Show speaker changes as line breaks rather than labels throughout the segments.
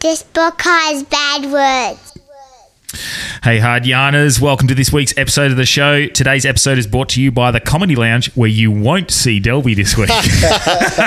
This book has bad words.
Hey, hard yarners. Welcome to this week's episode of the show. Today's episode is brought to you by the Comedy Lounge, where you won't see Delby this week.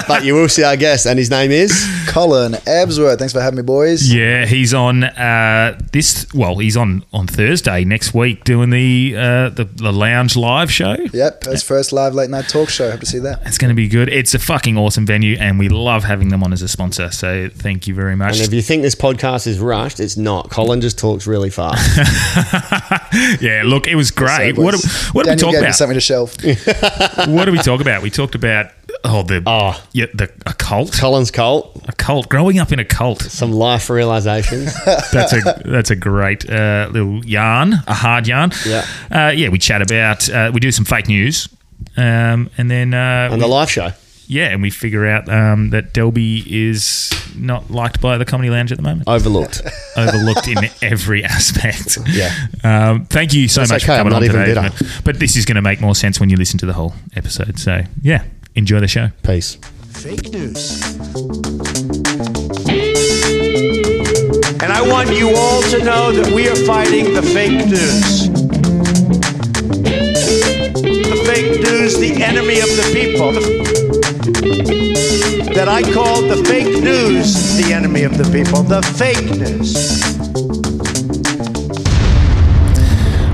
but you will see our guest, and his name is.
Colin Absworth, thanks for having me, boys.
yeah, he's on uh, this. Well, he's on on Thursday next week doing the uh, the, the lounge live show.
Yep, his first live late night talk show. Hope to see that.
It's going to be good. It's a fucking awesome venue, and we love having them on as a sponsor. So thank you very much.
And if you think this podcast is rushed, it's not. Colin just talks really fast.
yeah, look, it was great.
So,
What do,
boys,
what do we
Daniel
talk
gave me
about?
something to shelf.
what do we talk about? We talked about oh the
Oh.
yeah, the a cult,
Colin's cult,
a cult. Growing up in a cult.
some life realizations.
that's a that's a great uh, little yarn, a hard yarn.
Yeah.
uh, yeah. We chat about uh, we do some fake news, um, and then uh,
and the live show.
yeah, and we figure out um, that Delby is not liked by the comedy lounge at the moment,
Overlooked.
overlooked in every aspect.
Yeah.
Um, thank you so
That's
much
okay,
for
I'm
coming
not
on
even
today,
bitter.
but- but this is going to make more sense when you listen to the whole episode. So yeah, enjoy the show.
Peace.
Fake news.
And I want you all to know that we are fighting the fake news. The fake news, the enemy of the people. That I call the fake news the enemy of the people. The fake news.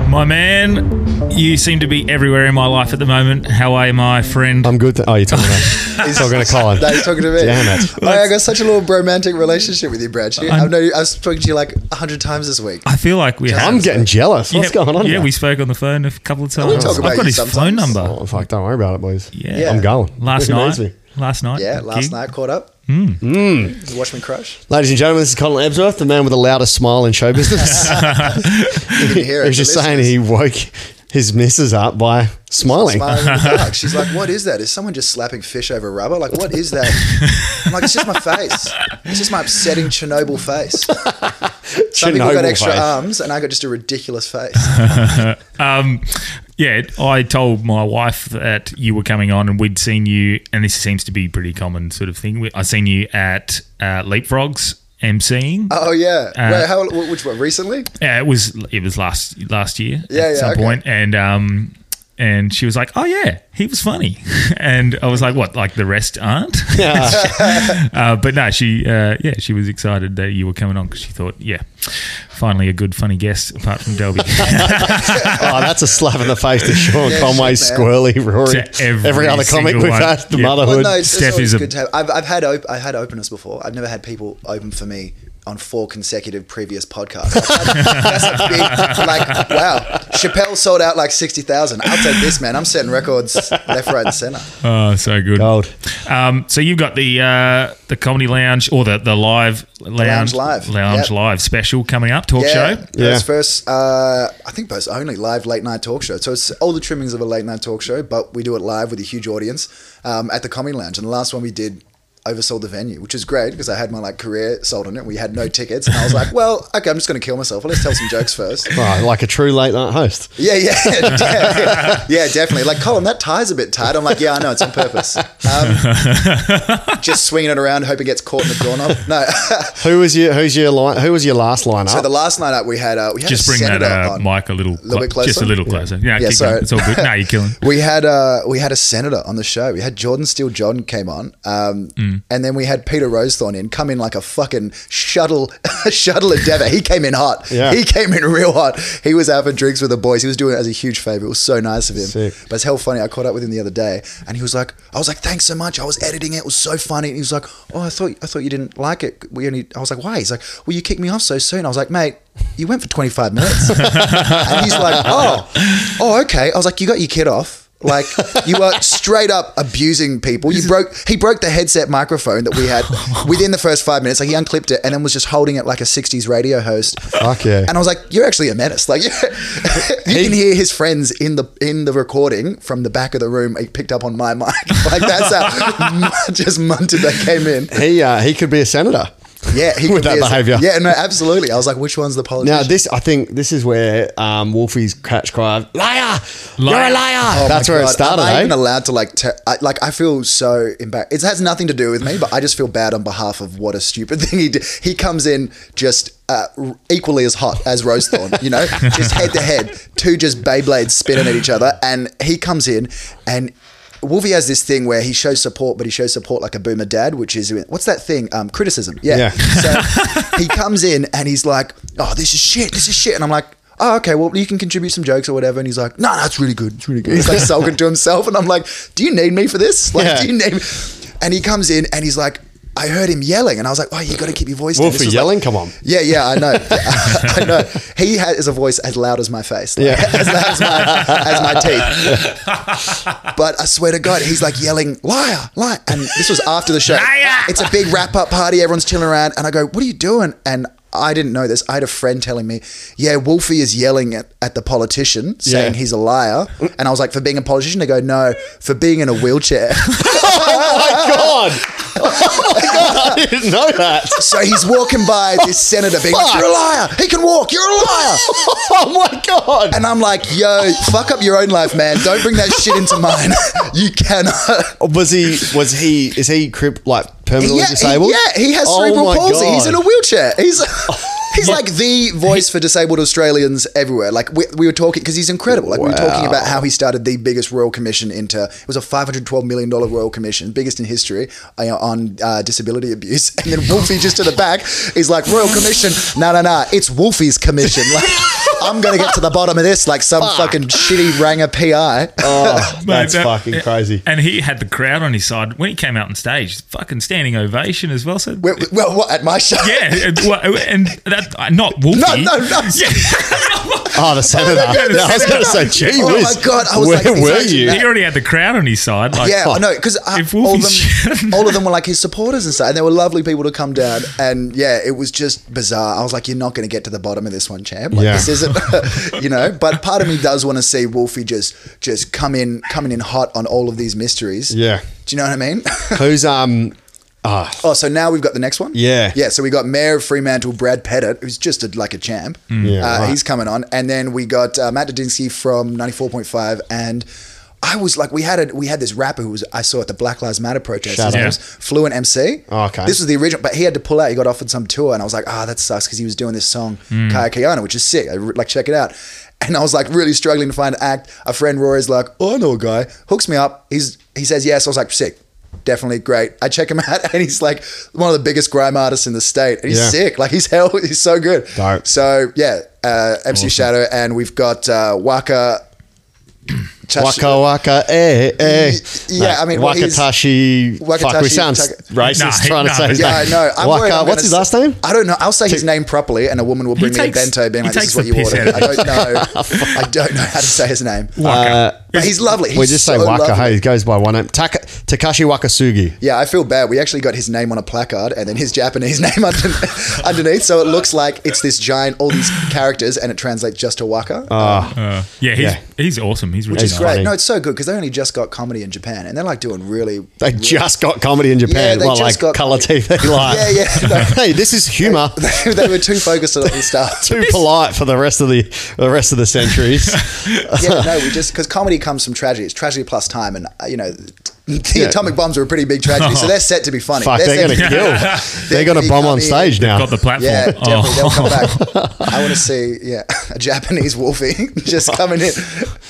My man, you seem to be everywhere in my life at the moment. How are you, my friend?
I'm good. Th- oh, you're talking to He's talking to Colin.
Now he's talking to me.
Damn it.
Like, I got such a little romantic relationship with you, Brad.
Uh,
You- I've known you, I've spoken to you like a hundred times this week.
I feel like we have.
I'm getting jealous. What's
yeah,
going on?
Yeah,
here?
we spoke on the phone a couple of times.
Oh, we talk about
I've got
you
his
sometimes.
phone number.
Oh, fuck, don't worry about it, boys.
Yeah.
Yeah.
I'm going.
Last
Who
night.
needs me?
Last night.
Yeah,
that
last
gig.
night caught up.
Hmm.
Hmm.
Mm. Watchmen crush.
Ladies and gentlemen, this is Colin Ebsworth, the man with the loudest smile in show business.
You can hear
he
it.
was just
The
saying
listeners
he woke his missus up by smiling.
smiling in the dark. She's like, "What is that? Is someone just slapping fish over rubber? Like, what is that?" I'm like, "It's just my face. It's just my upsetting Chernobyl face." Some people got
Chernobyl
extra
face.
arms, and I got just a ridiculous face.
Um, yeah, I told my wife that you were coming on and we'd seen you, and this seems to be pretty common sort of thing. We- I seen you at uh, Leapfrogs emceeing.
Oh yeah.
Uh,
Wait, how, wh- which one? Recently?
Yeah, it was it was last last year
Yeah,
at
yeah,
some
okay.
point. and um and she was like, "Oh yeah, he was funny," and I was like, "What? Like the rest aren't?" uh, but no, she uh, yeah, she was excited that you were coming on because she thought, yeah, finally a good funny guest apart from Delby.
Oh, that's a slap in the face to Sean
Yeah,
Conway,
shit, man.
Squirrely, Rory,
To every
every, other comic
single
we've
one.
had, the
Yeah.
motherhood.
Well, no, it's,
Steph is
it's always
a-
good to have. I've, I've had op- I had openers before. I've never had people open for me on four consecutive previous podcasts. Like, that's a big, like wow, Chappelle sold out like sixty thousand. I'll take this, man. I'm setting records left, right, and center.
oh, so good.
Gold.
Um, so you've got the uh, the comedy lounge or the the live lounge
Lounge Live.
lounge
Yep.
live special coming up talk
Yeah,
show.
Yeah.
yeah. first, uh, I think first only live late night talk show. So it's all the trimmings of a late night talk show, but we do it live with a huge audience um, at the Comedy Lounge. And the last one we did oversold the venue, which is great because I had my like career sold on it. We had no tickets, and I was like, well, okay, I'm just going to kill myself. Well, let's tell some jokes first.
Oh, like a true late night host.
Yeah, yeah, yeah, yeah, definitely. Like, Colin, that tie's a bit tight. I'm like, yeah, I know, it's on purpose. Um, just swinging it around, hope it gets caught in the doorknob. No.
Who was your who's your line? Who was your last lineup?
so the last night out, we had uh, we had
Just
a
bring that
senator
uh,
on.
mic a little,
little bit
clo- just a
closer?
little closer. Yeah,
Yeah,
keep
sorry.
going. It's all good. No, you're killing.
We had uh, we had a senator on the show. We had Jordan Steele John came on, um, and then we had Peter Rosethorn in come in like a fucking shuttle shuttle endeavor. He came in hot.
Yeah.
He came in real hot. He was out for drinks with the boys. He was doing it as a huge favor. It was so nice of him.
Sick.
But it's hell funny. I caught up with him the other day, and he was like, "I was like, thanks so much. I was editing it. It was so funny." And he was like, "Oh, I thought I thought you didn't like it. We only." I was like, "Why?" He's like, "Well, you kicked me off so soon." I was like, "Mate." You went for 25 minutes. and he's like, oh, oh, okay. I was like, you got your kid off. Like you were straight up abusing people. You broke. He broke the headset microphone that we had within the first five minutes. Like he unclipped it and then was just holding it like a '60s radio host.
Fuck yeah.
And I was like, "You're actually a menace." Like you can hear his friends in the in the recording from the back of the room. He picked up on my mic. Like that's how just munted they came in.
he uh, he could be a senator.
Yeah, he
with
could
that
be as-
behaviour.
Yeah, no, absolutely. I was like, which one's the politician?
Now this, I think, this is where um, Wolfie's catch cry, of, "Liar! You're
Liar."
a liar!"
Oh my
That's where
God.
it started.
Am I even
eh?
allowed to like? Te- I, like I feel so embarrassed. It has nothing to do with me, but I just feel bad on behalf of what a stupid thing he did. He comes in just uh, r- equally as hot as Rose Thorne, you know, just head to head, two just Beyblades spinning at each other, and he comes in and. Wolfie has this thing where he shows support, but he shows support like a boomer dad, which is what's that thing? Um, criticism.
Yeah.
Yeah. So he comes in and he's like, "Oh, this is shit. This is shit." And I'm like, "Oh, okay. Well, you can contribute some jokes or whatever." And he's like, "No, no, it's really good. It's really good." He's like sulking to himself, and I'm like, "Do you need me for this? Like,
Yeah.
do you need?" me?" And he comes in and he's like, "I heard him yelling," and I was like, "Oh, you got to keep your voice." down."
Wolfie
This was
yelling?
like-
Come on.
Yeah, yeah, I know. I know. He has a voice as loud as my face. Like,
Yeah.
as loud as my, as my teeth. But I swear to God, he's like yelling, liar, liar. And this was after the show.
Liar!
It's a big wrap up party. Everyone's chilling around. And I go, what are you doing? And I didn't know this. I had a friend telling me, yeah, Wolfie is yelling at, at the politician saying
Yeah.
he's a liar. And I was like, for being a politician? They go, no, for being in a wheelchair.
Oh my god! Oh my god! I didn't know that.
so he's walking by this senator being like,
Fuck.
you're a liar. He can walk. You're a liar.
Oh my god!
And I'm like, yo, fuck up your own life, man. Don't bring that shit into mine. you cannot.
was he? Was he? Is he crip like permanently
yeah,
disabled?
He, yeah, he has
Oh
cerebral
my
palsy. He's
God.
in a wheelchair. He's he's like the voice for disabled Australians everywhere. Like we, we were talking because he's incredible. Like we were talking about how he started the biggest royal commission into it was a five hundred twelve million dollar royal commission, biggest in history uh, on uh, disability abuse. And then Wolfie just to the back is like royal commission. No, no, no. It's Wolfie's commission. Like I'm gonna get to the bottom of this like some fucking shitty ranger PI.
Oh,
Mate,
that's
that-
fucking crazy.
uh, And he had the crowd on his side when he came out on stage. Fucking standing ovation as well. So
Well, well, what at my show?
yeah, and, well, and that uh, not Wolfie.
No, no, no.
Yeah.
Oh, the senator.
yeah, the
Yeah, I was going to say,
senator.
gee
Oh my
whiz.
God, I was
where
like, it's
were
actually
you?
that-
he already had the crowd on his side. Like,
Yeah, I
fuck.
know because
If
all of
Wolfie's
them,
shit-
all of them were like his supporters and stuff, and they were lovely people to come down. And yeah, it was just bizarre. I was like, "You're not going to get to the bottom of this one, champ. Like,
Yeah.
This isn't, you know." But part of me does want to see Wolfie just just come in coming in hot on all of these mysteries.
Yeah.
Do you know what I mean?
Who's, um, ah,
oh, so now we've got the next one.
Yeah.
yeah. So we got Mayor of Fremantle, Brad Pettit, who's just a, like a champ.
Mm. Yeah,
uh,
right.
he's coming on, and then we got uh, Matt Dadinsky from ninety four point five and. I was like, we had a, we had this rapper who was I saw at the Black Lives Matter protest.
Shout
His
out.
name was Fluent MC.
Oh, okay.
This was the original, but he had to pull out. He got offered some tour, and I was like, ah, that sucks because he was doing this song
Hmm.
Kaya Kiana, which is sick. I re- like check it out. And I was like really struggling to find an act. A friend Rory's like, oh, I know a guy. Hooks me up. He's he says yes. I was like, sick. Definitely great. I check him out, and he's like one of the biggest grime artists in the state. And he's
Yeah.
sick. Like he's hell. He's so good.
Dope.
So yeah, uh, MC Shadow, and we've got uh, Waka. Chash-
waka waka, eh, eh.
Yeah, I mean, well, he's-
Wakatashi. fuck, we
Wakatashi
sound
Taka-
racist
Nah, he-
trying to
nah,
say his
Yeah, I
name.
know. I'm worried
Waka,
I'm
what's his
gonna
last name?
I don't know. I'll say his name properly, and a woman will bring me
takes-
a bento, being
he
like, "This is
takes
what
the
you
piss
ordered."
out
I
of
don't know. I don't know how to say his name.
Waka.
But he's lovely. He's
we just say
so
Waka.
lovely.
Hey, he goes by one name. Taka, Takashi Wakasugi.
Yeah, I feel bad. We actually got his name on a placard and then his Japanese name under, underneath, so it looks like it's this giant, all these characters, and it translates just to Waka.
Ah,
Uh, yeah, he's,
Yeah.
he's awesome. He's really
is
nice.
Great.
Oh, funny.
No, it's so good because they only just got comedy in Japan, and they're like doing really.
They
really-
just got comedy in Japan.
they
well,
just
like
got
color
comedy.
TV. Like,
Yeah, yeah, no.
hey, this is humor.
they were too focused on the stuff.
Too polite for the rest of the the rest of the centuries.
yeah, no, we just because comedy comes from tragedy. It's tragedy plus time, and uh, you know, the
Yeah.
atomic bombs are a pretty big tragedy, so they're set to be funny.
Fuck, they're
set
gonna
to be-
kill. They're gonna
They
bomb
come
on
in,
stage now.
Got the platform.
Yeah, definitely.
Oh.
They'll come back. I want to see, yeah, a Japanese wolfie just coming in.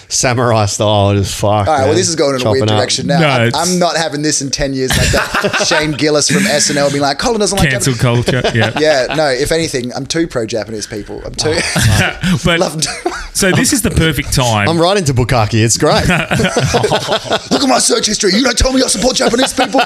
samurai style. Just fuck.
All right, well, this is going in a weird direction now.
No,
I'm,
it's-
I'm not having this in 10 years like that. Shane Gillis from SNL being like, Colin doesn't like
Cancel
Japanese.
culture. Yeah.
Yeah, no, if anything, I'm too pro Japanese people. I'm
Oh,
too.
But
love
so this is the perfect time.
I'm right into Bukaki. It's great.
Look at my search history. You don't tell me I support Japanese people.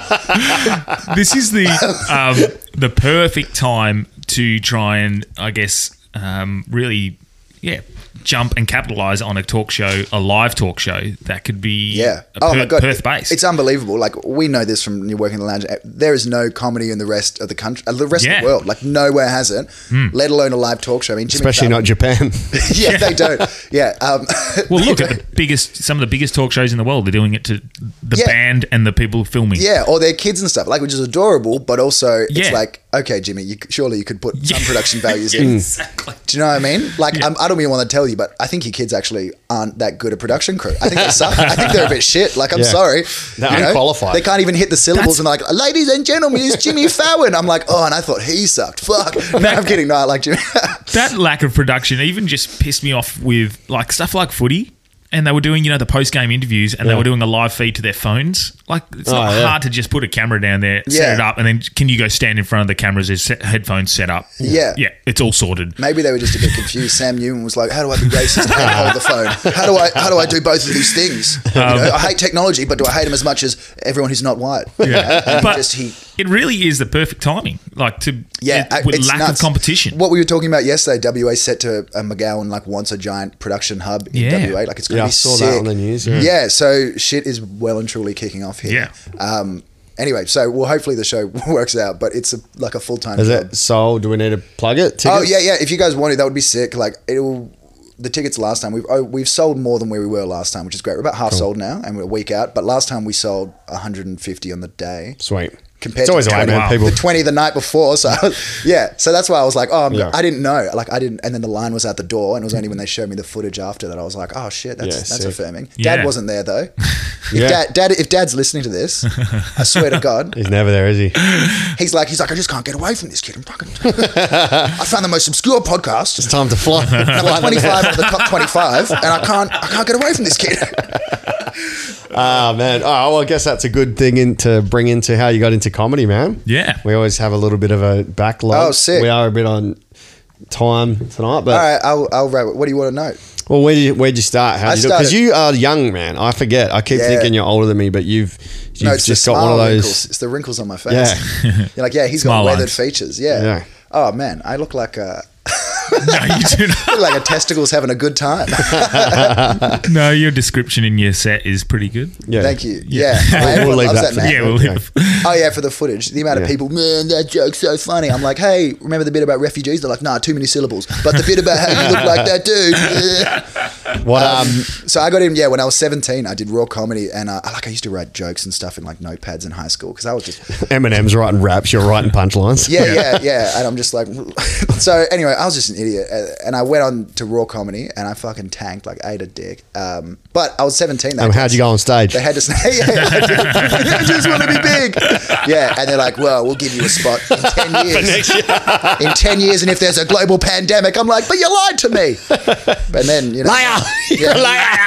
this is the um, the perfect time to try and I guess um, really yeah, jump and capitalize on a talk show, a live talk show that could be
Yeah. Oh
a Perth, Perth base.
It's unbelievable. Like we know this from you working in the lounge. There is no comedy in the rest of the country, uh, the rest
Yeah. Hmm.
of the world. Like nowhere has it, let alone a live talk show. I mean, Jimmy
Especially not Japan.
Fallon- yeah, they don't. Yeah. Um,
well, look at the biggest, some of the biggest talk shows in the world. They're doing it to the
Yeah.
band and the people filming.
Yeah, or their kids and stuff, like which is adorable, but also
Yeah.
it's like, okay, Jimmy, you, surely you could put some production values in.
exactly.
Do you know what I mean? Like, um, I don't even want to tell you, but I think your kids actually aren't that good at production crew. I think they suck. I think they're a bit shit. Like, I'm
Yeah.
sorry,
They're
You know?
unqualified.
They can't even hit the syllables and like, ladies and gentlemen, it's Jimmy Fallon. I'm like, oh, and I thought he sucked. Fuck. No, I'm kidding. No, I like Jimmy.
that lack of production even just pissed me off with like stuff like footy. And they were doing, you know, the post game interviews, and they
Yeah.
were doing a live feed to their phones. Like it's
Oh,
not
yeah.
hard to just put a camera down there, set
Yeah.
it up, and then can you go stand in front of the cameras? Is set, headphones set up?
Yeah.
yeah, it's all sorted.
Maybe they were just a bit confused. Sam Newman was like, "How do I be racist? How do I hold the phone? How do I how do I do both of these things? You
Um,
know, I hate technology, but do I hate them as much as everyone who's not white?
Yeah.
And
But-
just he,
It really is the perfect timing, like to
yeah, uh,
it- with
it's
lack
nuts.
of competition.
What we were talking about yesterday, WA set to uh, McGowan like wants a giant production hub in
Yeah.
WA. Like it's gonna
yeah,
be
I saw
sick.
that on the news. Yeah.
Yeah, so shit is well and truly kicking off here.
Yeah.
Um. Anyway, so well, hopefully the show works out, but it's a, like a full time.
Is
job.
it sold? Do we need to plug it? Tickets?
Oh yeah, yeah. If you guys wanted, that would be sick. Like it'll. The tickets last time we've oh, we've sold more than where we were last time, which is great. We're about half sold now, and we're a week out. But last time we sold 150 on the day
Sweet.
compared
it's
to
always a way,
20,
man.
Wow.
People.
the 20 the night before. So I was- yeah, so that's why I was like, oh, I'm,
Yeah.
I didn't know. Like I didn't, and then the line was out the door, and it was only when they showed me the footage after that I was like, oh shit, that's
Yeah,
that's
sick.
affirming.
Yeah.
Dad wasn't there though. If
Yeah.
dad, dad, if dad's listening to this, I swear to God,
He's never there, is he?
He's like, he's like, I just can't get away from this kid. I'm fucking. I found the most obscure podcast.
Time to fly.
Number twenty-five of the top twenty-five, and I can't, I can't get away from this kid.
Ah man. Oh, well, I guess that's a good thing in, to bring into how you got into comedy, man.
Yeah.
We always have a little bit of a backlog.
Oh, sick.
We are a bit on time tonight, but
All right, I'll, I'll wrap it. What do you want to know?
well, where did you, where'd you start? How
I
did you do? Because
started-
you are young, man. I forget. I keep
Yeah.
thinking you're older than me, but you've you've
No, it's
just
the
got one of
smile
those.
Wrinkles. It's the wrinkles on my face.
Yeah.
You're like, yeah, he's
Smile
got weathered
lines.
features. Yeah.
Yeah.
Oh man, I look like a,
no, you do not.
like a testicles having a good time.
No, your description in your set is pretty good.
Yeah.
Thank you.
Yeah. We'll-
Yeah, Oh, everyone
we'll leave
loves
that
that,
for-
man.
Yeah, we'll
Okay.
leave.
Oh yeah, for the footage, the amount of
Yeah.
people, man, that joke's so funny. I'm like, hey, remember the bit about refugees? They're like, nah, too many syllables. But the bit about how you look like that dude. eh.
What um,
so I got in. Yeah, when I was 17, I did raw comedy, and uh, I- like I used to write jokes and stuff in like notepads in high school because I was just
um, Eminem's writing raps. You're writing punchlines.
yeah, yeah, yeah. And I'm just like, so anyway, I was just an idiot, uh, and I went on to raw comedy, and I fucking tanked like ate a dick. Um, but I was 17. that
Um,
day,
how'd you go on stage?
They had to say, yeah, yeah, I just want to be big. Yeah, and they're like, well, we'll give you a spot in 10 years. in 10 years, and if there's a global pandemic, I'm like, but you lied to me. But then, you know.
Liar! You're a
Yeah.
liar!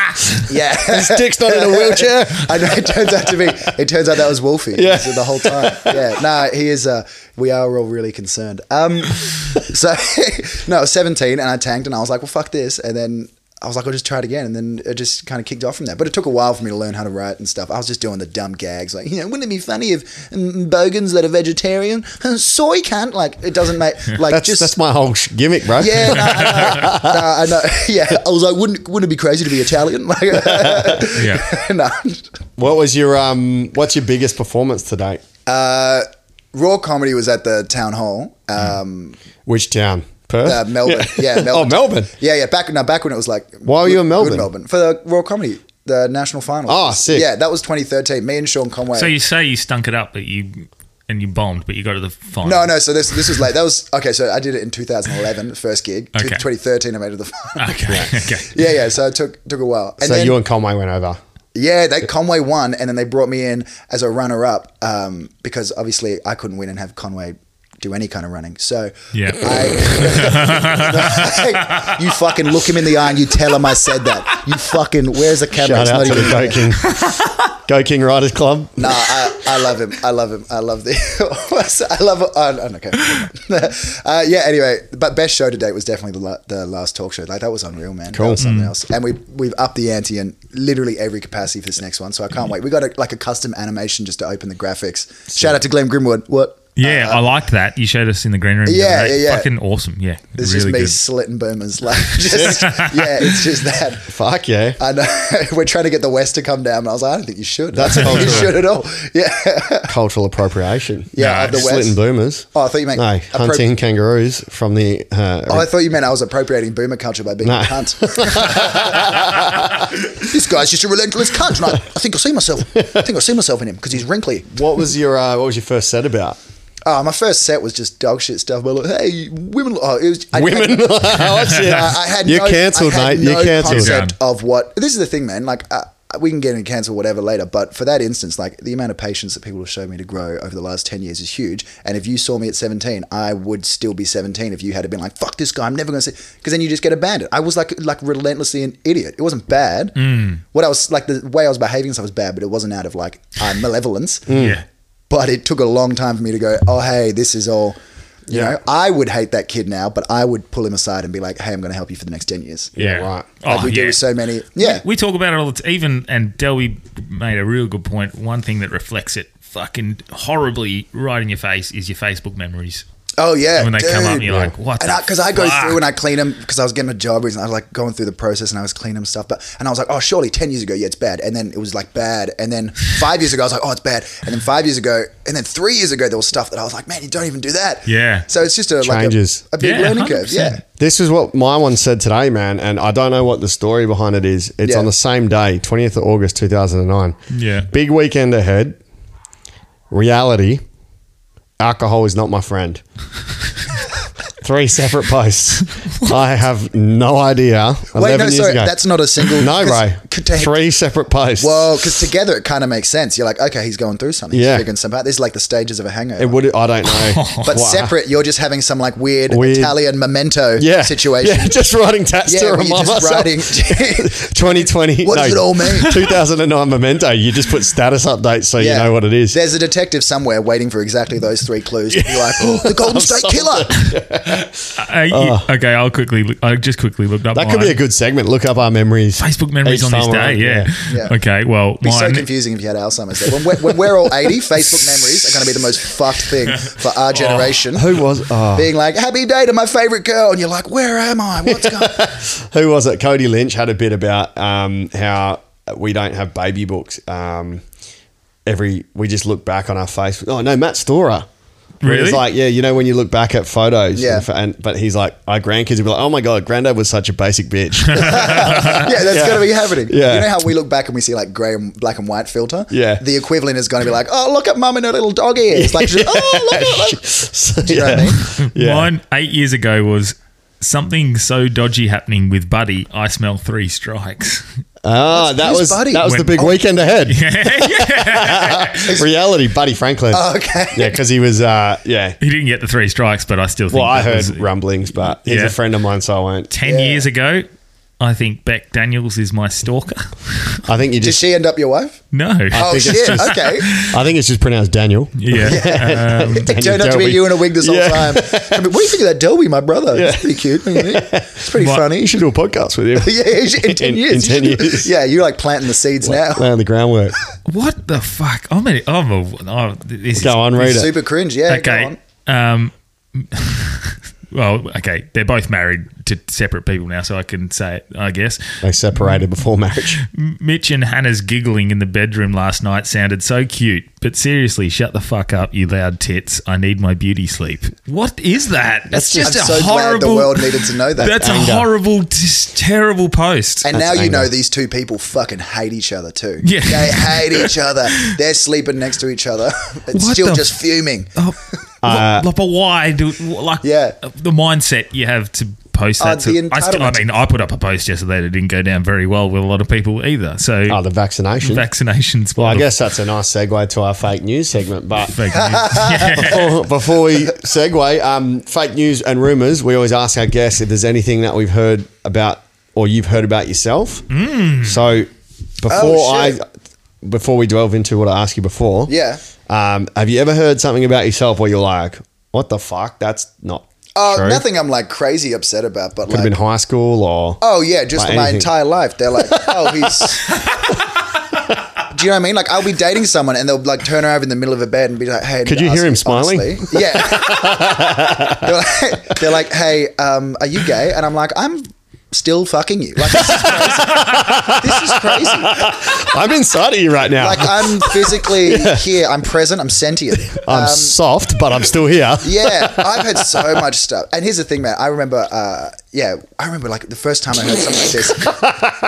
Yeah.
This dick's not in a wheelchair.
I know, it turns out to be, it turns out that was Wolfie
Yeah.
yeah. the whole time. Yeah, no, he is, uh, we are all really concerned. Um, so, no, I was 17 and I tanked and I was like, well, fuck this. And then I was like, I'll just try it again. And then it just kind of kicked off from there. But it took a while for me to learn how to write and stuff. I was just doing the dumb gags. Like, you know, wouldn't it be funny if mm, bogans that are vegetarian, soy cunt? Like, it doesn't make, like,
That's
just.
that's my whole sh- gimmick, bro.
Yeah, no, I know. No, I know. Yeah, I was like, wouldn't wouldn't it be crazy to be Italian? Like,
Yeah.
no.
What was your um? What's your biggest performance to date?
Uh, raw comedy was at the town hall,
Hmm.
um,
Which town? Perth.
uh, Melbourne. Yeah,
Oh,
Melbourne.
Melbourne.
Yeah, yeah. Back now, back when it was like.
Why were you in Melbourne?
Good Melbourne for the raw comedy, the national final.
Oh, sick.
Yeah, that was 2013. Me and Sean Conway.
So you say you stunk it up, but you and you bombed, but you got to the final.
no, no. So this this was late. That was okay. So I did it in 2011, first gig. Two-
Okay.
2013, I made it to the final.
Okay. okay.
Yeah, yeah. So it took took a while. And
so
then-
you and Conway went over.
Yeah, they Conway won, and then they brought me in as a runner up um, because obviously I couldn't win and have Conway do any kind of running. So
Yeah.
I, you fucking look him in the eye and you tell him I said that. You fucking where's the camera?
Shout
It's
out
not
to the
even-
Go King, Go King Riders Club.
Nah, Uh, I, I love him. I love him. I love the. I love. Uh, oh, okay. uh, yeah. Anyway, but best show to date was definitely the, la- the last talk show. Like that was unreal, man. That was
Mm.
something else. And we we've upped the ante in literally every
Mm.
capacity for this next one. So I can't wait. We got a, like a custom animation just to open the graphics. Shout out to Glenn Grimwood. What?
Yeah, I liked that. You showed us in the green room. the
Yeah,
other day.
yeah, yeah.
Fucking awesome. Yeah,
It's
really good.
just me slitting boomers. Like, just, yeah, it's just that.
Fuck yeah.
I know we're trying to get the West to come down, and I was like, I don't think you should.
That's
I don't think you
cultural.
should at all. Yeah.
Cultural appropriation.
Yeah,
No,
of the
it's
West.
Slitting boomers.
Oh, I thought you meant
No,
appro-
hunting kangaroos from the. Uh,
Oh, I thought you meant I was appropriating boomer culture by being
No.
a cunt. this guy's just a relentless cunt. And I, I think I see myself. I think I see myself in him because he's wrinkly.
what was your uh, What was your first set about?
Oh, my first set was just dog shit stuff. But like, hey, women. Oh, it was I-
Women. oh, shit.
Uh, I had
You're
no,
cancelled,
I had
mate. You're
no
cancelled.
Concept of what this is the thing, man. Like uh, we can get into cancel whatever later, but for that instance, like the amount of patience that people have shown me to grow over the last ten years is huge. And if you saw me at seventeen, I would still be seventeen if you had been like, "Fuck this guy, I'm never going to see," because then you just get abandoned. I was like like relentlessly an idiot. It wasn't bad. What I was like the way I was behaving and stuff was bad, but it wasn't out of like uh, malevolence
Yeah.
but it took a long time for me to go, oh, hey, this is all. You
Yeah.
know, I would hate that kid now, but I would pull him aside and be like, hey, I'm going to help you for the next 10 years.
Yeah.
right.
Oh,
Like we do
yeah.
with so many. Yeah.
We talk about it all the time. Even and Delby made a real good point. One thing that reflects it fucking horribly right in your face is your Facebook memories.
oh, yeah.
When they come up,
dude.
you're like, what?
And
the
because I go
fuck?
through and I clean them because I was getting a job recently. I was like going through the process and I was cleaning stuff, but and I was like, oh, surely ten years ago, yeah, it's bad. And then it was like bad, and then five years ago, I was like, oh, it's bad. And then five years ago, and then three years ago, there was stuff that I was like, man, you don't even do that.
Yeah.
So it's just a
Changes.
like a, a big
Yeah,
learning curve. Yeah.
100%.
This is what my one said today, man, and I don't know what the story behind it is. It's
Yeah.
on the same day, 20th of August, 2009.
Yeah.
Big weekend ahead. Reality. Alcohol is not my friend. Three separate posts. I have no idea. 11
Wait, no,
years
sorry,
ago.
that's not a single.
No,
'cause-
Ray.
could take-
Three separate posts.
Well, because Oh, together it kind of makes sense. You're like, okay, he's going through something.
Yeah.
He's figuring something out. This is like the stages of a hangover.
it would. I don't know.
but
Wow.
separate, you're just having some like weird,
Weird-
Italian memento
Yeah.
situation.
Yeah, just writing tats
Yeah,
to
where
remind
you're just
myself.
writing.
2020.
What does it all mean?
2009 memento. You just put status updates so you know what it is.
There's a detective somewhere waiting for exactly those three clues. To be like, oh, the Golden State Killer.
Uh, you- okay, I'll quickly. Look, I just quickly looked up.
that could
mine.
be a good segment. Look up our memories.
Facebook memories
Each
on this
time
day.
around,
yeah.
Yeah.
Okay. Well,
It'd be so
mine-
confusing if you had Alzheimer's. Day. When, we're, when we're all 80, Facebook memories are going to be the most fucked thing for our generation.
Who was oh,
Being like, happy day to my favorite girl. And you're like, where am I? What's going on?
who was it? Cody Lynch had a bit about um, how we don't have baby books. Um, every we just look back on our face. Oh no, Matt Storer. Where
Really?
It's like yeah, you know when you look back at photos.
Yeah.
And, and- but he's like, our grandkids will be like, oh my god, granddad was such a basic bitch.
Oh, yeah, that's going to be happening.
Yeah.
You know how we look back and we see like grey and black and white filter?
Yeah.
The equivalent is going to be like, oh, look at mum and her little dog ears. Like, just, oh, look at look.
So,
you know what I
yeah. yeah.
Mine eight years ago was something so dodgy happening with Buddy. I smell three strikes.
Ah, that
who's
was
Buddy? Oh.
that was the
When-
big weekend ahead. Reality, Buddy Franklin.
Oh, okay.
Yeah, because he was. Uh, yeah.
he didn't get the three strikes, but I still think.
Well, I
that
heard
was-
rumblings, but he's
Yeah.
a friend of mine, so I won't.
ten years ago. I think Beck Daniels is my stalker.
I think you
Did
just.
she end up your wife?
No.
Oh,
think it's
shit.
just-
okay.
I think it's just pronounced Daniel.
yeah.
It turned out to be
Delby.
you and a wig this whole
Yeah.
time. I mean, what do you think of that Delby, my brother? It's pretty cute. isn't it? It's pretty
But-
funny.
You should do a podcast with him.
yeah, in 10
In-
years.
in
you
10
should-
years.
Yeah, you're like planting the seeds now.
Laying the groundwork.
What the fuck? I'm a. I'm a oh, this
Go
is,
on, read it.
Super cringe. Yeah, go
Okay.
on.
Um, well, okay. They're both married to separate people now, so I can say it, I guess.
They separated before marriage.
M- Mitch and Hannah's giggling in the bedroom last night sounded so cute, but seriously, shut the fuck up, you loud tits. I need my beauty sleep. What is that? That's,
I'm
just a
so
horrible.
glad the world needed to know that.
That's a horrible, just terrible post.
And now
That's
you know
anger.
these two people fucking hate each other too.
Yeah.
They hate each other. They're sleeping next to each other. It's
What
still
the
just fuming.
Oh, like, but why do like
Uh, Yeah.
the mindset you have to post
Uh,
that? to-
the
I, still, I
entitlement.
mean, I put up a post yesterday that didn't go down very well with a lot of people either. So
Oh, the vaccination.
vaccinations.
well, I
were the
guess that's a nice segue to our fake news segment. But
fake news. Yeah.
before, before we segue, um, fake news and rumors, we always ask our guests if there's anything that we've heard about or you've heard about yourself. So before
Oh,
I
shit.
before we delve into what I asked you before,
Yeah.
um, have you ever heard something about yourself where you're like, what the fuck? That's not
Uh,
true.
Nothing I'm like crazy upset about, but
Could have
like,
been high school or
oh yeah, just
Like
my
anything.
entire life. They're like, oh, he's Do you know what I mean? Like I'll be dating someone and they'll like turn her over in the middle of a bed and be like, "Hey." I need
Could
to
you hear
ask
him smiling?
honestly." Yeah. they're, like, they're like, "Hey, um, are you gay?" And I'm like, "I'm still fucking you." Like this is crazy. this is crazy.
I'm inside of you right now.
Like I'm physically here. I'm present. I'm sentient.
I'm soft, but I'm still here.
yeah, I've heard so much stuff. And here's the thing, man. I remember, uh, yeah, I remember like the first time I heard something like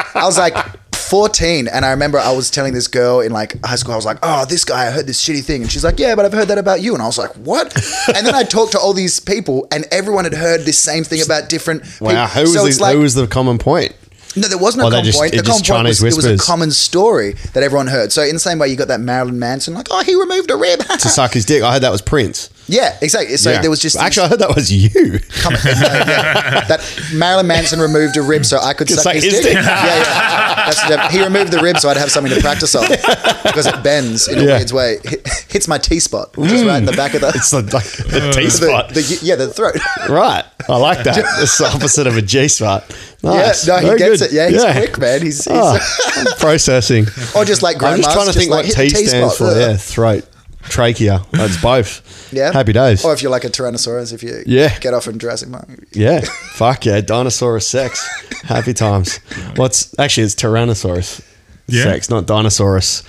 this, I was like 14, and I remember I was telling this girl in like high school, I was like, oh, this guy, I heard this shitty thing, and she's like, yeah, but I've heard that about you, and I was like, what? And then I talked to all these people, and everyone had heard this same thing about different.
Wow, who
people.
was
so it's
the, who was the common point?
no, there was no
Or they
common
just-
point.
it
The common
just
point was
Chinese
it was a
whispers.
common story that everyone heard. So in the same way, you got that Marilyn Manson, like, oh, he removed a rib.
To suck his dick. I heard that was Prince.
yeah, exactly. So
Yeah.
there was just these-
actually, I heard that was you.
Come- no, yeah. That Marilyn Manson removed a rib so I could
Just
suck
like
his
his
dick.
dick.
yeah, yeah. That's the, he removed the rib so I'd have something to practice on because it bends in a
Yeah.
weird way. Hit- hits my T spot, which is right in the back of the.
It's like a T
the-
spot.
the- yeah, the throat.
right. I like that. It's the opposite of a G spot. Nice.
Yeah, no, he
Very
gets
good.
it. Yeah, he's quick, man. He's, he's
Ah, I'm processing.
or just like
I'm
grandma's.
just trying to think
like,
what
hit
T
the
stands for.
Ugh.
Yeah, throat, trachea. That's both.
yeah,
Happy days.
Or if you're like a Tyrannosaurus, if you
Yeah.
get off in Jurassic Park.
yeah. Fuck yeah. Dinosaurus sex. Happy times. What's actually it's Tyrannosaurus
Yeah.
sex, not Dinosaurus.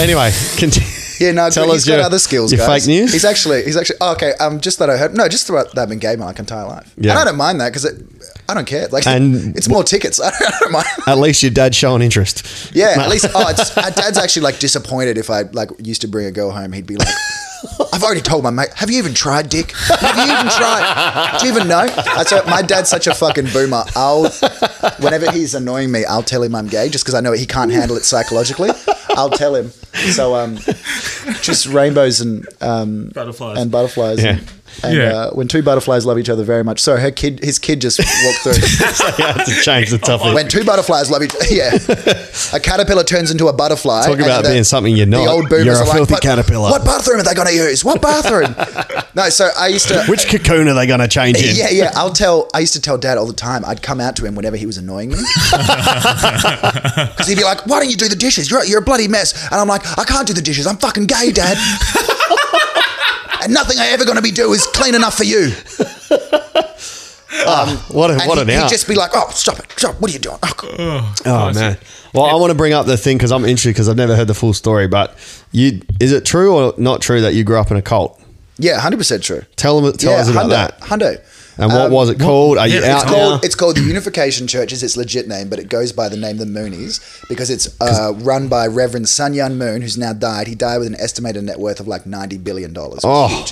Anyway, continue.
Yeah, no,
Tell us
but he's got
your-
other skills.
your
guys.
fake news?
He's actually, he's actually. Oh, okay, um, just that I heard. No, just about that I've been gay my like entire life.
Yeah.
and I don't mind that because I don't care. Like,
And-
it's more tickets. I don't, I don't mind.
At least your dad showing interest.
Yeah,
No.
at least. Oh, it's, uh, Dad's actually like disappointed if I like used to bring a girl home. He'd be like. I've already told my mate. Have you even tried, Dick? Have you even tried? Do you even know? That's what, my dad's such a fucking boomer. I'll, whenever he's annoying me, I'll tell him I'm gay just because I know he can't handle it psychologically. I'll tell him. So, um, just rainbows and um,
Butterflies.
and butterflies.
Yeah.
And, and,
Yeah.
Uh, when two butterflies love each other very much, so her kid, his kid just walked through.
yeah, to change the topic.
when two butterflies love each, yeah, a caterpillar turns into a butterfly.
Talk about
and the-
being something you're not.
The old boomers
You're a
are like,
filthy
"What-
caterpillar."
What bathroom are they going to use? What bathroom? no, so I used to.
Which cocoon are they going to change in?
Yeah, yeah. I'll tell. I used to tell Dad all the time. I'd come out to him whenever he was annoying me, because he'd be like, "Why don't you do the dishes? You're you're a bloody mess." And I'm like, "I can't do the dishes. I'm fucking gay, Dad." And nothing I ever going to be do is clean enough for you.
What, a,
And
what
he,
an
would
out.
just be like, "Oh, stop it! Stop! What are you doing?" Oh, God.
oh, man. Well, I want to bring up the thing because I'm interested because I've never heard the full story. But you, is it true or not true that you grew up in a cult?
yeah, hundred percent true.
Tell, them, tell
yeah,
us about
hundo,
that.
Hundo.
And what
Um,
was it called? Are you
yeah, it's
out
It's
now?
called, it's called the Unification Church. Is its legit name, but it goes by the name the Moonies because it's uh, run by Reverend Sun Yun Moon, who's now died. He died with an estimated net worth of like ninety billion dollars.
oh,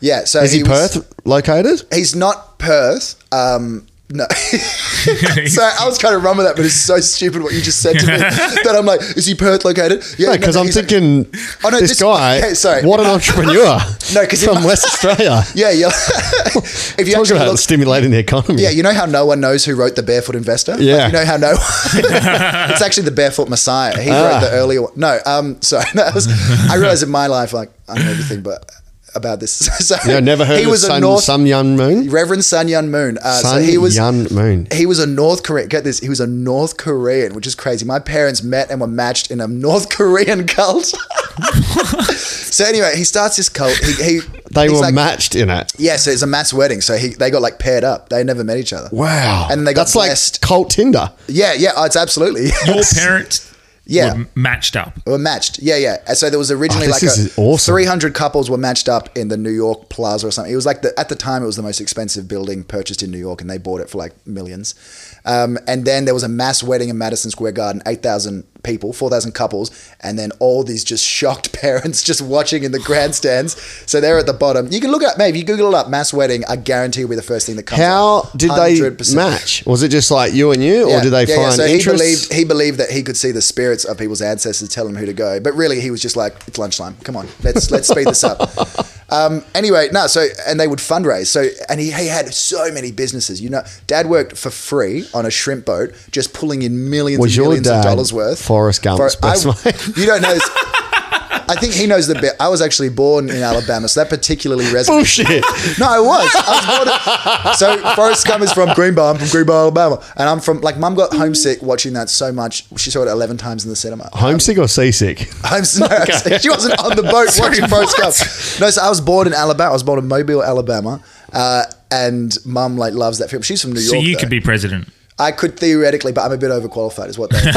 yeah. So
is he,
was-
Perth located?
he's not Perth. Um, no. so I was kind of wrong with that, but it's so stupid what you just said to me that I'm like, is he Perth located? Yeah,
No, because I'm
he's like-
thinking
Oh, no,
this,
this-
guy.
okay, sorry.
What an entrepreneur!
No, 'cause he-
from West Australia.
yeah, yeah. if you
Talk
actually
about
look-
stimulating the economy.
Yeah, you know how no one knows who wrote the Barefoot Investor. Like,
Yeah.
you know how no. it's actually the Barefoot Messiah. He
Ah.
wrote the earlier one. No, um, sorry. No, that was, I realized in my life, like I know everything, but about this. so
Yeah, I never heard
He
of
was a
Sun,
North
Sun Yun Moon.
Reverend Sun Yun Moon. Uh,
Sun
so he was
Yun Moon.
He was a North Korean. Get this. He was a North Korean, which is crazy. My parents met and were matched in a North Korean cult. so anyway, he starts this cult. He, he
They
he's
were
like-
matched in it.
Yeah, so it's a mass wedding. So he, they got like paired up. They never met each other.
Wow.
And they got
That's
blessed.
like cult Tinder.
Yeah, yeah, oh, it's absolutely.
Your parents
Yeah.
were matched up.
were matched. Yeah, yeah. And so there was originally
Oh,
like
this
a,
is awesome.
300 couples were matched up in the New York Plaza or something. It was like the, at the time it was the most expensive building purchased in New York, and they bought it for like millions. Um, and then there was a mass wedding in Madison Square Garden, 8,000 people, 4,000 couples, and then all these just shocked parents just watching in the grandstands. So they're at the bottom. You can look it up, maybe you Google it up, mass wedding. I guarantee you'll be the first thing that comes.
How
up.
did
100%.
they match? Was it just like you and you, or
Yeah,
did they
yeah, yeah.
find
so
interest?
He believed, he believed that he could see the spirits of people's ancestors tell him who to go. But really, he was just like, it's lunchtime. Come on, let's let's speed this up. Um, anyway, no. So and they would fundraise. So and he, he had so many businesses. You know, Dad worked for free on a shrimp boat, just pulling in millions
Was
and
your
millions
dad
of dollars worth.
Forrest Gump's
For- I-
best mate?
You don't know. This, I think he knows the bit. I was actually born in Alabama, so that particularly resonates.
Bullshit.
No, I was. I was born in- so Forrest Gump is from Greenbow. I'm from Greenbow, Alabama, and I'm from like mum got homesick watching that so much. She saw it eleven times in the cinema.
Homesick or seasick?
Homesick. she wasn't on the boat watching Forrest Gump. No, so I was born in Alabama. I was born in Mobile, Alabama, uh, and mum like loves that film. She's from New York.
So you
though.
could be president.
I could theoretically, but I'm a bit overqualified, is what that is.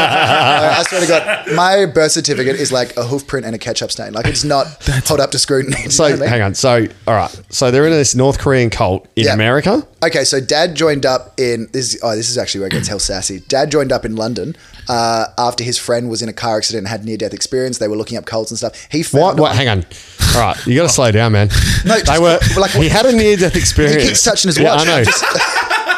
I swear to God, my birth certificate is like a hoof print and a ketchup stain. Like it's not held up to scrutiny. you
So
know what I mean?
hang on. So all right. So they're in this North Korean cult in
Yeah.
America.
Okay, so Dad joined up in this. Oh, this is actually where it gets hell sassy. Dad joined up in London uh, after his friend was in a car accident and had near death experience. They were looking up cults and stuff. He
What?
found
What? Hang on. All right, you got to slow down, man.
Oh. No,
they
just-
were.
like-
he had a near death experience.
keeps touching his
Yeah,
watch.
I know.
Just-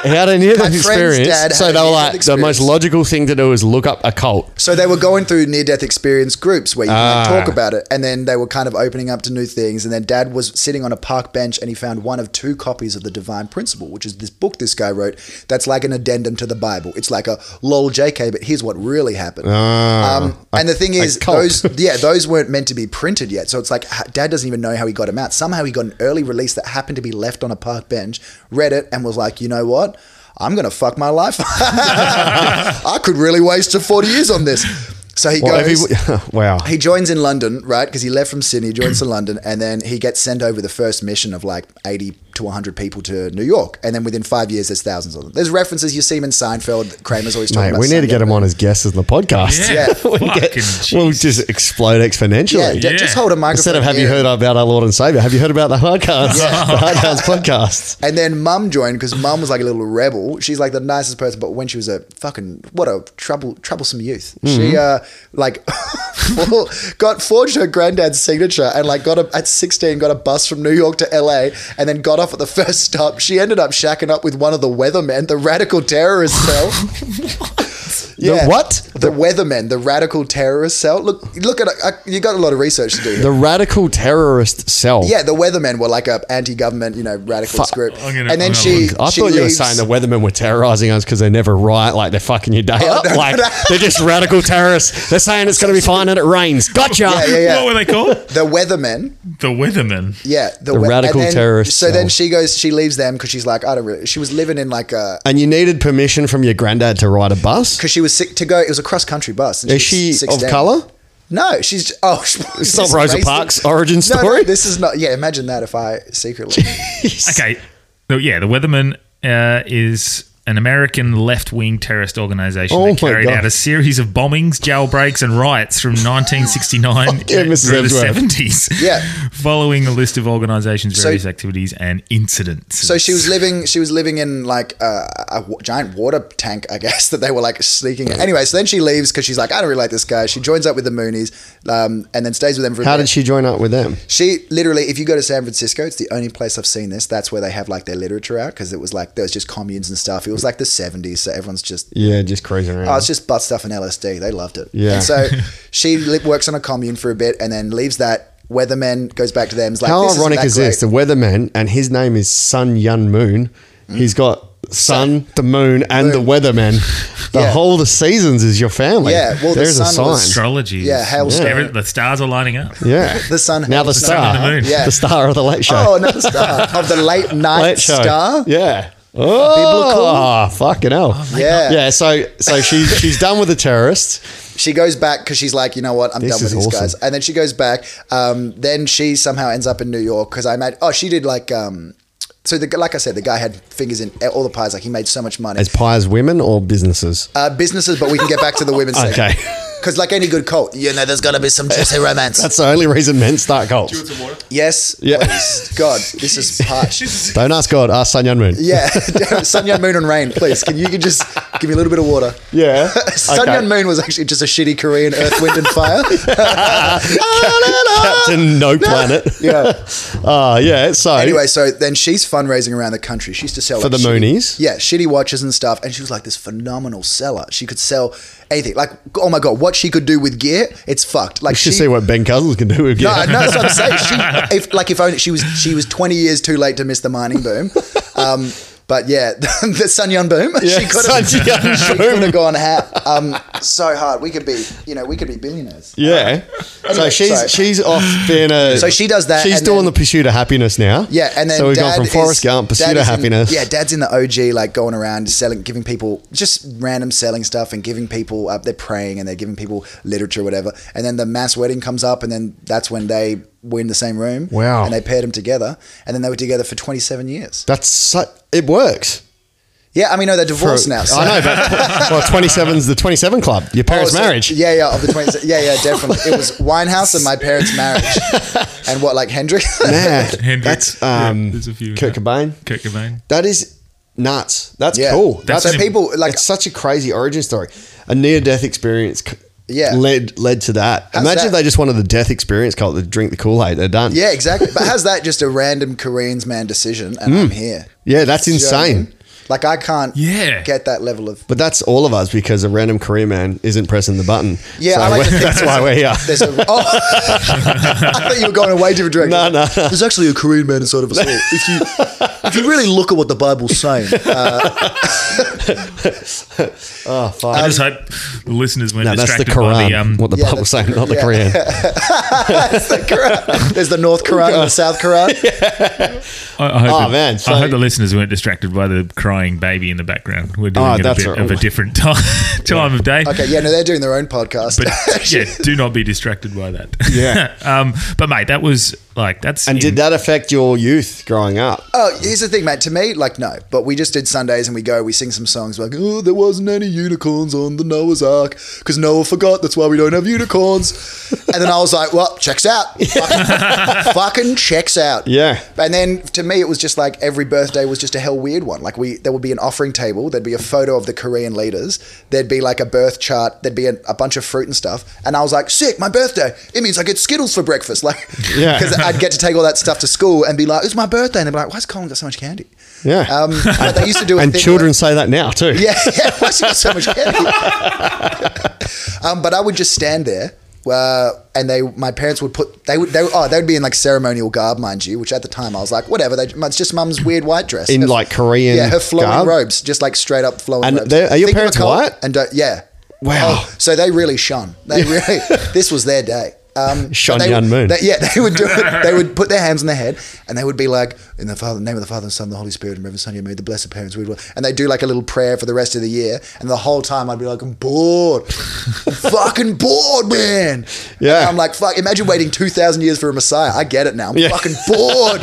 he had a near death
friend's dad
experience. So
had a
they were
near-death
like, the
experience.
most logical thing to do is look up a cult.
So they were going through near death experience groups where you can like,
Ah.
talk about it, and then they were kind of opening up to new things. And then Dad was sitting on a park bench, and he found one of two copies of the Divine Principle, which is this book this guy wrote. That's like an addendum to the Bible. It's like a lol JK, but here's what really happened.
Ah.
um, and the thing is,
cult.
those yeah, those weren't meant to be printed yet. So it's like ha- Dad doesn't even know how he got them out. Somehow he got an early release that happened to be left on a park bench, read it, and was like, you know what? I'm gonna fuck my life. I could really waste 40 years on this. So he
Well,
goes.
every- wow.
He joins in London, right? Because he left from Sydney, joins to London, and then he gets sent over the first mission of like 80 to 100 people to New York. And then within five years, there's thousands of them. There's references. You see him in Seinfeld. Kramer's always talking
Mate,
about
we need to get him on as guests in the podcast.
Yeah.
Yeah.
We
Fucking
get-
Jesus.
we'll just explode
Yeah,
exponentially.
d- just hold a microphone.
Instead of have you
here.
heard about our Lord and Savior, have you heard about the Hardcast? The Hardcast podcast.
And then mum joined because mum was like a little rebel. She's like the nicest person, but when she was a fucking what a trouble troublesome youth.
Mm-hmm.
She uh like for- got forged her granddad's signature and like got a at sixteen got a bus from New York to LA and then got off at the first stop. She ended up shacking up with one of the weathermen, the radical terrorist cell.
The what?
The weathermen, the radical terrorist cell. Look, look at I, you got a lot of research to do. Here.
The radical terrorist cell.
yeah, the weathermen were like a anti-government, you know, radical
Fuck.
group.
I'm gonna-
and
I'm
then
gonna
she,
look.
I
she
thought you were
leaves-
saying the Weathermen were terrorizing us because they never riot, like they're fucking your day up.
Oh, no,
like
no.
they're just radical terrorists. They're saying it's going to be fine and it rains. Gotcha.
Yeah, yeah, yeah.
What were they called?
the weathermen.
the Weatherman.
Yeah,
The
we-
radical
and then-
terrorist
So then
cell.
she goes, she leaves them because she's like, I don't really. She was living in like a
And you needed permission from your granddad to ride a bus.
because she was sick to go. It was a cross country bus. And
Is she
was
of
16.
color?
No, she's oh, she-
It's not Rosa
racist.
Parks' origin
No, No,
story.
this is not. Yeah, imagine that if I secretly.
Okay. So, yeah, the Weatherman uh, is an American left-wing terrorist organization
Oh my
that carried
God.
out a series of bombings, jailbreaks, and riots from 1969
Fuck yeah, Mrs.
through the
Ebsworth.
70s.
Yeah.
Following a list of organizations'
So-
various activities and incidents.
So she was living. She was living in like a, a w- giant water tank, I guess. That they were like sneaking. In. Anyway, so then she leaves because she's like, I don't really like this guy. She joins up with the Moonies, um, and then stays with them for. a
How
bit.
did she join up with them?
She literally, if you go to San Francisco, it's the only place I've seen this. That's where they have like their literature out because it was like there was just communes and stuff. It was like the seventies, so everyone's just
Yeah, just cruising around.
oh, it's just butt stuff and LSD. They loved it.
Yeah.
And so she li- works on a commune for a bit and then leaves that. Weatherman goes back to them. Is like,
How
this
ironic
isn't
is
that
this? The
great.
Weatherman, and his name is Sun Yun Moon. He's got Sun, the Moon, and the Weatherman. The
Yeah.
whole of the seasons is your family.
Yeah, well, the
there's a
sun
sign.
was
Astrology. is-
Yeah, hailstorm.
every- the stars are lining up.
yeah,
The sun
Now the
hails
sun
star,
and the moon.
Yeah.
the star of the late show.
Oh, another star of the late night
Late show.
star.
Yeah. Oh, fucking hell.
Yeah.
Yeah, so so she, she's done with the terrorist.
She goes back because she's like, you know what, I'm
This
done with
is
these
awesome.
guys. And then she goes back. Um, then she somehow ends up in New York because I imagine. Oh, she did like. Um, so the, like I said, the guy had fingers in all the pies. Like he made so much money.
As pies women or businesses?
uh, businesses, but we can get back to the women's.
Okay.
Because like any good cult, you know, there's gonna be some juicy romance.
That's the only reason men start cults.
yes.
Yeah.
please. God, this is harsh.
Don't ask God, ask Sun Yun Moon.
Yeah, sun, Yun, moon, and rain. Please, can you can just give me a little bit of water?
Yeah.
sun,
Okay.
Yun, moon was actually just a shitty Korean Earth, Wind, and Fire.
Captain No Planet.
yeah.
Uh, yeah, so.
Anyway, so then she's fundraising around the country. She used to sell
For
like,
the
shitty-
Moonies?
yeah, shitty watches and stuff. And she was like this phenomenal seller. She could sell anything. Like, oh my god, what she could do with gear, it's fucked. Like
we
she.
should see what Ben Cousins can do with you.
no, no, that's what I'm saying. She, if like if only she was she was 20 years too late to miss the mining boom. Um, but yeah, the Sun Yun boom.
Yeah,
she could
Sun Yun
have gone hat. um, so hard. We could be, you know, we could be billionaires.
Yeah. So
Anyway,
she's
so-
she's off being a.
So she does that
She's
and
doing
then-
the pursuit of happiness now.
Yeah, and then
so we've
dad
gone from
is-
Forrest Gump, pursuit
dad
of
is in-
happiness.
yeah, dad's in the OG, like going around selling, giving people just random selling stuff and giving people up. They're praying and they're giving people literature, whatever. And then the mass wedding comes up, and then that's when they were in the same room.
Wow.
And they paired them together, and then they were together for 27 years.
That's so, it works.
Yeah, I mean, no, they're divorced
For-
now. so-
I know, but well, twenty seven's the twenty seven club. Your parents'
Oh, so-
marriage.
Yeah, yeah, of the 20s. Yeah, yeah, definitely. It was Winehouse and my parents' marriage. And what, like Hendrick?
Man,
Hendrix.
that's um,
Yeah, there's a few.
Kurt Cobain.
Kurt Cobain.
That is nuts. That's
Yeah.
cool.
That's
That's,
an-
so people, like,
it's such a crazy origin story. A near death experience. c-
Yeah.
led led to that.
How's
Imagine
that?
if they just wanted the death experience cult to drink the Kool Aid. They're done.
yeah, exactly. But how's that just a random Koreans man decision? And I'm here.
Hmm. yeah, that's
Do you know what I
insane.
mean? Like, I can't
Yeah.
get that level of.
But that's all of us because a random career man isn't pressing the button.
Yeah,
So
I like to
we're-
think
that's why we're here.
There's a, oh, I thought you were going in a way different direction.
No, no, no.
There's actually a Korean man inside of us all. If you, if you really look at what the Bible's saying,
I just hope the listeners weren't
No, that's the
Uh, distracted
Quran.
by the um,
what the
Yeah,
Bible's
that's
saying, not the
yeah.
Korean.
that's the Quran. There's the North Quran and the South Quran.
I, I hope
Oh,
the,
man, so-
I hope the listeners weren't distracted by the crying baby in the background. We're doing
Oh,
it a
that's
bit
right.
of a different time, time of day.
Okay, yeah, no, they're doing their own podcast.
But yeah, do not be distracted by that.
Yeah.
um, but mate, that was like that's
And did that affect your youth growing up?
Oh, here's the thing, mate. To me, like, no. But we just did Sundays and we go, we sing some songs. We're like, oh, there wasn't any unicorns on the Noah's Ark because Noah forgot. That's why we don't have unicorns. and then I was like, well, checks out. Fucking, fucking checks out.
Yeah.
And then to me, it was just like every birthday was just a hell weird one. Like, we there would be an offering table. There'd be a photo of the Korean leaders. There'd be like a birth chart. There'd be a, a bunch of fruit and stuff. And I was like, sick, my birthday. It means I get Skittles for breakfast. Like,
Yeah.
because I'd get to take all that stuff to school and be like, it's my birthday. And they'd be like, why's Colin got so much candy?
Yeah.
Um, but they used to do a
and
thing
children
where-
say that now too.
yeah, yeah, why's he got so much candy? um, but I would just stand there. Uh, and they, my parents would put, they would, they, oh, they would be in like ceremonial garb, mind you, which at the time I was like, whatever, they, it's just mum's weird white dress.
In,
Her-
like, Korean
Yeah, her flowing
garb?
robes, just like straight up flowing
And
robes.
they- are your
Think of a
parents
cult
white?
And don't- yeah.
Wow.
Oh, so they really shone. They really, this was their day. Um,
Shone
they-
Yun Moon.
they- yeah, they would do it. They would put their hands on their head and they would be like, "In the Father, name of the Father and Son, and the Holy Spirit, and Reverend Son, you made the blessed parents." We will. And they do like a little prayer for the rest of the year. And the whole time, I'd be like, "I'm bored, I'm fucking bored, man."
Yeah.
And I'm like, "Fuck!" Imagine waiting two thousand years for a Messiah. I get it now. I'm
Yeah.
fucking bored.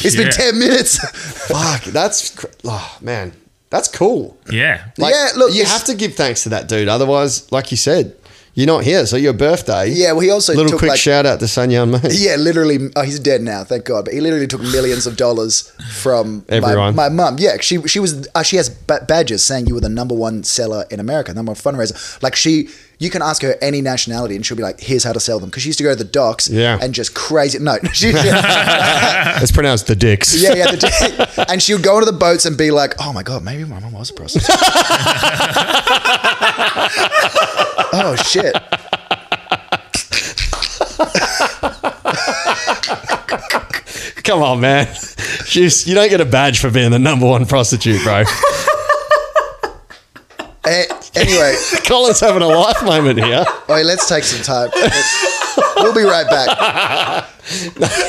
It's
Yeah.
been ten minutes.
Fuck, that's cr- oh man, that's cool.
yeah.
Like,
Yeah, look,
you
it's-
have to give thanks to that dude. Otherwise, like you said, you're not here. So your birthday.
yeah. Well, he also
Little
took
quick
like,
shout out to Sun Yan Moon.
Yeah, literally. Oh, he's dead now, thank God. But he literally took millions of dollars from my-
Everyone.
My mum. Yeah, she she was. Uh, she has ba- badges saying you were the number one seller in America, number one fundraiser. Like she, you can ask her any nationality, and she'll be like, "Here's how to sell them." Because she used to go to the docks.
Yeah.
And just crazy. No, she. yeah,
It's pronounced the dicks.
yeah. The, and she would go onto the boats and be like, "Oh my God, maybe my mum was a prostitute." oh shit.
Come on, man. She's, you don't get a badge for being the number one prostitute, bro.
Eh, anyway.
Colin's having a life moment here.
Wait, let's take some time. we'll be right back.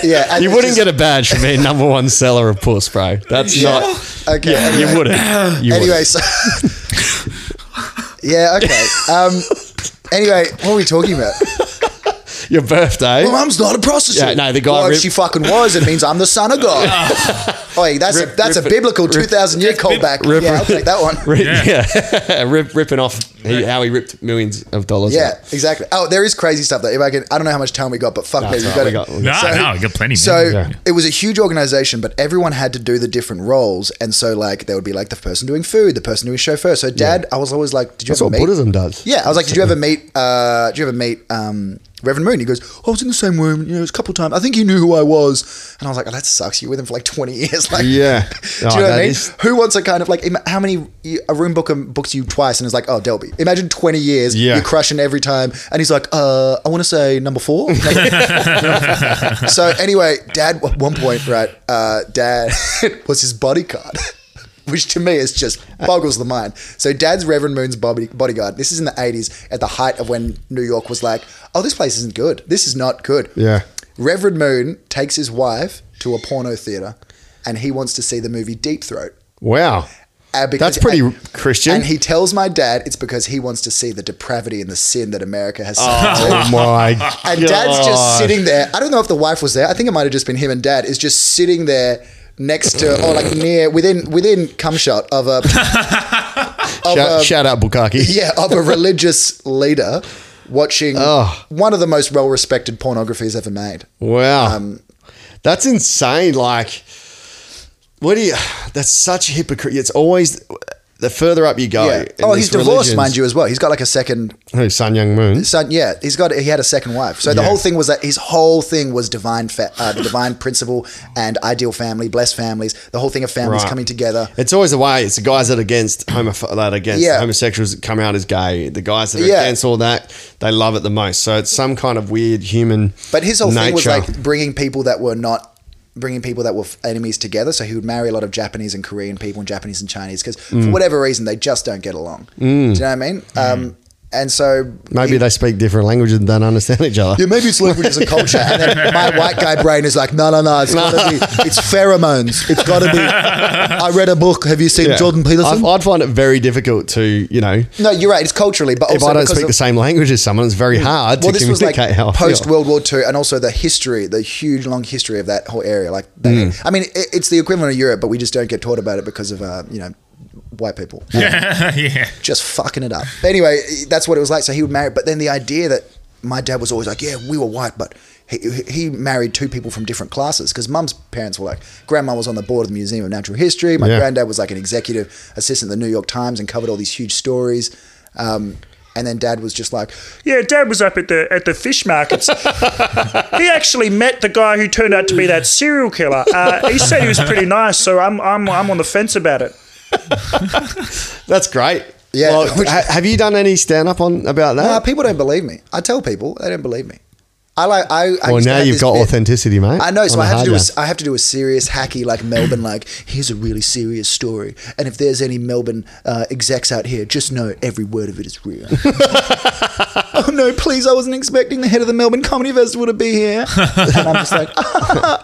Yeah, and
You
it's
wouldn't
just-
get a badge for being number one seller of puss, bro. That's not.
Okay. anyway,
You wouldn't. You
anyway, so yeah, okay. Um, anyway, what are we talking about?
wouldn't. Your birthday.
My mum's not a prostitute.
Yeah, no, the guy
Well, if
rip-
she fucking was, it means I'm the son of God. Oi, that's a, that's a biblical 2,000 year callback.
rip-
yeah, I'll take that one.
Rip-
Yeah.
yeah. Rip, ripping off he, how he ripped millions of dollars.
Yeah,
out.
exactly. Oh, there is crazy stuff though. If I can, I don't know how much time we got, but fuck me,
That's
you
all right,
got
we got- we
it.
No,
got-
So-
no, I got plenty.
So
man.
Yeah.
it was a huge organization, but everyone had to do the different roles. And so, like, there would be like the person doing food, the person doing chauffeur. So, dad, I was always like, "Did you
That's
ever
what
meet?"
Buddhism does.
Yeah, I was like, "Did you ever meet? Uh, did you ever meet um, Reverend Moon?" He goes, "Oh, "I was in the same room, you know, it was a couple of times. I think he knew who I was." And I was like, "Oh, that sucks. You were with him for like twenty years, like,
Yeah.
do you
Oh,
know what
that
I mean?
is-
Who wants a kind of like im- how many a room booker books you twice and is like, "Oh, Delby." Imagine twenty years,
Yeah.
you're crushing every time, and he's like, "Uh, I want to say number four. so anyway, dad at one point, right? Uh, dad was his bodyguard. which to me is just boggles the mind. So Dad's Reverend Moon's body, bodyguard. This is in the '80s, at the height of when New York was like, "Oh, this place isn't good. This is not good."
Yeah.
Reverend Moon takes his wife to a porno theater, and he wants to see the movie Deep Throat.
Wow.
Uh, because-
That's pretty
and-
Christian.
And he tells my dad it's because he wants to see the depravity and the sin that America has.
Oh my god.
And dad's just sitting there. I don't know if the wife was there. I think it might have just been him and dad is just sitting there next to or like near within within cum shot of a of
Shout,
a
shout out Bukaki.
yeah, of a religious leader watching
Oh.
one of the most well respected pornographies ever made.
Wow. Um, that's insane. Like, what do you? That's such hypocrite. It's always the further up you go.
Yeah.
in
Oh,
these
he's divorced,
religions-
mind you, as well. He's got like a second
Who, Sun Young Moon?
son. Yeah, he's got he had a second wife. So the
Yeah.
whole thing was that his whole thing was divine, fa- uh, the divine principle and ideal family, blessed families. The whole thing of families
Right.
coming together.
It's always the way. It's the guys that are against homoph- that are against
Yeah.
homosexuals that come out as gay. The guys that are
Yeah.
against all that, they love it the most. So it's some kind of weird human.
But his whole thing was
nature.
like bringing people that were not bringing people that were f- enemies together. So he would marry a lot of Japanese and Korean people and Japanese and Chinese because
Mm.
for whatever reason they just don't get along. Do you know what I mean? Um, and so
maybe
he-
they speak different languages and don't understand each other.
Yeah, maybe it's languages and culture. And then my white guy brain is like, no, no, no, it's gotta be, it's pheromones. It's gotta be. I read a book. Have you seen
Yeah.
Jordan Peterson?
I'd, I'd find it very difficult to you know
no, you're right. It's culturally, but
if
also
I don't
because
speak
of- Mm.
the same language as someone, it's very hard
well,
to
this was like
communicate how I feel.
post World War II, and also the history, the huge long history of that whole area. Like, they,
Hmm.
I mean, it, it's the equivalent of Europe, but we just don't get taught about it because of uh, you know white people
yeah.
just fucking it up. But anyway, that's what it was like. So he would marry, but then the idea that my dad was always like, yeah, we were white, but he, he married two people from different classes because mum's parents were like, grandma was on the board of the Museum of Natural History. My
Yeah.
granddad was like an executive assistant at the New York Times and covered all these huge stories. Um, and then dad was just like,
Yeah, Dad was up at the at the fish markets. he actually met the guy who turned out to be that serial killer. Uh, he said he was pretty nice, so I'm I'm I'm on the fence about it.
That's great.
Yeah.
Well, ha- have you done any stand up on about
nah,
that?
Uh, people don't believe me. I tell people, they don't believe me. I like, I, I
well,
used to
now
have
you've
this
got
bit-
authenticity, mate.
I know, so
on
I
the
have to do a,
hard
I have to do a serious hacky like Melbourne, like here's a really serious story, and if there's any Melbourne uh, execs out here, just know every word of it is real. oh no, please! I wasn't expecting the head of the Melbourne Comedy Festival to be here, and I'm just like,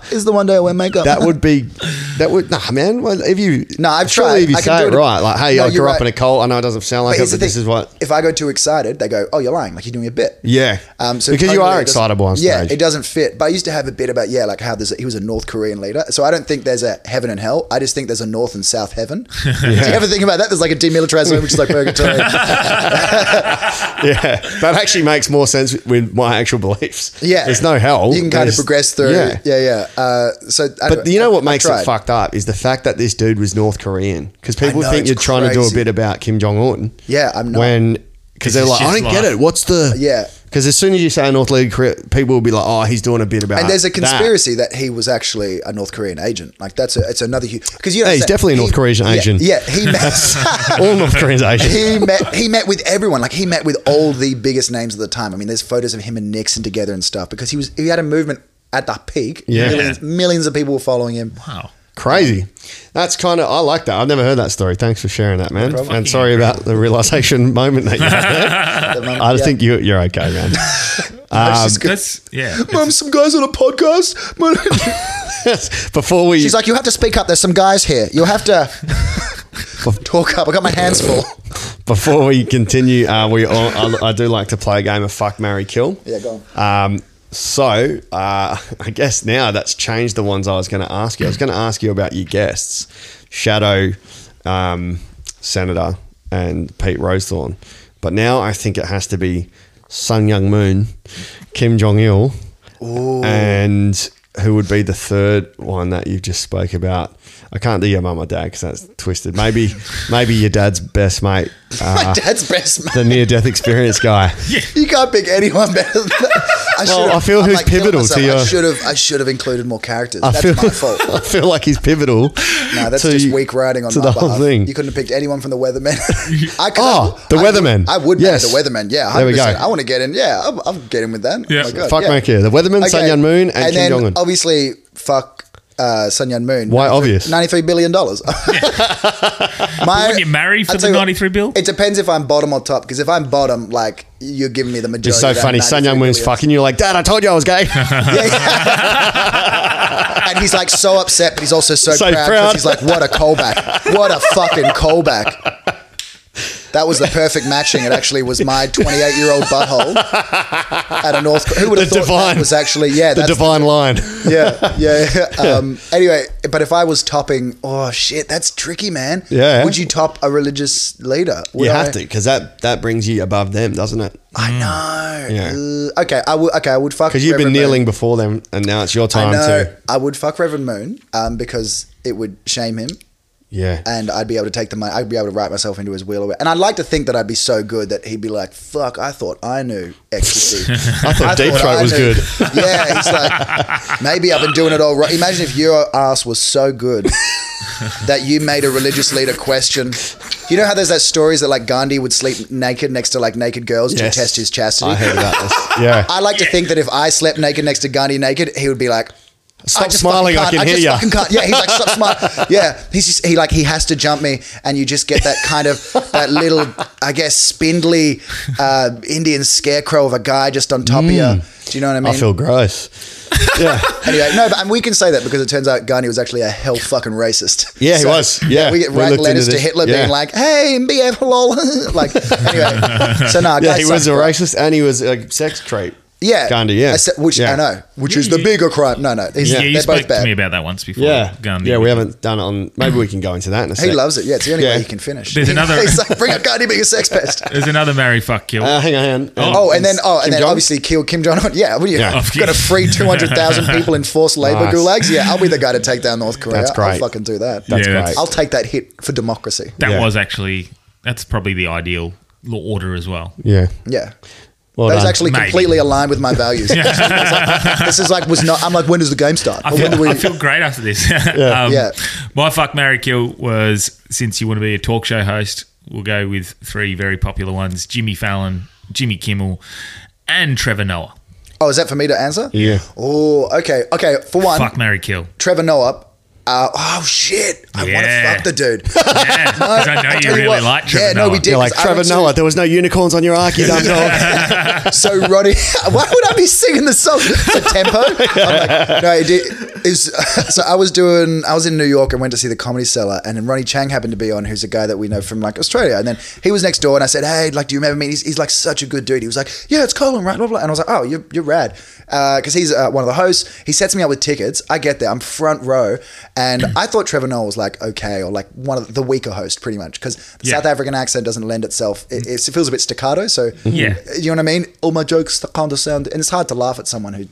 is the one day I wear makeup.
that would be that would nah man. Well, if you
No, I've
surely
tried.
If you
I can
say
do
it
it.
right, like hey, I
No, you're
grew up in
right.
a cult. I know it doesn't sound like
But
it,
here's the
but this
thing,
is what.
If I go too excited, they go, "Oh, you're lying! Like you're doing a bit."
Yeah. Because you are
it Um, doesn't-
excitable on
Yeah,
stage.
it doesn't fit. But I used to have a bit about yeah, like how there's a, he was a North Korean leader. So I don't think there's a heaven and hell. I just think there's a North and South heaven. Do you ever think about that? There's like a demilitarized zone, which is like purgatory.
Yeah, that actually makes more sense with my actual beliefs.
yeah,
there's no hell.
You can kind
There's-
of progress through.
Yeah.
Yeah, yeah. Uh, so,
But you know what makes it
fucked?
fucked up is the fact that this dude was North Korean because people
know,
think
it's
you're trying to do a
crazy.
bit about Kim Jong Un.
Yeah, I'm not. Uh,
When because they're
is
like, I
just
don't get
like-
it. What's the
Yeah.
Because as soon as you say North Korea, people will be like, oh, he's doing a bit about.
And there's a
that."
conspiracy that. he was actually a North Korean agent. Like that's a, it's another huge because you know
Yeah, he's definitely a North Korean agent.
Yeah, he met
All North Koreans are Asian.
he met he met with everyone. Like he met with all the biggest names of the time. I mean, there's photos of him and Nixon together and stuff because he was he had a movement at the peak.
Yeah.
millions, millions of people were following him.
Wow.
Crazy. That's kind of I like that. I've never heard that story. Thanks for sharing that, man. And sorry about the realization moment that you had
At the
there.
moment,
I
yeah.
think um, you, you're okay, man.
It's just good.
That's yeah.
Mum, some guys on a podcast. My-
Before we,
She's like, you have to speak up. There's some guys here. You'll have to talk up. I got my hands full.
before we continue, uh, we all, I, I do like to play a game of fuck, marry, kill.
Yeah, go on.
Um, so uh, I guess now that's changed the ones I was going to ask you. I was going to ask you about your guests, Shadow, um, Senator, and Pete Rosethorn. But now I think it has to be Sun Young Moon, Kim Jong Il, and who would be the third one that you just spoke about? I can't do your mum or dad because that's twisted. Maybe, maybe your dad's best mate,
My
uh,
dad's best mate.
the near death experience guy.
You can't pick anyone better than that. I should've-
I feel
I'm,
who's
killing
pivotal to
myself. I
your-
should have. I should have included more characters.
I
That's
feel,
my fault.
I feel like he's pivotal.
No, that's
to-
just weak writing on
to
my
the whole
behalf.
thing.
You couldn't have picked anyone from the Weathermen. I could,
Oh, the
I would-
Weathermen.
I would
Yes.
yes. the Weathermen. Yeah, 100%.
There we go.
I want to get in. Yeah, I'm, I'm getting with that.
Yeah.
Oh my God,
fuck
yeah.
yeah. the Weatherman, Sun Yan Moon, and, Kim
then
Jong Un.
obviously fuck uh, Sun Yun Moon.
Why obvious?
Ninety-three billion dollars.
Wouldn't you marry for the 93 bill?
It depends if I'm bottom or top. Because if I'm bottom, like you're giving me the majority.
It's so
of that
funny. Sun
93
Young Moon's
billion.
fucking you like, Dad, I told you I was gay.
Yeah, yeah. and he's like so upset, but he's also so,
So
proud. 'cause
proud.
He's like, what a callback! What a fucking callback! That was the perfect matching. It actually was my 28 year old butthole at a North. Who would have
The
thought
divine-
that was actually yeah?
the
That's
divine line.
yeah, yeah. yeah. Um, anyway, but if I was topping, oh shit, that's tricky, man.
Yeah.
Would you top a religious leader? Would
you
I-
have to, because that, that brings you above them, doesn't it?
I know.
Yeah.
Uh, okay, I would. Okay, I would fuck.
Because you've been
Reverend Moon.
kneeling before them, and now it's your
I
time
know.
to.
I would fuck Reverend Moon um, because it would shame him,
Yeah.
and I'd be able to take the money. I'd be able to write myself into his will. And I'd like to think that I'd be so good that he'd be like, "Fuck, I thought I knew ecstasy.
I thought Deep Throat
I
was
knew."
good.
yeah, he's like, maybe I've been doing it all right. Imagine if your ass was so good that you made a religious leader question. You know how there's that stories that like Gandhi would sleep naked next to like naked girls
Yes.
to test his chastity.
I heard about this. Yeah.
I like to think that if I slept naked next to Gandhi naked, he would be like,
Stop
just
smiling,
fucking
I can hear
can't. just
ya.
fucking can't. Yeah, he's like, stop smiling. Yeah, he's just, he like he has to jump me, and you just get that kind of that little, I guess, spindly uh, Indian scarecrow of a guy just on top of you. Do you know what I mean?
Mm. I feel gross. Yeah.
anyway, no, but and we can say that because it turns out Gandhi was actually a hell fucking racist.
Yeah, he was. Yeah.
we get
We
write
looked
letters
into
to
this.
Hitler
Yeah.
being like, "Hey, MBF, lol." like anyway, so no,
Yeah, he was a racist and he was a sex creep.
Yeah,
Gandhi, yeah.
I said- which
Yeah.
I know, which
You-
is the
you-
bigger crime. No, no, he's,
Yeah, you
they're
spoke
both
to
bad.
me about that once before.
Yeah.
Gandhi.
Yeah, we haven't done it on. Maybe we can go into that in a
He
second.
loves it. Yeah, it's the only
Yeah.
way he can finish.
There's another-
he's like, bring up Gandhi being a sex pest.
There's another marry fuck kill.
Uh, hang on, hang on.
Oh, and then oh, and
Kim
then
Jong?
obviously kill Kim Jong Un. Yeah, well, you
Yeah.
have got to free two hundred thousand people in forced labor
Nice.
gulags. Yeah, I'll be the guy to take down North Korea.
That's
I'll
great.
fucking do that.
That's
Yeah,
great.
that's-
I'll take that hit for democracy.
that
yeah.
was actually that's probably the ideal law order as well.
yeah.
Yeah.
Well
That was
done.
actually
Maybe.
completely aligned with my values. this is like was not. I'm like, when does the game start?
I
Or when
feel,
do we,
I feel great after this. um,
Yeah.
My fuck, marry, kill was since you want to be a talk show host, we'll go with three very popular ones: Jimmy Fallon, Jimmy Kimmel, and Trevor Noah.
oh, is that for me to answer?
Yeah.
Oh, okay, okay. For one,
Fuck, marry, kill.
Trevor Noah. Uh, oh shit! I
Yeah.
want to fuck the dude.
Yeah, because I know you
tell you
really
what.
like Trevor
Yeah, no,
Noah.
we did.
You're like,
because I
Trevor
went to-
Noah, there was no unicorns on your arc, you dumb dog.
so Roddy, why would I be singing the song for tempo? I'm like, no, it did, is so I was doing. I was in New York and went to see the Comedy Cellar, and then Ronnie Chang happened to be on, who's a guy that we know from like Australia, and then he was next door, and I said, hey, like, do you remember me? He's, he's like such a good dude. He was like, yeah, it's Colin, right? Blah blah. And I was like, oh, you're, you're rad, because he's uh, one of the hosts. He sets me up with tickets. I get there, I'm front row, and I thought Trevor Noah was like okay or like one of the, the weaker host, pretty much, because the
Yeah.
South African accent doesn't lend itself. It, it feels a bit staccato, so
Yeah.
you know what I mean? All my jokes that kind of sound, and it's hard to laugh at someone who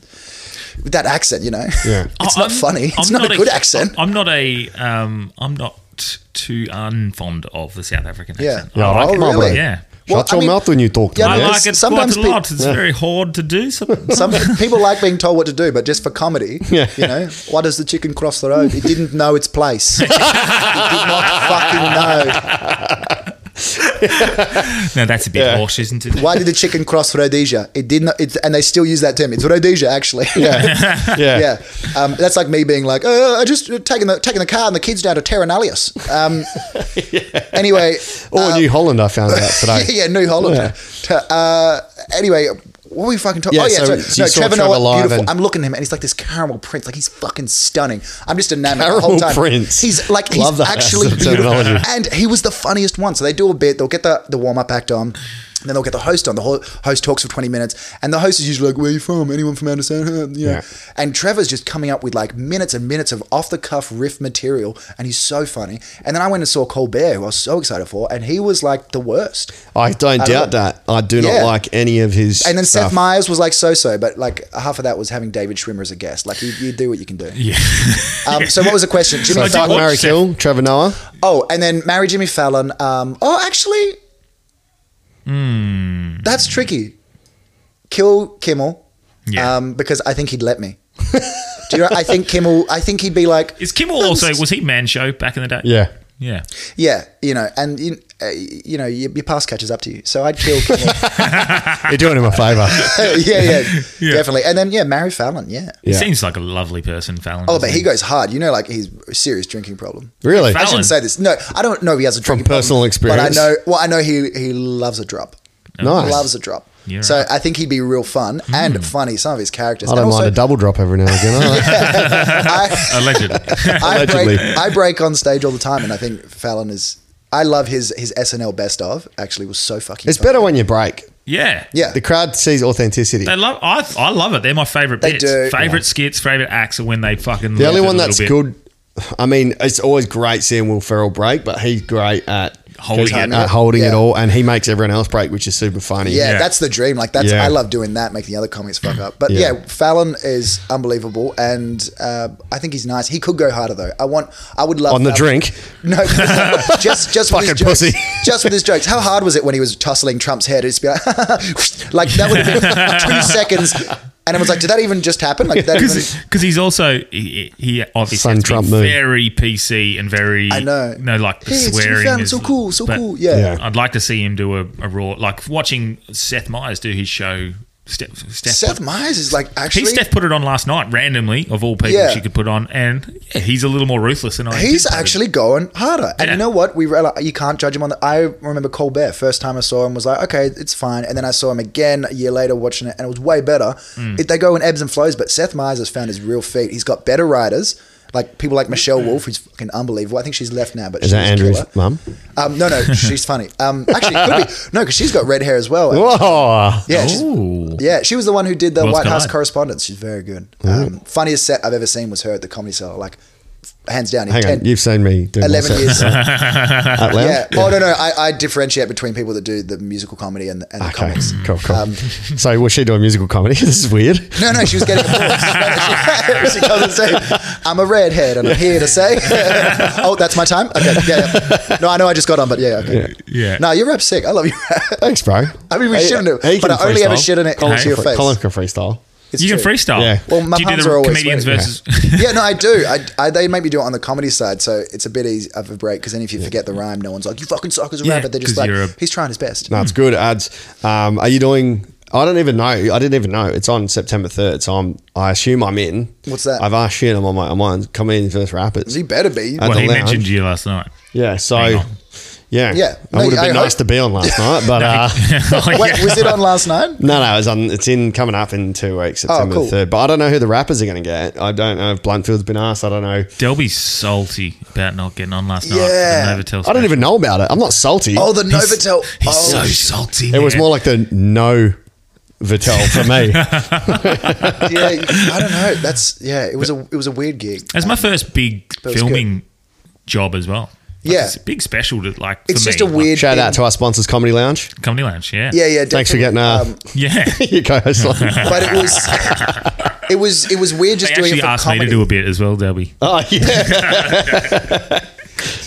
with that accent. You know,
Yeah.
it's
I-
not
Oh, I'm-
funny. It's
I'm
not, a good accent.
I'm not a. Um, I'm not too unfond of the South African
Yeah.
accent.
Yeah,
I like
oh,
it.
really?
Yeah.
Well,
Shut
I
your
mean-
mouth when you talk to
Yeah,
me.
I
Yes.
like it
Sometimes
quite a
peop-
lot. It's very hard to do. Some,
Some people like being told what to do, but just for comedy,
Yeah.
you know, why does the chicken cross the road? It didn't know its place. it did not fucking know.
no, that's a bit
Yeah.
harsh, isn't it?
Why did the chicken cross Rhodesia? It did not. It, and they still use that term. It's Rhodesia, actually.
Yeah. yeah.
yeah. Um, that's like me being like, uh, I just taking the taking the car and the kids down to Terranalius. Um, Anyway,
Or New Holland, I found out today.
Um, yeah, yeah, New Holland.
Yeah.
T- Uh, anyway, what were we fucking talking?
Yeah,
oh yeah,
so
sorry.
you saw Trevor live
beautiful.
and-
I'm looking at him, and he's like this caramel prince. Like he's fucking stunning. I'm just enamored the
Caramel
whole time.
prince.
He's like
Love
he's
that.
actually
That's the
beautiful,
terminology.
and he was the funniest one. So they do a bit. They'll get the the warm up act on. And then they'll get the host on. The ho- host talks for 20 minutes. And the host is usually like, Where you from? Anyone from out of San Juan?" You know?
Yeah.
And Trevor's just coming up with like minutes and minutes of off the cuff riff material. And he's so funny. And then I went and saw Colbert, who I was so excited for. And he was like the worst.
I don't doubt that. I do not
Yeah.
like any of his.
And then
stuff.
Seth Meyers was like so so, but like half of that was having David Schwimmer as a guest. Like you, you do what you can do.
Yeah.
Um, so what was the question?
So
Jimmy
Fuck
fuck
Fallon.
Mar-
Mary
Seth-
Kill, Trevor Noah.
oh, and then marry Jimmy Fallon. Um, oh, actually, that's tricky. Kill Kimmel.
Yeah.
Um, because I think he'd let me. do you know? I think Kimmel. I think he'd be like.
Is Kimmel also was he man show back in the day?
Yeah.
Yeah.
Yeah, you know, and you, uh, you know, your, your pass catches up to you. So I'd kill. yeah,
You're doing him a favour.
yeah, definitely. And then yeah, marry Fallon. Yeah.
He
Yeah.
seems like a lovely person, Fallon.
Oh,
doesn't
but he goes hard. You know, like he's a serious drinking problem.
really?
I shouldn't say this. No, I don't know if he has a drinking problem,
personal experience?
But I know. Well, I know he he loves a drop.
Nice.
Loves a drop.
Yeah.
So I think he'd be real fun and funny. Some of his characters.
I don't
and
mind a double drop every now and again. I like-
I,
Allegedly.
I break,
Allegedly.
I break on stage all the time, and I think Fallon is. I love his his SNL best of. Actually, was so fucking.
it's
funny.
better when you break.
yeah.
Yeah.
The crowd sees authenticity.
They love. I, I love it. They're my favorite
They
bits.
do.
Favorite skits. Favorite acts are when they fucking.
The only
lose it
one
a little
that's
bit.
good. I mean, it's always great seeing Will Ferrell break, but he's great at
Holding it.
at holding it
Yeah.
all, and he makes everyone else break, which is super funny.
Yeah,
Yeah.
that's the dream. Like that's
Yeah.
I love doing that, make the other comics fuck up. But
Yeah.
yeah, Fallon is unbelievable, and uh, I think he's nice. He could go harder though. I want, I would love
On the
Fallon-
drink?
No, just just with his
Fucking
jokes.
pussy.
Just with his jokes. How hard was it when he was tussling Trump's head? It'd just be like, like that would have been two seconds, and it was like, did that even just happen? Like did that. Even,
because he's also he, he obviously
Son
has to be
Trump move.
very PC and very
I know.
you know like the
Hey, it's
swearing
Trump,
is-
so cool, so
but
cool, yeah.
Yeah.
I'd like to see him do a, a raw like watching Seth Meyers do his show Steph, Steph,
Seth Meyers is like actually.
he Steph put it on last night randomly of all people
Yeah.
she could put on and yeah, he's a little more ruthless than I
He's
anticipated.
actually going harder, and
Yeah.
you know what? We reali you can't judge him on the. I remember Colbert first time I saw him was like, okay, it's fine, and then I saw him again a year later watching it, and it was way better. It, they go in ebbs and flows, but Seth Meyers has found his real feet. He's got better writers. Like people like Michelle Wolf, who's fucking unbelievable. I think she's left now, but
Is
she's
that
a
Andrew's
killer.
mum?
Um, no, no, she's funny. Um, actually, it could be no, because she's got red hair as well.
Whoa.
Yeah, she's,
Ooh.
yeah, she was the one who did the
Worlds
White House
collide.
correspondence. She's very good. Um, funniest set I've ever seen was her at the Comedy Cellar. Like, hands down. in
Hang
10
on, you've seen me do
11 years. yeah.
out loud.
Oh, no, no. I, I differentiate between people that do the musical comedy and, and the
Okay,
comics.
cool, cool.
Um,
so was she doing musical comedy? this is weird.
No, no, she was getting applause. she comes and says, I'm a redhead and I'm here to say. oh, that's my time? Okay, yeah, yeah. No, I know I just got on, but yeah, okay.
yeah
No, your rap's sick. I love your rap.
Thanks, bro.
I mean, we shouldn't have,
he
but
can
I only ever
freestyle.
shit in it
Colin,
to your
can-
face.
Colin can freestyle.
It's
you can
true.
freestyle
Yeah.
Well, my
do you do
palms
the
are always
comedians
sweaty.
versus
yeah, no, I do. I, I, they make me do it on the comedy side, so it's a bit easy of a break because then if you forget the rhyme, no one's like, you fucking suck as a
Yeah,
rapper. They're just
'cause
like,
you're a-
he's trying his best.
No, it's good ads. Um, are you doing? I don't even know. I didn't even know. It's on September third, so I'm. I assume I'm in.
What's that?
I've asked shit. I'm on my. I'm on comedian versus rappers.
He better be.
At
well
the
he
lounge.
mentioned you last night
Yeah. So.
Hang on.
Yeah.
Yeah.
I
No,
would have been
I- I-
nice to be on last night, but uh,
Oh,
Wait,
yeah.
was it on last night?
no, no, it's on. It's in coming up in two weeks, September
Oh, cool.
the third. But I don't know who the rappers are going to get. I don't know if Bluntfield's been asked. I don't know.
Delby's salty about not getting on last night.
Yeah.
for the Novotel
I don't
special.
even know about it. I'm not salty.
Oh, the Novotel.
He's so
oh,
salty.
it was more like the no. Vitel for me.
yeah, I don't know. That's yeah. It was a it was a weird gig.
That's my first big
was
filming job as well. Like,
Yeah.
it's a big special. To, like
It's
for
just
me,
a weird
Shout out
thing.
to our sponsors, Comedy Lounge.
like, comedy lounge. Yeah,
Yeah, yeah.
Thanks for
definitely.
getting uh,
Um,
yeah.
you guys. Like,
but it was it was it was weird
They
just doing
actually
it for
asked
comedy.
me to do a bit as well, Delby.
oh yeah,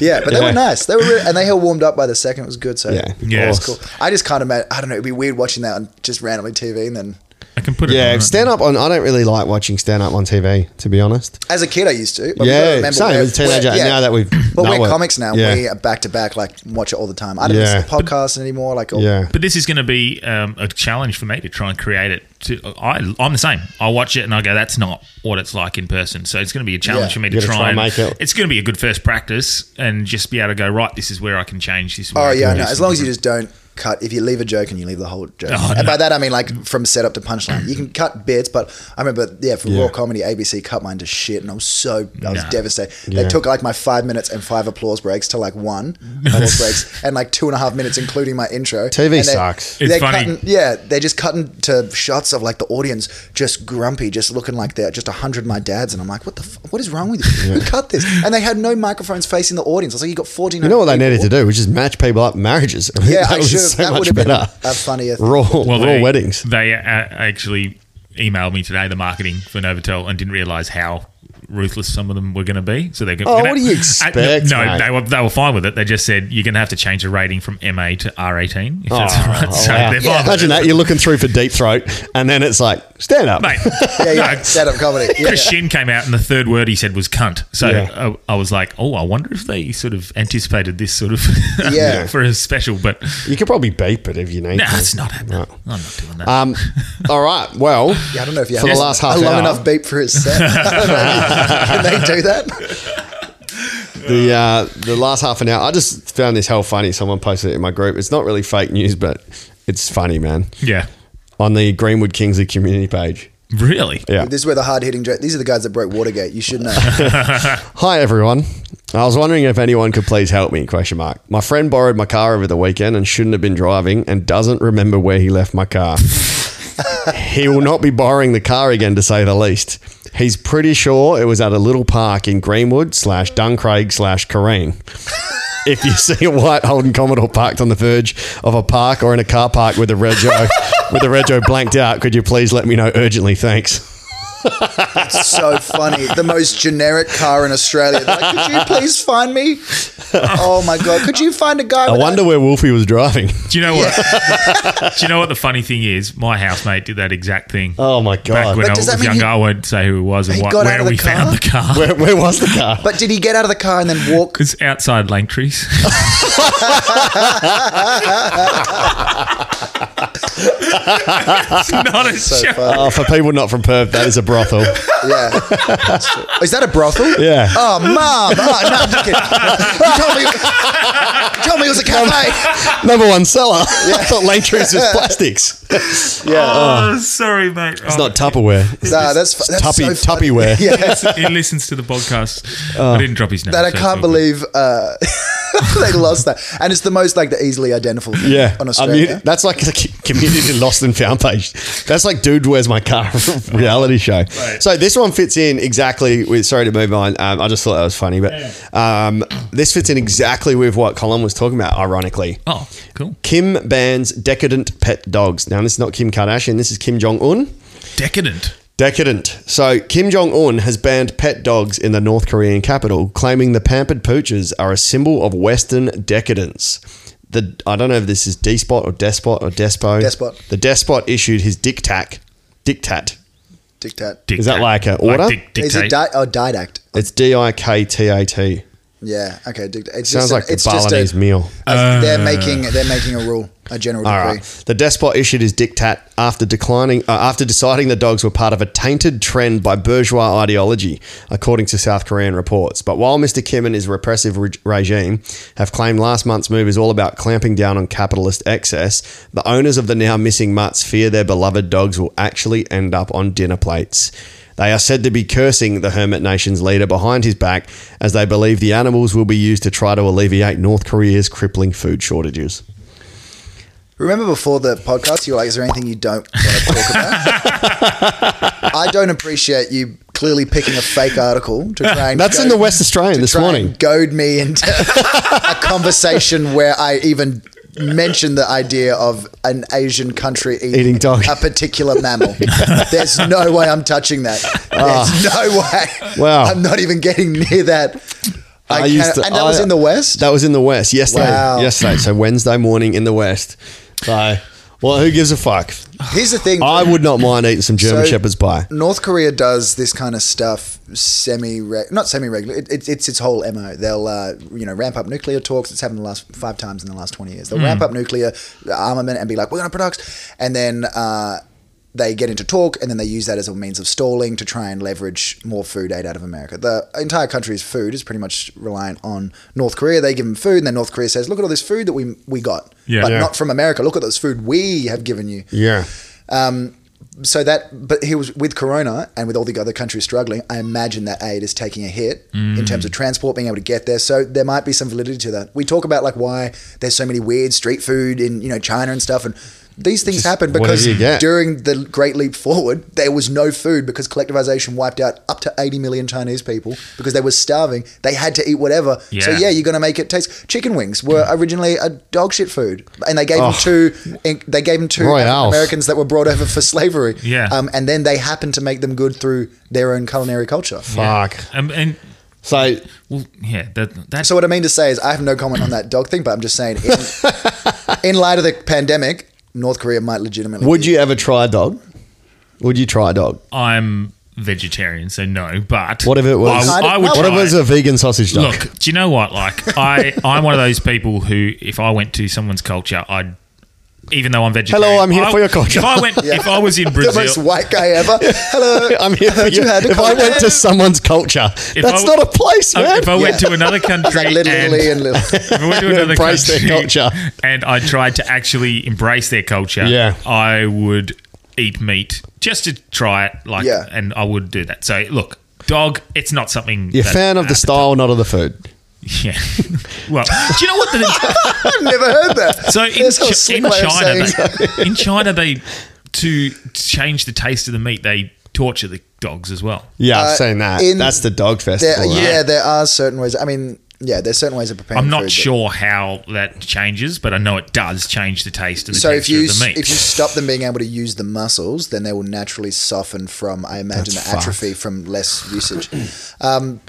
Yeah, but they
Yeah.
were nice. They were really, and they all warmed up by the second. It was good. So
yeah,
Yeah.
It's cool. I just can't imagine. I don't know. It'd be weird watching that on just randomly TV. And then,
I can put it.
Yeah,
on.
stand up on. I don't really like watching stand up on TV, to be honest.
as a kid, I used to. But
yeah, same as teenager. Now that we've,
but
know
we're
it.
comics now.
Yeah,
We are back to back. Like watch it all the time. I don't
Yeah.
listen to podcasts anymore. Like all,
yeah.
But this is going to be um, a challenge for me to try and create it. To I, I'm the same. I watch it and I go, "That's not what it's like in person." So it's going to be a challenge
Yeah.
for me to
Gotta
try,
try
and
and make it-
It's going to be a good first practice and just be able to go right. This is where I can change. This. is where
Oh
I can
yeah,
do
no. As
something
long as you
different."
just don't cut. If you leave a joke and you leave the whole joke,
Oh,
and
no.
by that I mean like from setup to punchline. You can cut bits, but I remember yeah for
Yeah.
raw comedy, ABC cut mine to shit, and I was so I was
Nah.
devastated.
Yeah.
They took like my five minutes and five applause breaks to like one applause breaks and like two and a half minutes including my intro.
TV
And they-
sucks.
It's
they're
funny.
Cutting, yeah, they're just cutting to shots of like the audience just grumpy, just looking like they're just a hundred my dads, and I'm like, what the f- what is wrong with you? Who cut this? And they had no microphones facing the audience. I was like, you got fourteen.
You know what they needed to do, which is match people up marriages.
Yeah,
that
I
was
should've-
so
that
much
would've been
better.
a funnier thing.
raw, raw
they,
weddings.
They uh, actually emailed me today the marketing for Novotel and didn't realize how ruthless some of them were going to be. So they.
Oh, what do you expect,
uh, no,
mate?
they were they were fine with it. They just said you're going to have to change the rating from MA to R18 if that's all right. so
Oh, wow.
they're fine with
Imagine
it.
that. You're looking through for deep throat, and then it's like, stand up.
mate.
Yeah, yeah.
no,
Stand up comedy. Yeah.
Chris Shin came out, and the third word he said was "cunt." So
Yeah.
I, I was like, "Oh, I wonder if they sort of anticipated this sort of
Yeah.
for a special." But
You could probably beep it if you need
no,
to.
it's not happening.
Right.
I'm not doing that.
Um, all right. Well,
Yeah, I don't know if you
For
have
the last half
a long
hour.
enough beep for his set. I don't know. Can they do that?
the uh, the last half an hour, I just found this hell funny. Someone posted it in my group. It's not really fake news, but it's funny, man.
yeah,
On the Greenwood Kingsley community page.
really.
Yeah.
This is where the hard hitting joke. These are the guys that broke Watergate. You should know.
Hi everyone. I was wondering if anyone could please help me? Question mark. My friend borrowed my car over the weekend and shouldn't have been driving and doesn't remember where he left my car. he will not be borrowing the car again, to say the least. He's pretty sure it was at a little park in Greenwood slash Duncraig slash Corrine. If you see a white Holden Commodore parked on the verge of a park or in a car park with a rego with a rego blanked out, could you please let me know urgently? Thanks.
so funny. The most generic car in Australia. They're Like, could you please find me? Oh my god, could you find a guy?
I
with
wonder where Wolfie was driving.
Do you know what? do you know what the funny thing is? My housemate did that exact thing.
Oh my
Back
god.
when
But
I
does
was
that mean
younger,
he-
I won't say who it was and
He
what,
got out
where
of the
we
car?
found the car.
Where, where was the car?
But did he get out of the car and then walk?
It's outside Langtrees. it's not a
So
joke.
far.
Oh, for people not from Perth, that is a brothel.
Yeah. Is that a brothel?
Yeah.
Oh, mom. Oh, no, I'm just kidding. You told me, you told me it was a cafe.
Number one seller. I thought Langtry's was plastics.
Oh, sorry, mate. Oh,
It's not Tupperware.
Nah, that's, fu- that's
Tuppy,
so funny.
Tuppyware.
Yeah.
He listens to the podcast.
Oh.
I didn't drop his name.
That I
so it's all
can't
good.
believe uh, they lost that. And it's the most like the easily identifiable thing
Yeah.
on
I
Australia.
mean, that's like a c- community lost and found page. That's like Dude Where's My Car reality show. So this one fits in exactly with, sorry to move on. Um, I just thought that was funny, but um, this fits in exactly with what Colin was talking about, ironically.
Oh, cool.
Kim bans decadent pet dogs. Now, this is not Kim Kardashian. This is Kim Jong Un.
Decadent.
Decadent. So Kim Jong Un has banned pet dogs in the North Korean capital, claiming the pampered pooches are a symbol of Western decadence. The I don't know if this is despot or despot or despo.
Despot.
The despot issued his dictat. Dictat.
Dictat.
Dictate.
Is that like a order?
dic-
Is it
dictate.
di- oh, didact?
It's D I K T A T.
Yeah. Okay. Dictat. It's
Sounds
just a-
like the
it's just a-
Balinese meal.
Uh, they're making they're making a rule, a general decree.
All right. The despot issued his diktat after declining, uh, after deciding the dogs were part of a tainted trend by bourgeois ideology, according to South Korean reports. But while Mr. Kim and his repressive re- regime have claimed last month's move is all about clamping down on capitalist excess, the owners of the now missing mutts fear their beloved dogs will actually end up on dinner plates. They are said to be cursing the Hermit Nation's leader behind his back as they believe the animals will be used to try to alleviate North Korea's crippling food shortages.
Remember before the podcast, you were like, "Is there anything you don't want to talk about?" I don't appreciate you clearly picking a fake article to try and
That's in the West Australian
to
this
try
morning.
and goad me into a conversation where I even mention the idea of an Asian country eating,
Eating dog.
a particular mammal. There's no way I'm touching that. There's no way.
Ah. Wow.
I'm not even getting near that. I,
I used
can't-
to-
and that
I-
was in the West.
That was in the West yesterday.
Wow.
Yesterday, so Wednesday morning in the West. So, well, who gives a fuck?
Here's the thing.
I would not mind eating some German
So-
Shepherd's pie.
North Korea does this kind of stuff semi, not semi regular. It, it, it's its whole mo. They'll uh, you know ramp up nuclear talks. It's happened the last five times in the last twenty years. They'll
Hmm.
ramp up nuclear armament and be like, we're going to products, and then. Uh, they get into talk and then they use that as a means of stalling to try and leverage more food aid out of America. The entire country's food is pretty much reliant on North Korea. They give them food and then North Korea says, look at all this food that we, we got,
Yeah.
but
Yeah.
not from America. Look at this food we have given you
Yeah.
so that but he was with corona and with all the other countries struggling i imagine that aid is taking a hit
Mm.
in terms of transport being able to get there so there might be some validity to that we talk about like why there's so many weird street food in you know china and stuff and These things
Just
happen
whatever
because
you get.
during the Great Leap Forward, there was no food because collectivization wiped out up to 80 million Chinese people because they were starving. They had to eat whatever. So,
Yeah.
yeah, you're going to make it taste. Chicken wings were originally a dog shit food. And they gave
Mm. Oh.
them two, in- they gave them two
Roy
African
Alf.
Americans that were brought over for slavery.
Yeah.
Um, and then they happened to make them good through their own culinary culture.
Fuck.
Um, and
So
well, yeah, that that
So what I mean to say is, I have no comment on that dog thing, but I'm just saying, in, in light of the pandemic, North Korea might legitimately.
would you ever try a dog? Would you try a dog?
I'm vegetarian, so no. But
What if it was-
I, I would
What
What if it
try
was
it.
a vegan sausage dog?
Look, do you know what? Like, I, I'm one of those people who, if I went to someone's culture, I'd, even though I'm vegetarian.
Hello, I'm here
I-
for your culture.
If I went, if I was in
the most
Brazil,
white guy ever. Hello,
I'm here for
heard you
you.
had a
if I went to
comment.
someone's culture, that's
I w-
not a place, man.
if I went
Yeah.
to another country,
Like little
and-
Italy and little.
if I went to
And
another
embrace their
country
culture.
and I tried to actually embrace their culture,
Yeah.
I would eat meat just to try it, like,
Yeah.
and I would do that. So look, dog, it's not something
You're a
that-
fan of the style, not of the food.
Yeah. well, do you know what the
I've never heard that.
So in,
That's a
Chi-
slick
in
way of
China,
saying-
they, in China, they to change the taste of the meat, they torture the dogs as well.
Yeah, I've
Uh,
seen that.
in-
That's the dog
there,
festival. right?
yeah, there are certain ways. I mean, yeah, there's certain ways of preparing.
I'm not
food that-
sure how that changes, but I know it does change the taste and the
So if
texture
you
of the meat.
if you stop them being able to use the muscles, then they will naturally soften from I imagine
That's
the atrophy from less usage. Um,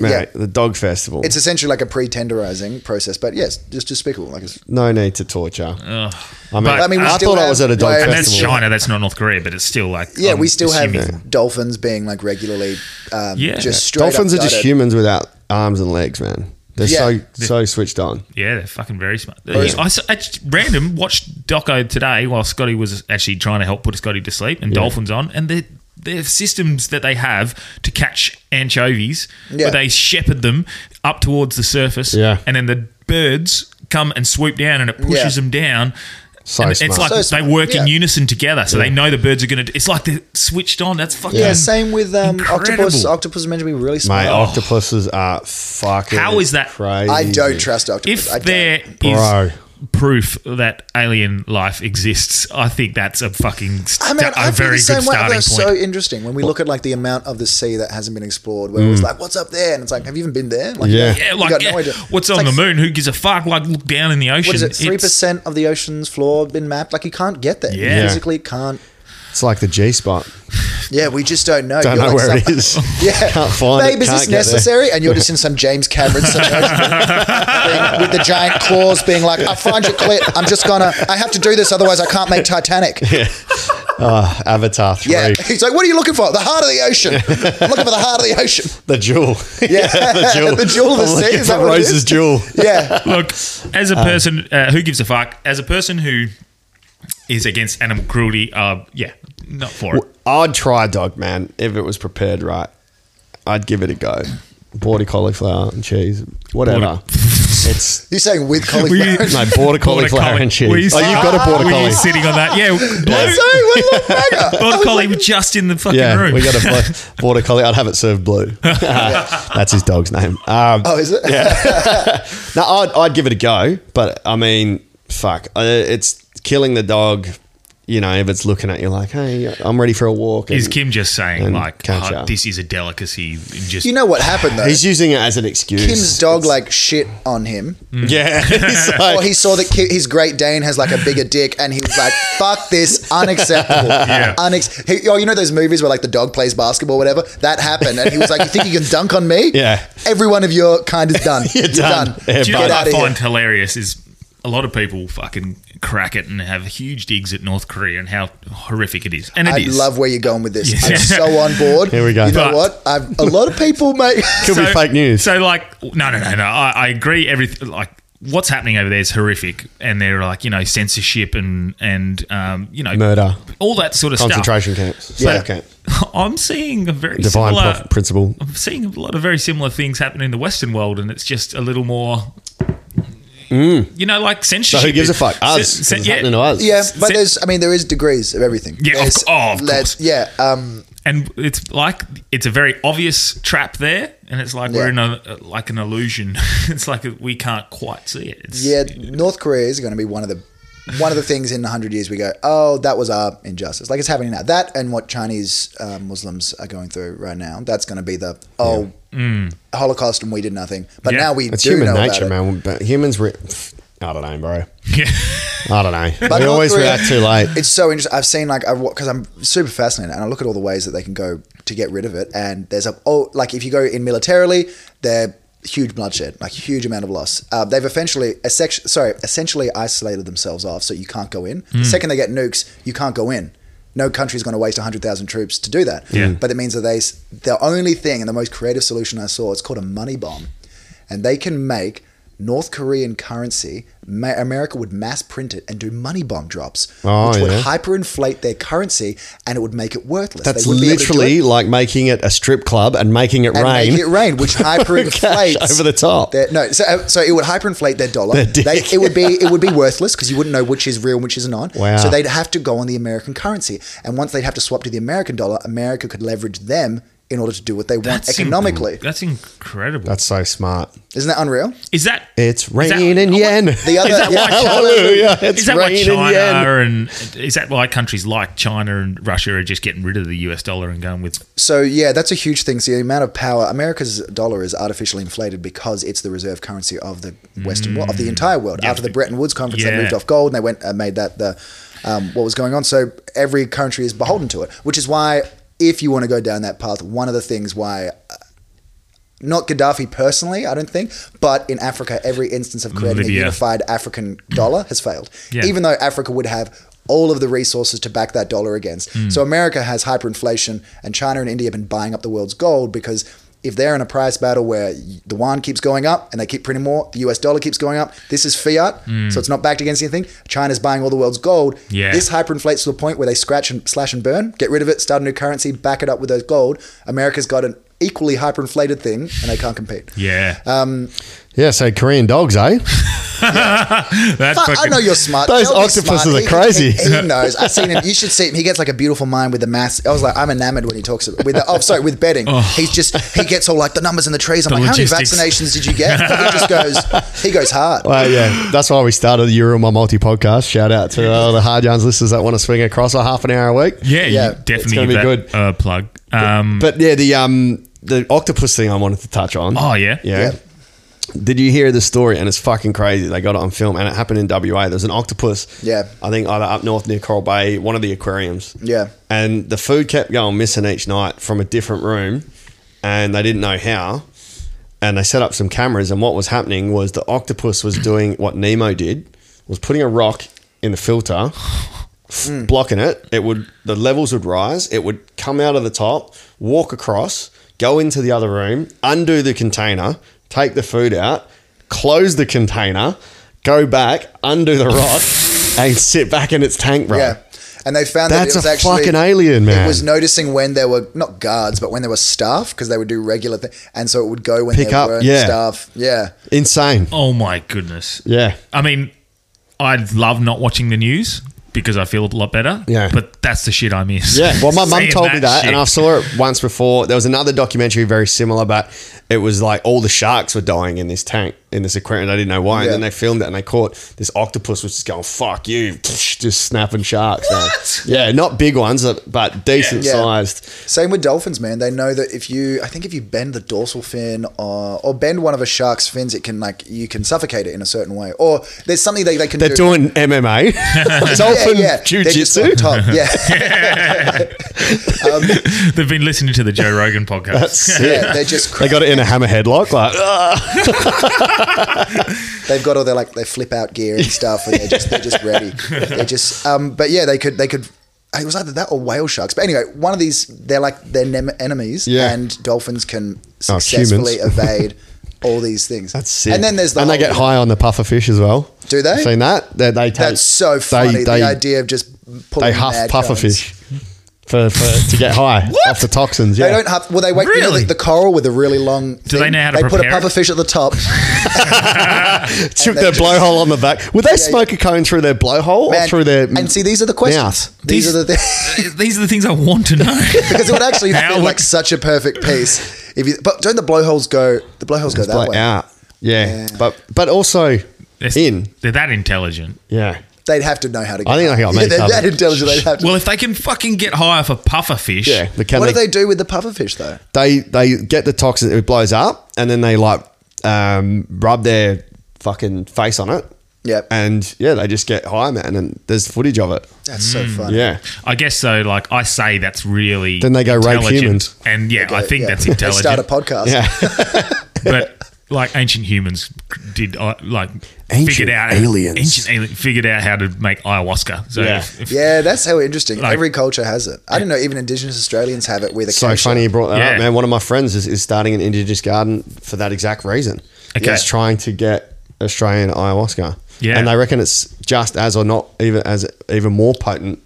Mate,
yeah.
the dog festival.
It's essentially like a pre-tenderizing process, but yes, just despicable. Like it's
no need to torture. I mean,
But-
I,
I mean,
we still
thought I
have-
was at a dog
like-
and
festival.
that's China, that's not North Korea, but it's still like
Yeah,
I'm
we still
assuming-
have dolphins being like regularly, um,
Yeah.
just straight up
Dolphins are just
gutted.
humans without arms and legs, man. They're
Yeah.
so so switched on.
Yeah, they're fucking very smart. I, s- I just random watched Doco today while Scotty was actually trying to help put Scotty to sleep and Dolphins on, and their their systems that they have to catch anchovies,
Yeah.
where they shepherd them up towards the surface,
Yeah.
and then the birds come and swoop down, and it pushes
Yeah.
them down.
So
and it's
smart.
like
So
they
smart,
work in
yeah.
unison together, so they know the birds are going to. It's like they're switched on. That's fucking
Yeah, same with um, octopus.
incredible.
Octopus is meant to be really small.
Mate, oh, octopuses are fucking.
How is that-
Crazy.
I don't trust octopus.
if
I
there
don't.
is
Bro.
proof that alien life exists, I think that's a fucking st-
I mean, I
a
feel
very
the
good
same way.
starting point.
That's so interesting when we look at like the amount of the sea that hasn't been explored. Where it's like, what's up there? And it's like, have you even been there? Like,
Mm. Yeah.
yeah,
you
like
got no
yeah,
idea.
what's
It's
on
like-
the moon? Who gives a fuck? Like look down in the ocean.
What is it? Three
It's-
percent of the ocean's floor been mapped? Like you can't get there. You
Yeah.
physically can't.
It's like the G spot.
Yeah, we just don't know.
Don't
You're
know
like
where it
some-
is.
Yeah.
Can't find
Babe,
it,
is this
can't get there.
necessary? And you're just in some James Cameron situation being- with the giant claws being like, I find your clit. I'm just gonna I have to do this, otherwise I can't make Titanic. Yeah.
Oh, Avatar 3.
He's like, What are you looking for? The heart of the ocean. I'm looking for the heart of the ocean.
The jewel.
Yeah.
the jewel.
The jewel of the
I'm
sea,
looking
is that
for
what it is?
Rose's jewel.
Yeah.
Look, as a person uh, who gives a fuck, as a person who is against animal cruelty, uh, yeah, not for it.
I'd try a dog, man, if it was prepared right. I'd give it a go. Border cauliflower and cheese, whatever.
Border-
it's
You're saying with
Were you-
cauliflower.
no border cauliflower and cheese.
Were you
oh, you've got a border
were you
collie.
sitting on that? Yeah,
Sorry,
blue,
what the fuck?
border collie just in the fucking
Yeah,
room.
we got a blo- border collie. I'd have it served blue. That's his dog's name. Um,
Oh, is it?
No, I'd, I'd give it a go, but I mean, fuck, uh, it's killing the dog. You know, if it's looking at you like, "Hey, I'm ready for a walk,"
is
and-
Kim just saying
and
like
catch
"Oh,
up.
this is a delicacy? and Just
You know what happened though?
he's using it as an excuse.
Kim's dog like shit on him.
yeah. He's
Or
like-
he saw that ki- his Great Dane has like a bigger dick, and he was like, "Fuck this, unacceptable."
Yeah.
Unex- he, oh, you know those movies where like the dog plays basketball, or whatever. That happened, and he was like, "You think you can dunk on me?"
Yeah.
Every one of your kind is done.
You're done. Yeah,
Do you know
Get
what
out
I
of
find
here.
hilarious is a lot of people fucking crack it and have huge digs at North Korea and how horrific it is. And it is.
I love where you're going with this.
Yeah.
I'm so on board.
Here we go.
You know
But-
what? I've, a lot of people make.
could be fake news.
So like, no, no, no, no. I, I agree. Everything like what's happening over there is horrific, and they're like you know censorship and and um, you know
Murder.
all that sort of
concentration
stuff.
camps, slave
Yeah.
camp,
I'm seeing a very
divine
similar
prof- principle.
I'm seeing a lot of very similar things happen in the Western world, and it's just a little more. You know, like censorship.
Mm. So who gives a fuck?
Cen-
Us.
cen-
It's happening to us.
Yeah, but
Sit-
there's. I mean, there is degrees of everything.
Yeah, of
There's-
cou- oh, of
there's-
course.
Yeah. Um,
and it's like it's a very obvious trap there, and it's like we're
Yeah.
in a like an illusion. it's like we can't quite see it. It's,
Yeah, North Korea is going to be one of the one of the things in 100 years we go, oh, that was our injustice. Like it's happening now. That and what Chinese uh, Muslims are going through right now. That's going to be the, oh, Holocaust and we did nothing. But
Yeah.
now we
It's
do
human
know about
nature,
it.
man. But humans, re- I don't know, bro.
Yeah.
I don't know.
But
we
all
always
through-
react too late.
It's so interesting. I've seen like I've because I'm super fascinated, and I look at all the ways that they can go to get rid of it. And there's a oh, like if you go in militarily, they're huge bloodshed, like huge amount of loss. Uh, they've essentially, essec- sorry, essentially isolated themselves off, so you can't go in. The second they get nukes, you can't go in. No country's going to waste 100,000 troops to do that.
Yeah.
But it means that they, s- the only thing and the most creative solution I saw, it's called a money bomb. And they can make North Korean currency, ma- America would mass print it and do money bomb drops,
Oh,
which would
yeah.
hyperinflate their currency and it would make it worthless.
That's
would be able to do
literally
it
like making it a strip club and making it
and
rain.
make it rain, which hyperinflates
over the top.
Their, no, so, so it would hyperinflate their dollar.
Their dick.
They, it would be it would be worthless because you wouldn't know which is real and which is not.
Wow.
So they'd have to go on the American currency, and once they'd have to swap to the American dollar, America could leverage them in order to do what they want
inc-
economically.
that's incredible.
That's so smart.
Isn't that unreal?
is that
It's
that-
raining
oh,
yen.
The other,
Is that why China-
Hallelujah. It's
is that why
raining yen.
China and is that why countries like China and Russia are just getting rid of the US dollar and going with
So yeah, that's a huge thing. So the amount of power America's dollar is artificially inflated because it's the reserve currency of the Western world, of the entire world.
Mm. Yeah.
After the Bretton Woods conference,
Yeah.
they moved off gold and they went uh, made that the um, what was going on. So every country is beholden to it, which is why if you want to go down that path, one of the things why. uh, Not Gaddafi personally, I don't think, but in Africa, every instance of creating
Libya.
a unified African dollar has failed.
Yeah.
Even though Africa would have all of the resources to back that dollar against.
Hmm.
So America has hyperinflation, and China and India have been buying up the world's gold because if they're in a price battle where the yuan keeps going up and they keep printing more, the US dollar keeps going up. This is fiat, so it's not backed against anything. China's buying all the world's gold.
Hmm. Yeah.
This hyperinflates to the point where they scratch and slash and burn, get rid of it, start a new currency, back it up with those gold. America's got an equally hyperinflated thing, and they can't compete.
yeah?
Uh,
Yeah, so Korean dogs, eh?
That's
Fuck, I know you're smart.
Those
They'll be
octopuses
smart.
are
He-
crazy.
He, he knows. I've seen him. You should see him. He gets like a beautiful mind with the maths. I was like, I'm enamored when he talks with. The, oh, sorry, with betting. He's just he gets all like the numbers in the trees. I'm
The
like,
logistics.
how many vaccinations did you get? He just goes. He goes hard.
Well, yeah, that's why we started the Euro My Multi podcast. Shout out to all the Hard Yarns listeners that want to swing across a half an hour a week.
yeah, you
Yeah,
it's
definitely
gonna
give that
be good.
Uh, plug. Um,
But yeah, the um the octopus thing I wanted to touch on.
oh yeah,
Yeah.
Yeah.
Did you hear the story? And it's fucking crazy. They got it on film, and it happened in WA. There's an octopus.
Yeah.
I think either up north near Coral Bay, one of the aquariums.
Yeah.
And the food kept going missing each night from a different room, and they didn't know how. And they set up some cameras, and what was happening was the octopus was doing what Nemo did, was putting a rock in the filter, f- blocking it. It would the levels would rise. It would come out of the top, walk across, go into the other room, undo the container, take the food out, close the container, go back, undo the rock, and sit back in its tank, bro.
Yeah. And they found
That's
that it was
a
actually
fucking alien, man.
It was noticing when there were not guards, but when there were staff because they would do regular thing, and so it would go when
Pick
there
up,
weren't
yeah.
staff. Yeah.
Insane.
Oh my goodness.
Yeah.
I mean, I love not watching the news because I feel a lot better.
Yeah.
But that's the shit I miss.
Yeah. Well, my mum
Seeing
told me that,
shit.
and I saw it once before. There was another documentary very similar, but it was like all the sharks were dying in this tank, in this aquarium. I didn't know why. And
Yeah.
then they filmed it and they caught this octopus was just going, fuck you, just snapping sharks. man.
What?
Yeah. Not big ones, uh, but decent
Yeah.
sized.
Same with dolphins, man. They know that if you, I think if you bend the dorsal fin or, or bend one of a shark's fins, it can like you can suffocate it in a certain way. Or there's something they, they can
They're
do.
doing MMA, dolphin
They're just
jujitsu.
on top. Yeah, Um,
They've been listening to the Joe Rogan podcast.
That's it.
yeah, they're just
They
cra-
got it in a hammerhead lock, like
they've got all their like they flip out gear and stuff, and they're just they're just ready. They just um, but yeah, they could they could. It was either that or whale sharks. But anyway, one of these they're like they're nem- enemies,
Yeah.
and dolphins can
Oh, humans.
successfully evade all these things.
That's sick.
And then there's the
and they
whole-
get high on the puffer fish as well.
Do they?
Seen that? They, they take,
That's so funny.
They, they,
the idea of just pulling
they huff
mad
puffer
guns.
fish for, for to get high off the toxins. Yeah.
They don't huff. Well, they wait. You know,
Really?
the, the coral with a really long. Do
they know how to
They put a
prepare
puffer
it?
fish at the top.
Took
they
their
just-
blowhole on the back. Would they smoke a cone through their blowhole or
Man,
through their?
and see, these are the questions.
mouth.
These,
These-
are the things
These are the things I want to know.
because it would actually
How
feel
would-
like such a perfect piece. If you, but don't the blowholes go? The blowholes go that
blow
way.
out. Yeah.
Yeah.
but but also
They're-
in.
They're that intelligent.
Yeah.
They'd have to know how to. Get
I think I got
yeah,
me
they're
covered.
that intelligent. They'd have to.
Well, if they can fucking get higher for puffer fish,
Yeah, the can
what
they,
do they do with the pufferfish though?
they they get the toxin, it blows up, and then they like um, rub their fucking face on it.
Yep.
And yeah, they just get high, man. And there's footage of it.
That's so funny.
Yeah.
Mm. I guess so. Like I say, that's really
Then they go rape
intelligent.
humans.
and yeah, I think
Yeah.
that's
They
intelligent.
start a podcast.
Yeah.
but like ancient humans did uh, like
Ancient
figured out
aliens.
ancient ali- figured out how to make ayahuasca. So
Yeah.
if- if-
Yeah, that's how interesting.
Like-
Every culture has it. I don't know. Even Indigenous Australians have it. Where the
so
acacia-
funny you brought that
Yeah.
up, man. One of my friends is, is starting an indigenous garden for that exact reason.
Okay.
He's trying to get Australian ayahuasca.
Yeah.
And they reckon it's just as or not even as even more potent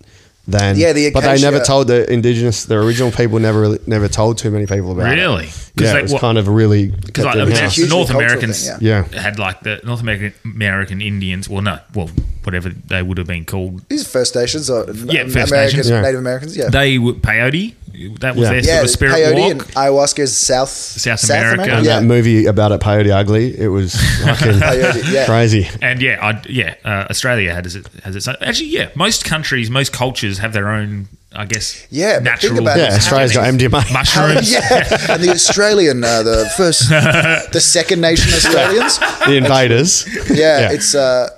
than
Yeah, the
but they never
acacia-
told the indigenous the original people never really, never told too many people about it.
Really? 'Cause
Yeah,
they-
it was
what-
kind of really
Because like,
kept
the-
in
it's a
the
house.
huge
North
cultural
Americans
thing,
yeah. Yeah.
had like the North American, American Indians. Well, no, well, whatever they would have been called.
These are First Nations or
Yeah, First
American-
Nations.
Yeah.
Native Americans. Yeah,
They were peyote. That was
Yeah.
their
yeah.
sort of spirit
peyote
walk.
and ayahuasca is South
South America.
And
Yeah.
that movie about it, Peyote Ugly, it was fucking
Peyote, yeah.
crazy.
And yeah, I, yeah, uh, Australia has it has its own. Actually, yeah, most countries, most cultures have their own. I guess.
Yeah, but
natural.
think about it.
Yeah, Australia's got MDMA.
Mushrooms.
yeah, and the Australian, uh, the first, the second nation Australians.
The invaders.
Yeah,
Yeah.
it's uh,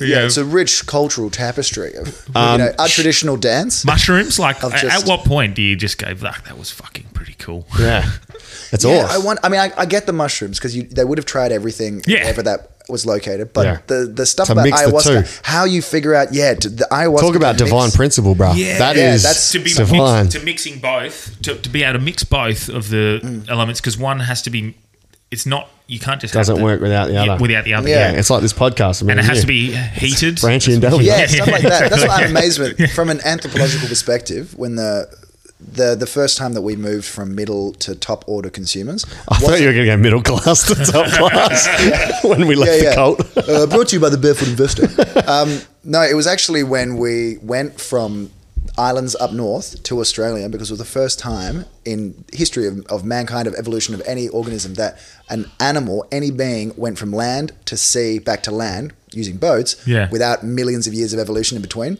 yeah,
Yeah.
it's a rich cultural tapestry of you know, our traditional dance.
Mushrooms. Like,
I've
a- at
just-
what point do you just go, "Fuck, that was fucking pretty cool"?
Yeah. It's
Yeah,
awesome.
I want. I mean, I, I get the mushrooms because they would have tried everything
Yeah.
wherever that was located. But
Yeah.
the the stuff
To
about
mix the
ayahuasca,
two.
how you figure out, yeah, to, the ayahuasca.
Talk about
to mix-
divine principle, bro.
Yeah.
that is
Yeah, that's-
to be
divine.
mixed, to mixing both to, to be able to mix both of the elements because one has to be it's not you can't just have
Doesn't
the-
work without the
yeah,
other.
without the other
Yeah.
yeah,
Yeah, it's like this podcast. I mean,
and it has
yeah.
to be heated
Branchy and Delhi.
Yeah,
Yeah,
stuff
yeah,
like that. That's what I'm amazed with from an anthropological perspective. When the the the first time that we moved from middle to top order consumers,
I thought you were going to go middle class to top class when we left the cult.
uh, brought to you by the Barefoot Investor. um, no, it was actually when we went from islands up north to Australia because it was the first time in history of, of mankind, of evolution, of any organism that an animal, any being, went from land to sea back to land using boats
Yeah.
without millions of years of evolution in between.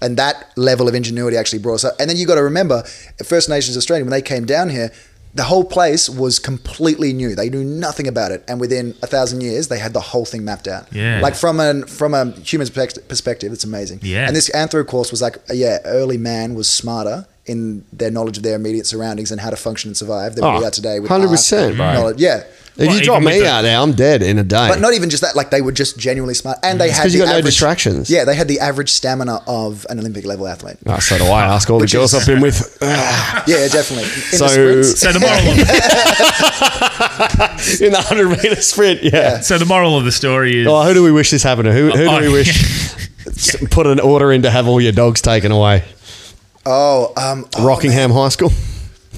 And that level of ingenuity actually brought us up. And then you got to remember, First Nations Australia, when they came down here, the whole place was completely new. They knew nothing about it, and within a thousand years, they had the whole thing mapped out.
Yeah.
like from an from a human perspec- perspective, it's amazing.
Yeah.
and this anthro course was like, yeah, early man was smarter in their knowledge of their immediate surroundings and how to function and survive than
Oh,
we are today
100%,
with our
right.
knowledge. Yeah.
If
Well,
you drop
even with
me
the-
out there, I'm dead in a day.
But not even just that; like they were just genuinely smart, and they had
'cause you
the
got no
average,
distractions.
Yeah, they had the average stamina of an Olympic level athlete.
Oh, so do I ask all the
Which
girls
is-
I've been with. "Ah,
Yeah, definitely. In
So-
the sprints.
so the moral of,
in the 100 meter sprint, yeah.
so the moral of the story is
Oh, who do we wish this happened to? Who, who do
Oh,
we wish s- put an order in to have all your dogs taken away?
Oh, um, oh,
Rockingham High School?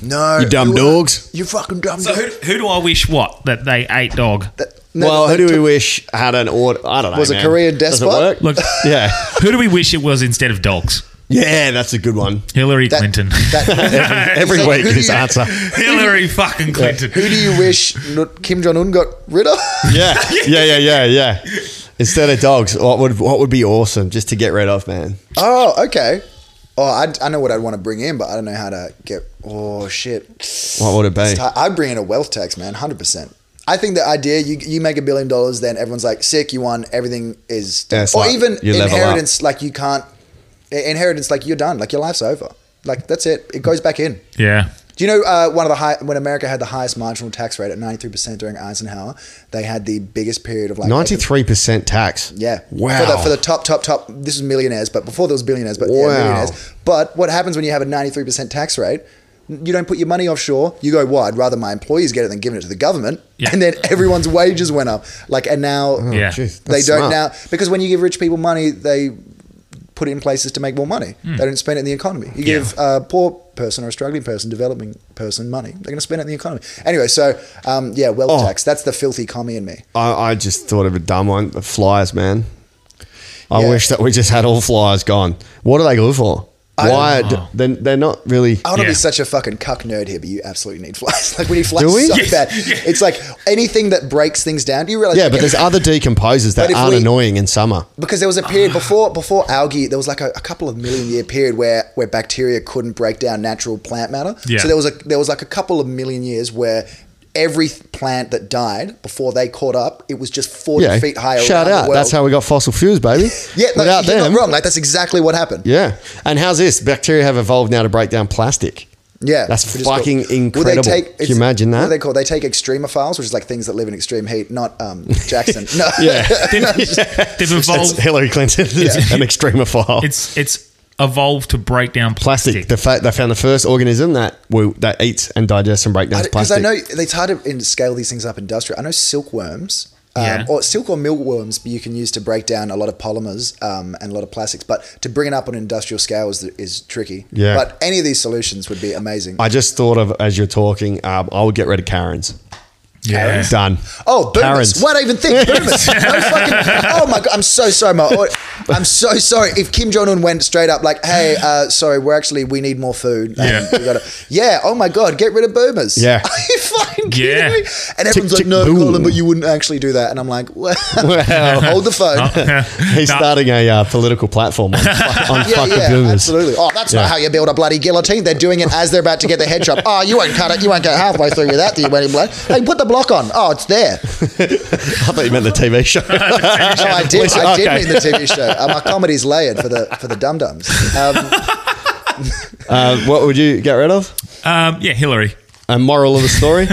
no,
You dumb
Who-
dogs.
You fucking dumb
so
dog.
who, who do I wish what that they ate dog
No,
well, who
they
do we
took-
wish had an order? I don't know.
Was a
man.
Korean
Does it
despot?
work?
look
Yeah.
who do we wish it was instead of dogs
Yeah, that's a good one.
Hillary
that-
Clinton
that-
Every
So
week,
who do
his
you-
answer.
Hillary fucking Clinton
who do you wish no- Kim Jong Un got rid of?
Yeah, yeah, yeah, yeah, yeah. Instead of dogs, what would what would be awesome just to get rid of, man?
Oh, okay. Oh, I, I know what I'd want to bring in, but I don't know how to get. Oh shit!
What would it be?
It's ti- I'd bring in a wealth tax, man, hundred percent. I think the idea you you make a billion dollars, then everyone's like, sick, you won, everything is,
Yeah, it's
or
like
even
you level up.
inheritance, like you can't inheritance, like you're done, like your life's over, like that's it, it goes back in.
yeah
Do you know uh, one of the high when America had the highest marginal tax rate at ninety three percent during Eisenhower? They had the biggest period of like
Ninety three percent tax.
Yeah,
Wow.
For the, for the top, top, top. This is millionaires, but before there was billionaires, but yeah,
Wow.
millionaires. But what happens when you have a ninety three percent tax rate? You don't put your money offshore. You go, well, I'd rather my employees get it than giving it to the government.
Yeah.
And then everyone's wages went up. Like, and now
Yeah.
Jeez,
they
Oh, that's smart.
don't now because when you give rich people money, they put it in places to make more money.
Hmm.
They don't spend it in the economy. You
Yeah.
give a poor person or a struggling person, developing person money, they're going to spend it in the economy. Anyway, so um, yeah, wealth
Oh.
tax. That's the filthy commie in me.
I, I just thought of a dumb one. The flies, man. I
Yeah.
wish that we just had all flies gone. What do they good for? Why? d- Then they're not really.
I want to
Yeah.
be such a fucking cuck nerd here, but you absolutely need flies. Like we need flies
Do we?
so
Yeah.
bad. It's like anything that breaks things down. Do you realize?
Yeah, but there's other decomposers
But
that
if
aren't
we-
annoying in summer.
because there was a period before before algae. There was like a, a couple of million year period where where bacteria couldn't break down natural plant matter.
Yeah.
So there was a there was like a couple of million years where. Every plant that died before they caught up, it was just forty
Yeah,
feet higher.
shout
around the
out. That's
world.
how we got fossil fuels, baby.
Yeah, no, you're not wrong. Like that's exactly what happened.
Yeah. And how's this? Bacteria have evolved now to break down plastic.
Yeah,
That's
which is
fucking
Well,
incredible. Can you
it's-
imagine
What
that?
do they call? They take extremophiles, which is like things that live in extreme heat. Not um, Jackson. No.
Yeah.
They've, they've
That's
evolved.
Hillary Clinton, an extremophile.
It's it's evolved to break down
plastic.
plastic.
The fact they found the first organism that will, that eats and digests and breaks down
Because
plastic.
I, know it's hard to in- scale these things up industrial. I know silkworms. Um,
Yeah.
Or silk or millworms you can use to break down a lot of polymers um, and a lot of plastics, but to bring it up on an industrial scale is, is tricky.
Yeah.
But any of these solutions would be amazing.
I just thought of as you're talking. Um, I would get rid of Karens.
yeah.
Done.
oh, boomers!
Karens.
Why do I even think boomers? No fucking, oh my god! I'm so sorry, my. au- I'm so sorry. If Kim Jong Un went straight up like, "Hey, uh, sorry, we're actually we need more food." Um,
Yeah.
we gotta, yeah. Oh my god, get rid of boomers.
Yeah.
Are you fucking kidding
Yeah.
me? And everyone's like,
tick,
"No,
boom."
Colin, but you wouldn't actually do that." And I'm like, "Well,
Well.
hold the phone."
He's
Nah.
starting a uh, political platform on, fu- on
Yeah,
fuck the
yeah,
boomers.
absolutely. Oh, that's
Yeah.
not how you build a bloody guillotine. They're doing it as they're about to get their head chopped. Oh, you won't cut it. You won't go halfway through with that, do you, bloody blood? Hey, put the block on. Oh, it's there.
I thought you meant the TV show.
No, I did. I did
Okay.
mean the TV show. Uh, my comedy's layered for the for the dum dums. Um,
uh, what would you get rid of?
Um, yeah, Hillary.
A moral of the story: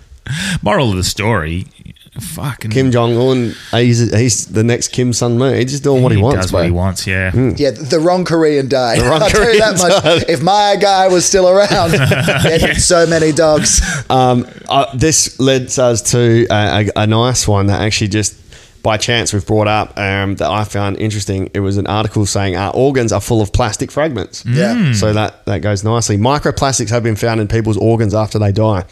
Moral of the story. Fucking
Kim Jong Un. He's, he's the next Kim Sun Moon. He's just doing what he, wants.
does what he
bro.
wants. Yeah.
yeah, the wrong Korean died.
The wrong
I'll tell you that
Korean
much.
died.
If my guy was still around, there'd be so many dogs.
Um, uh, this leads us to a, a, a nice one that actually just by chance we've brought up um, that I found interesting. It was an article saying our organs are full of plastic fragments.
Yeah.
So that, that goes nicely. Microplastics have been found in people's organs after they die.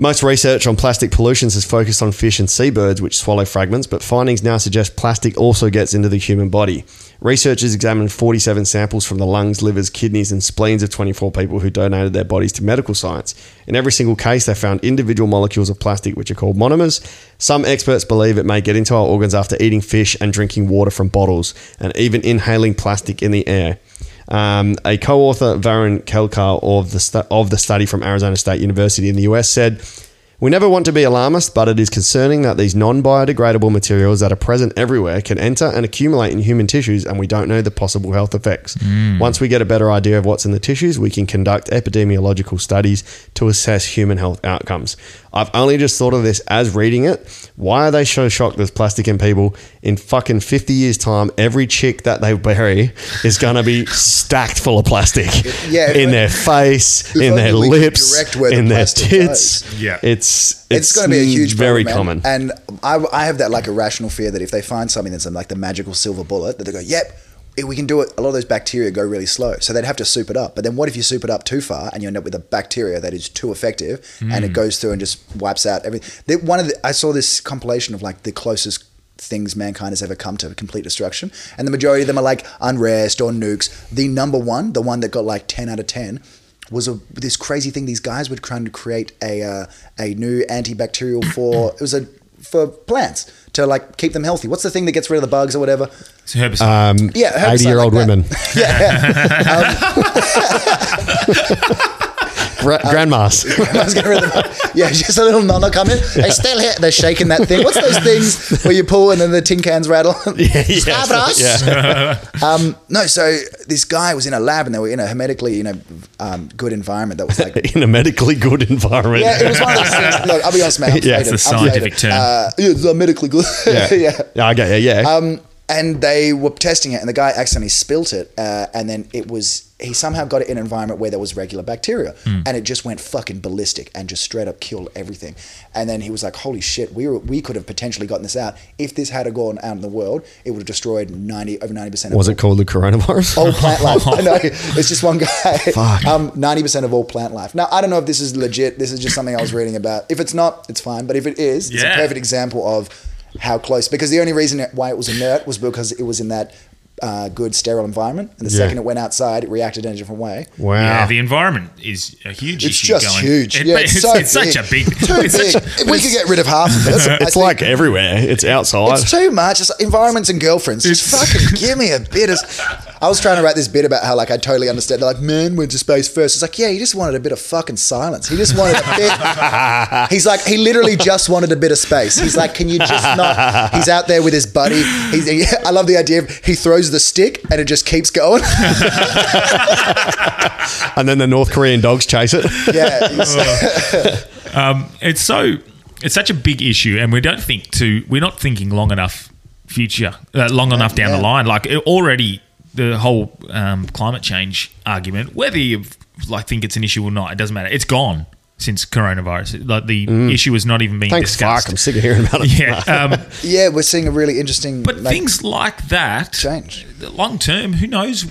Most research on plastic pollutions has focused on fish and seabirds, which swallow fragments, but findings now suggest plastic also gets into the human body. Researchers examined 47 samples from the lungs, livers, kidneys, and spleens of 24 people who donated their bodies to medical science. In every single case, they found individual molecules of plastic, which are called monomers. Some experts believe it may get into our organs after eating fish and drinking water from bottles, and even inhaling plastic in the air. Um, a co-author, Varun Kelkar of the stu- of the study from Arizona State University in the US, said, "We never want to be alarmist, but it is concerning that these non-biodegradable materials that are present everywhere can enter and accumulate in human tissues, and we don't know the possible health effects. Once we get a better idea of what's in the tissues, we can conduct epidemiological studies to assess human health outcomes. I've only just thought of this as reading it. Why are they so shocked there's plastic in people? In fucking 50 years' time, every chick that they bury is going to be stacked full of plastic.
Yeah.
in their face,
If
in
only
their
we could
lips,
direct where the
in their
plastic
tits.
goes.
Yeah.
It's, mm,
it's, going to be a huge
very
problem,
common.
man. Uh, And I, I have that like irrational fear that if they find something that's like the magical silver bullet, that they go, "Yep, eh, we can do it." A lot of those bacteria go really slow, so they'd have to soup it up. But then, what if you soup it up too far and you end up with a bacteria that is too effective and
Mm.
it goes through and just wipes out everything? They- One of the, I saw this compilation of like the closest things mankind has ever come to complete destruction and the majority of them are like unrest or nukes the number one the one that got like 10 out of 10 was a, this crazy thing. These guys were trying to create a uh, a new antibacterial for it was a for plants to like keep them healthy. What's the thing that gets rid of the bugs or whatever?
It's
Uh,
herbicide.
um,
Yeah, herbicide
80 year old
like that.
women. Gra-
Um,
grandmas.
Bugs get rid of the- yeah, just a little nonna come in. They still hit. They're shaking that thing. What's those things where you pull and then the tin cans rattle?
Yeah, yeah.
Stavros.
Yeah.
Um, no, so this guy was in a lab and they were in a hermetically, you know, um, good environment that was like
in a medically good environment.
Yeah, it was one of those things. Look, I'll be honest, man. I'm
Yeah,
faded.
a
it's
I'm
scientific
faded.
term.
Uh, yeah, it's not medically good.
yeah.
yeah.
I get it, yeah.
Um, and they were testing it, and the guy accidentally spilt it, uh, and then it was he somehow got it in an environment where there was regular bacteria,
Hmm.
and it just went fucking ballistic and just straight up killed everything. And then he was like, "Holy shit, we were, we could have potentially gotten this out if this had gone out in the world, it would have destroyed ninety over ninety percent of
was it called the coronavirus?
all plant life. I know it's just one guy. Um, ninety percent of all plant life. Now I don't know if this is legit. This is just something I was reading about. If it's not, it's fine. But if it is, it's
Yeah.
a perfect example of how close. Because the only reason it- why it was inert was because it was in that uh, good sterile environment, and the
Yeah.
second it went outside, it reacted in a different way.
Wow.
Yeah, the environment is a huge
It's
issue.
just
going-
huge.
It-
yeah,
but
it's,
it's,
so
it's such a big.
Too
it's
big.
such-
If we could get rid of half of this. I
it's
think
like everywhere. It's outside.
It's too much. It's like environments and girlfriends. Just fucking give me a bit of. I was trying to write this bit about how like I totally understand. They're like, man went to space first. It's like, yeah, he just wanted a bit of fucking silence. He just wanted a bit. He's like, he literally just wanted a bit of space. He's like, can you just not? He's out there with his buddy. He's, I love the idea of he throws the stick and it just keeps going.
and then the North Korean dogs chase it.
yeah, he's-
it's so it's such a big issue, and we don't think to we're not thinking long enough future, uh, long enough down
yeah.
the line. Like it, already, the whole um, climate change argument, whether you like think it's an issue or not, it doesn't matter. It's gone since coronavirus. Like the issue is not even being
Mm. Thanks,
discussed.
fuck. I'm sick of hearing about it.
Yeah, um,
yeah, we're seeing a really interesting.
but
like,
things like that
Change.
long term. Who knows?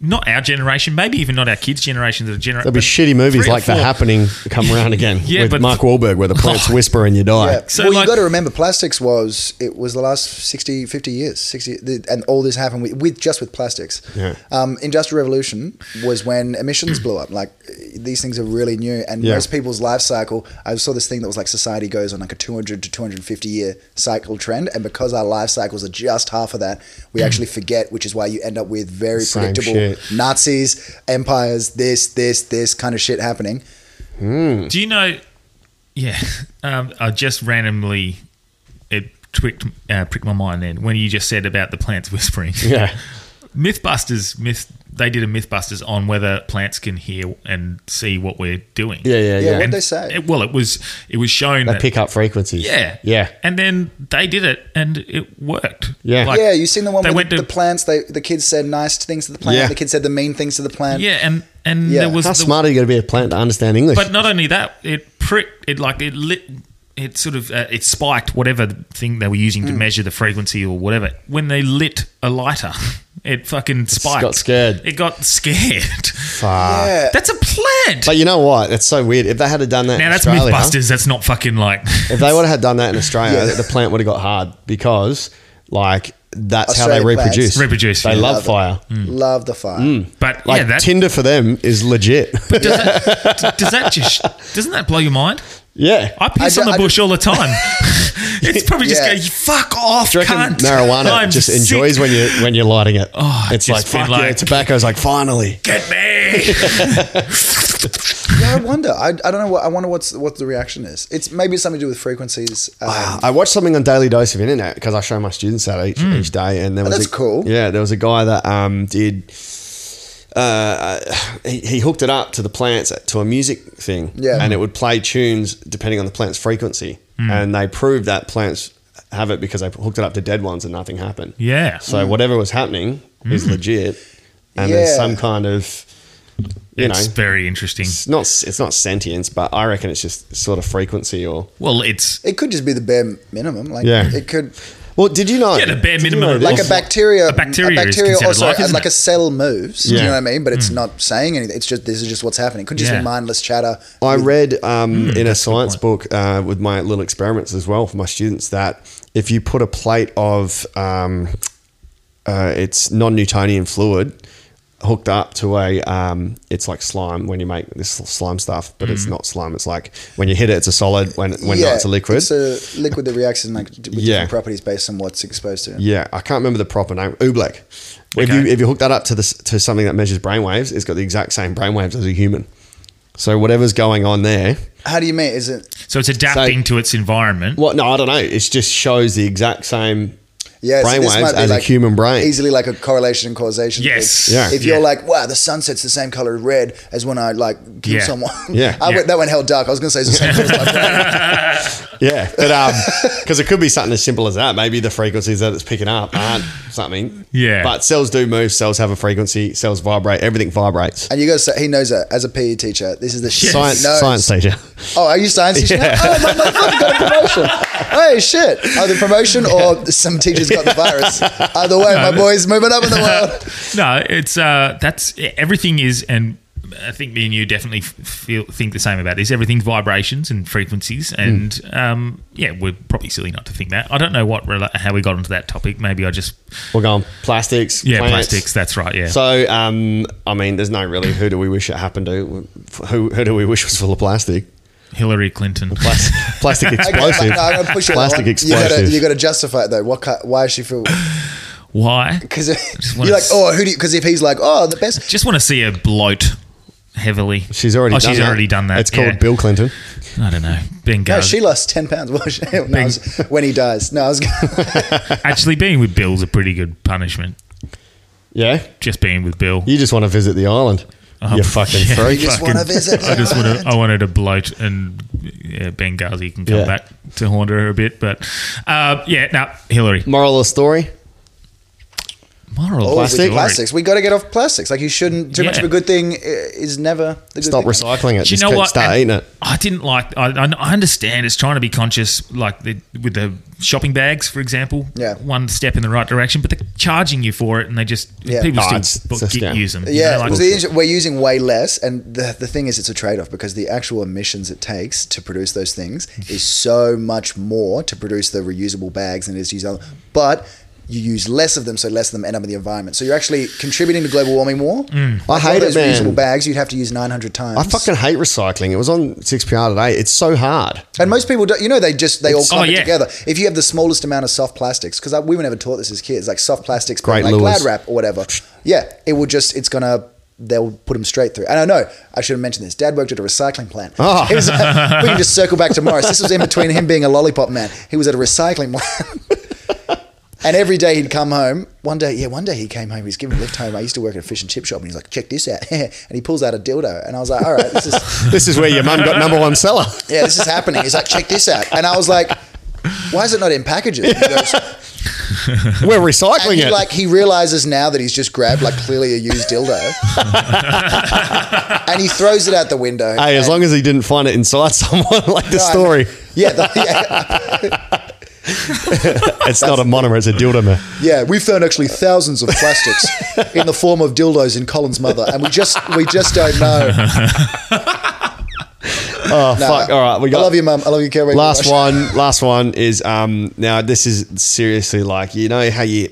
Not our generation, maybe even not our kids' generation. The generation
There'll be shitty movies like The
that happen.
Happening come around again
Yeah,
with
but-
Mark Wahlberg where the plants whisper and you die.
Yeah.
So,
well,
like-
you got to remember, plastics was it was the last 60, 50 years, sixty, the, and all this happened with, with just with plastics.
Yeah.
Um, Industrial Revolution was when emissions blew up. Like uh, these things are really new, and
Yeah.
most people's life cycle. I saw this thing that was like society goes on like a two hundred to two hundred and fifty year cycle trend, and because our life cycles are just half of that, we actually forget, which is why you end up with
Hmm.
very
Same
predictable
shit.
Nazis, empires, this, this, this kind of shit happening.
Do you know? Yeah, um, I just randomly it pricked, uh, pricked my mind then when you just said about the plants whispering.
Yeah.
MythBusters myth they did a MythBusters on whether plants can hear and see what we're doing.
Yeah, yeah, yeah.
Yeah,
And
What'd they say?
it- well, it was it was shown
They
that
pick up frequencies.
yeah,
Yeah.
and then they did it and it worked.
Yeah. Like,
yeah, you seen the one
they
where
went
the,
to-
the plants. They the kids said nice things to the plant.
Yeah.
The kids said the mean things to the plant.
yeah, and and
Yeah.
there was
How
the-
smart are you going to be a plant to understand English?
But not only that, it pricked. It like it lit. It sort of uh, it spiked whatever thing they were using
Mm.
to measure the frequency or whatever. When they lit a lighter, it fucking spiked.
got scared.
It got scared.
Fuck.
Yeah.
That's a plant.
But you know what? It's so weird. If they had have done that
now
in
that's
Australia,
MythBusters. That's not fucking like.
if they would have had done that in Australia,
Yeah.
the plant would have got hard because, like, that's how they
Australian plants.
reproduce.
Reproduce,
They
yeah.
love fire.
Love the fire.
But
Like
yeah, that,
Tinder for them is legit.
does that does that just doesn't that blow your mind?
yeah.
I piss
I
on the
ju- I
bush all the time. it's probably just
Yeah.
go fuck off,
Do you reckon
cunt.
marijuana
I'm
just
sick.
enjoys when you when you're lighting it?
Oh,
it's
just
like fuck
been
yeah,
like-
tobacco's like finally.
Get me.
Yeah, I wonder. I, I don't know. What, I wonder what's what the reaction is. It's maybe it's something to do with frequencies. Um,
I watched something on Daily Dose of Internet because I show my students that each,
Mm.
each day, and there was
Oh, that's
a,
cool.
Yeah, there was a guy that um, did. Uh, he, he hooked it up to the plants uh, to a music thing,
Yeah.
and it would play tunes depending on the plant's frequency,
Mm.
and they proved that plants have it because they hooked it up to dead ones and nothing happened.
Yeah.
So whatever was happening is
Mm.
legit, and there's
Yeah.
some kind of you
it's
know
very interesting.
it's not it's not sentience, but I reckon it's just sort of frequency or.
Well, it's
it could just be the bare minimum. Like
Yeah.
it could
Well, did you know?
Yeah, the bare
did you
minimum
know
of
that-
like a bacteria.
A bacteria is considered
also
life, isn't
like
it? Mm.
a cell moves. Do
Yeah.
you know what I mean? But it's not saying anything. It's just this is just what's happening. It could just
Yeah.
be mindless chatter.
I read um,
Mm,
in a science book uh, with my little experiments as well for my students that if you put a plate of um, uh, it's non-Newtonian fluid hooked up to a um, it's like slime when you make this slime stuff, but
Mm.
it's not slime. It's like when you hit it, it's a solid. When when not, it's a liquid.
It's a liquid that reacts in like d- with
Yeah.
different properties based on what's exposed to.
Yeah, I can't remember the proper name. Oobleck. If
Okay.
you if you hook that up to this to something that measures brainwaves, it's got the exact same brainwaves as a human. So whatever's going on there,
How do you mean? Is it
so it's adapting to its environment.
what? No, I don't know. It just shows the exact same.
Yeah, so this
brainwaves
might be
as a
like
human brain.
Easily like a correlation and causation. thing.
Yes.
Yeah.
If you're
Yeah.
like, wow, the sunset's the same color red as when I like kill
Yeah.
someone.
Yeah.
I
Yeah.
Went, that went hell dark. I was going to say it's the same color as my brain.
Yeah, but um, because it could be something as simple as that. Maybe the frequencies that it's picking up aren't something.
Yeah.
but cells do move. Cells have a frequency. Cells vibrate. Everything vibrates.
And you got to say, he knows that as a PE teacher. This is the shit.
Science,
he knows.
science teacher.
Oh, are you science teacher? now? Oh, my motherfucker got a promotion. hey, shit. Either promotion or some teachers got the virus. Either way, my boy's moving up in the world.
no, it's uh, that's everything is and I think me and you definitely f- feel think the same about this. Everything's vibrations and frequencies,
Hmm.
and um, yeah, we're probably silly not to think that. I don't know what rela- how we got onto that topic. Maybe I just
We're going plastics.
yeah
plants.
plastics. That's right. Yeah.
So, um, I mean, there's no really who do we wish it happened to? Who, who do we wish was full of plastic?
Hillary Clinton.
Plastic, plastic explosive.
No, I'm gonna push it.
Plastic
You gotta-
explosive.
You got to justify it though. What? ki- Why is she feel?
Why?
Because
wanna
you're like,
s-
oh, who do? Because if he's like, oh, the best.
Just want to see her bloat heavily.
She's already.
Oh,
done
she's
that.
already done that.
It's called
yeah.
Bill Clinton.
I don't know. Being
No,
gay.
she lost ten pounds. Well, she- no, I was- when he dies. No, I was. gonna-
Actually, being with Bill's a pretty good punishment.
Yeah,
Just being with Bill.
you just want to visit the island. you fucking
Uh-huh. yeah.
freak.
You just want to visit.
I just wanna, I wanted to bloat and yeah, Benghazi can come
Yeah.
back to haunt her a bit, but uh, yeah, now Hillary.
Moral of the story:
Moral
Oh,
plastic.
with plastics. We got to get off plastics. Like you shouldn't. Too much
Yeah.
of a good thing i- is never. The good
stop
thing.
recycling it.
Do you
just
know
keep-
what?
Start
And
eating it.
I didn't like. I, I I understand it's trying to be conscious, like the, with the shopping bags, for example.
Yeah.
One step in the right direction, but they're charging you for it, and they just
Yeah.
people
Oh,
still
it's-
book,
it's a
get,
scam.
use them.
Yeah,
you know,
well,
like-
the inter- we're using way less, and the, the thing is, it's a trade off because the actual emissions it takes to produce those things is so much more to produce the reusable bags than it is to use other. But you use less of them, so less of them end up in the environment. So you're actually contributing to global warming more.
Mm. I
one
hate
of
it,
those
man.
reusable bags you'd have to use 900 times.
I fucking hate recycling. It was on six PR today. It's so hard.
And most people don't, you know, they just, they all clump
Oh, yeah.
it together. If you have the smallest amount of soft plastics, because we were never taught this as kids, like soft plastics, but
Great
like
lures.
glad wrap or whatever. Yeah, it will just, it's going to, they'll put them straight through. And I know, I should have mentioned this. Dad worked at a recycling plant.
Oh.
He was like, we can just circle back to Morris. This was in between him being a lollipop man. He was at a recycling plant. And every day he'd come home. One day, yeah, one day he came home. He's giving a lift home. I used to work at a fish and chip shop, and he's like, "Check this out!" and he pulls out a dildo, and I was like, "All right, this is
This is where your mum got number one seller.
yeah, this is happening. He's like, check this out. And I was like, why is it not in packages? And he goes,
We're
and
recycling
he,
it.
like he realizes now that he's just grabbed like clearly a used dildo, and he throws it out the window.
hey, as
And-
long as he didn't find it inside someone, like the
No, I-
story,
yeah, the- yeah,
it's not a monomer, it's a dildo man.
yeah, we found actually thousands of plastics in the form of dildos in Colin's mother, and we just we just don't know.
Oh fuck! All right, we got.
I love you, mum. I love you, Kerry.
last one last one is um now this is seriously like you know how you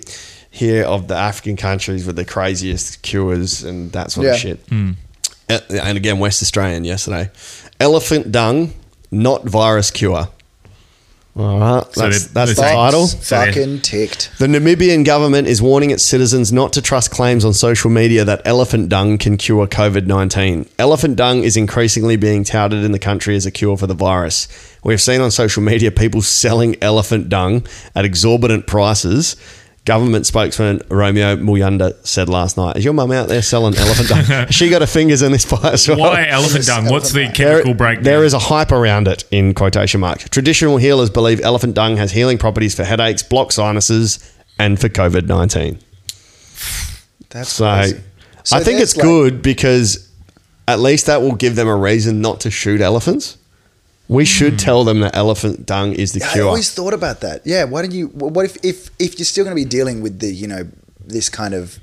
hear of the african countries with the craziest cures and that sort
Yeah.
of shit Uh, and again west australian yesterday elephant dung not virus cure all right
So
that's,
they're-
that's the
they're saying-
title
So-
Fucking ticked.
the Namibian government is warning its citizens not to trust claims on social media that elephant dung can cure COVID 19. Elephant dung is increasingly being touted in the country as a cure for the virus. We've seen on social media people selling elephant dung at exorbitant prices. Government spokesman Romeo Muyanda said last night, Is your mum out there selling elephant dung? Has she got her fingers in this pie as well.
Why elephant dung? What's the
There-
chemical breakdown?
There is a hype around it in quotation marks. Traditional healers believe elephant dung has healing properties for headaches, block sinuses, and for COVID nineteen.
That's
So,
crazy. So
I think
there's
it's
like-
good because at least that will give them a reason not to shoot elephants. We should
Hmm.
tell them that elephant dung is the
I
cure.
always thought about that. Yeah, why don't you? wh- What if if if you're still going to be dealing with the you know this kind of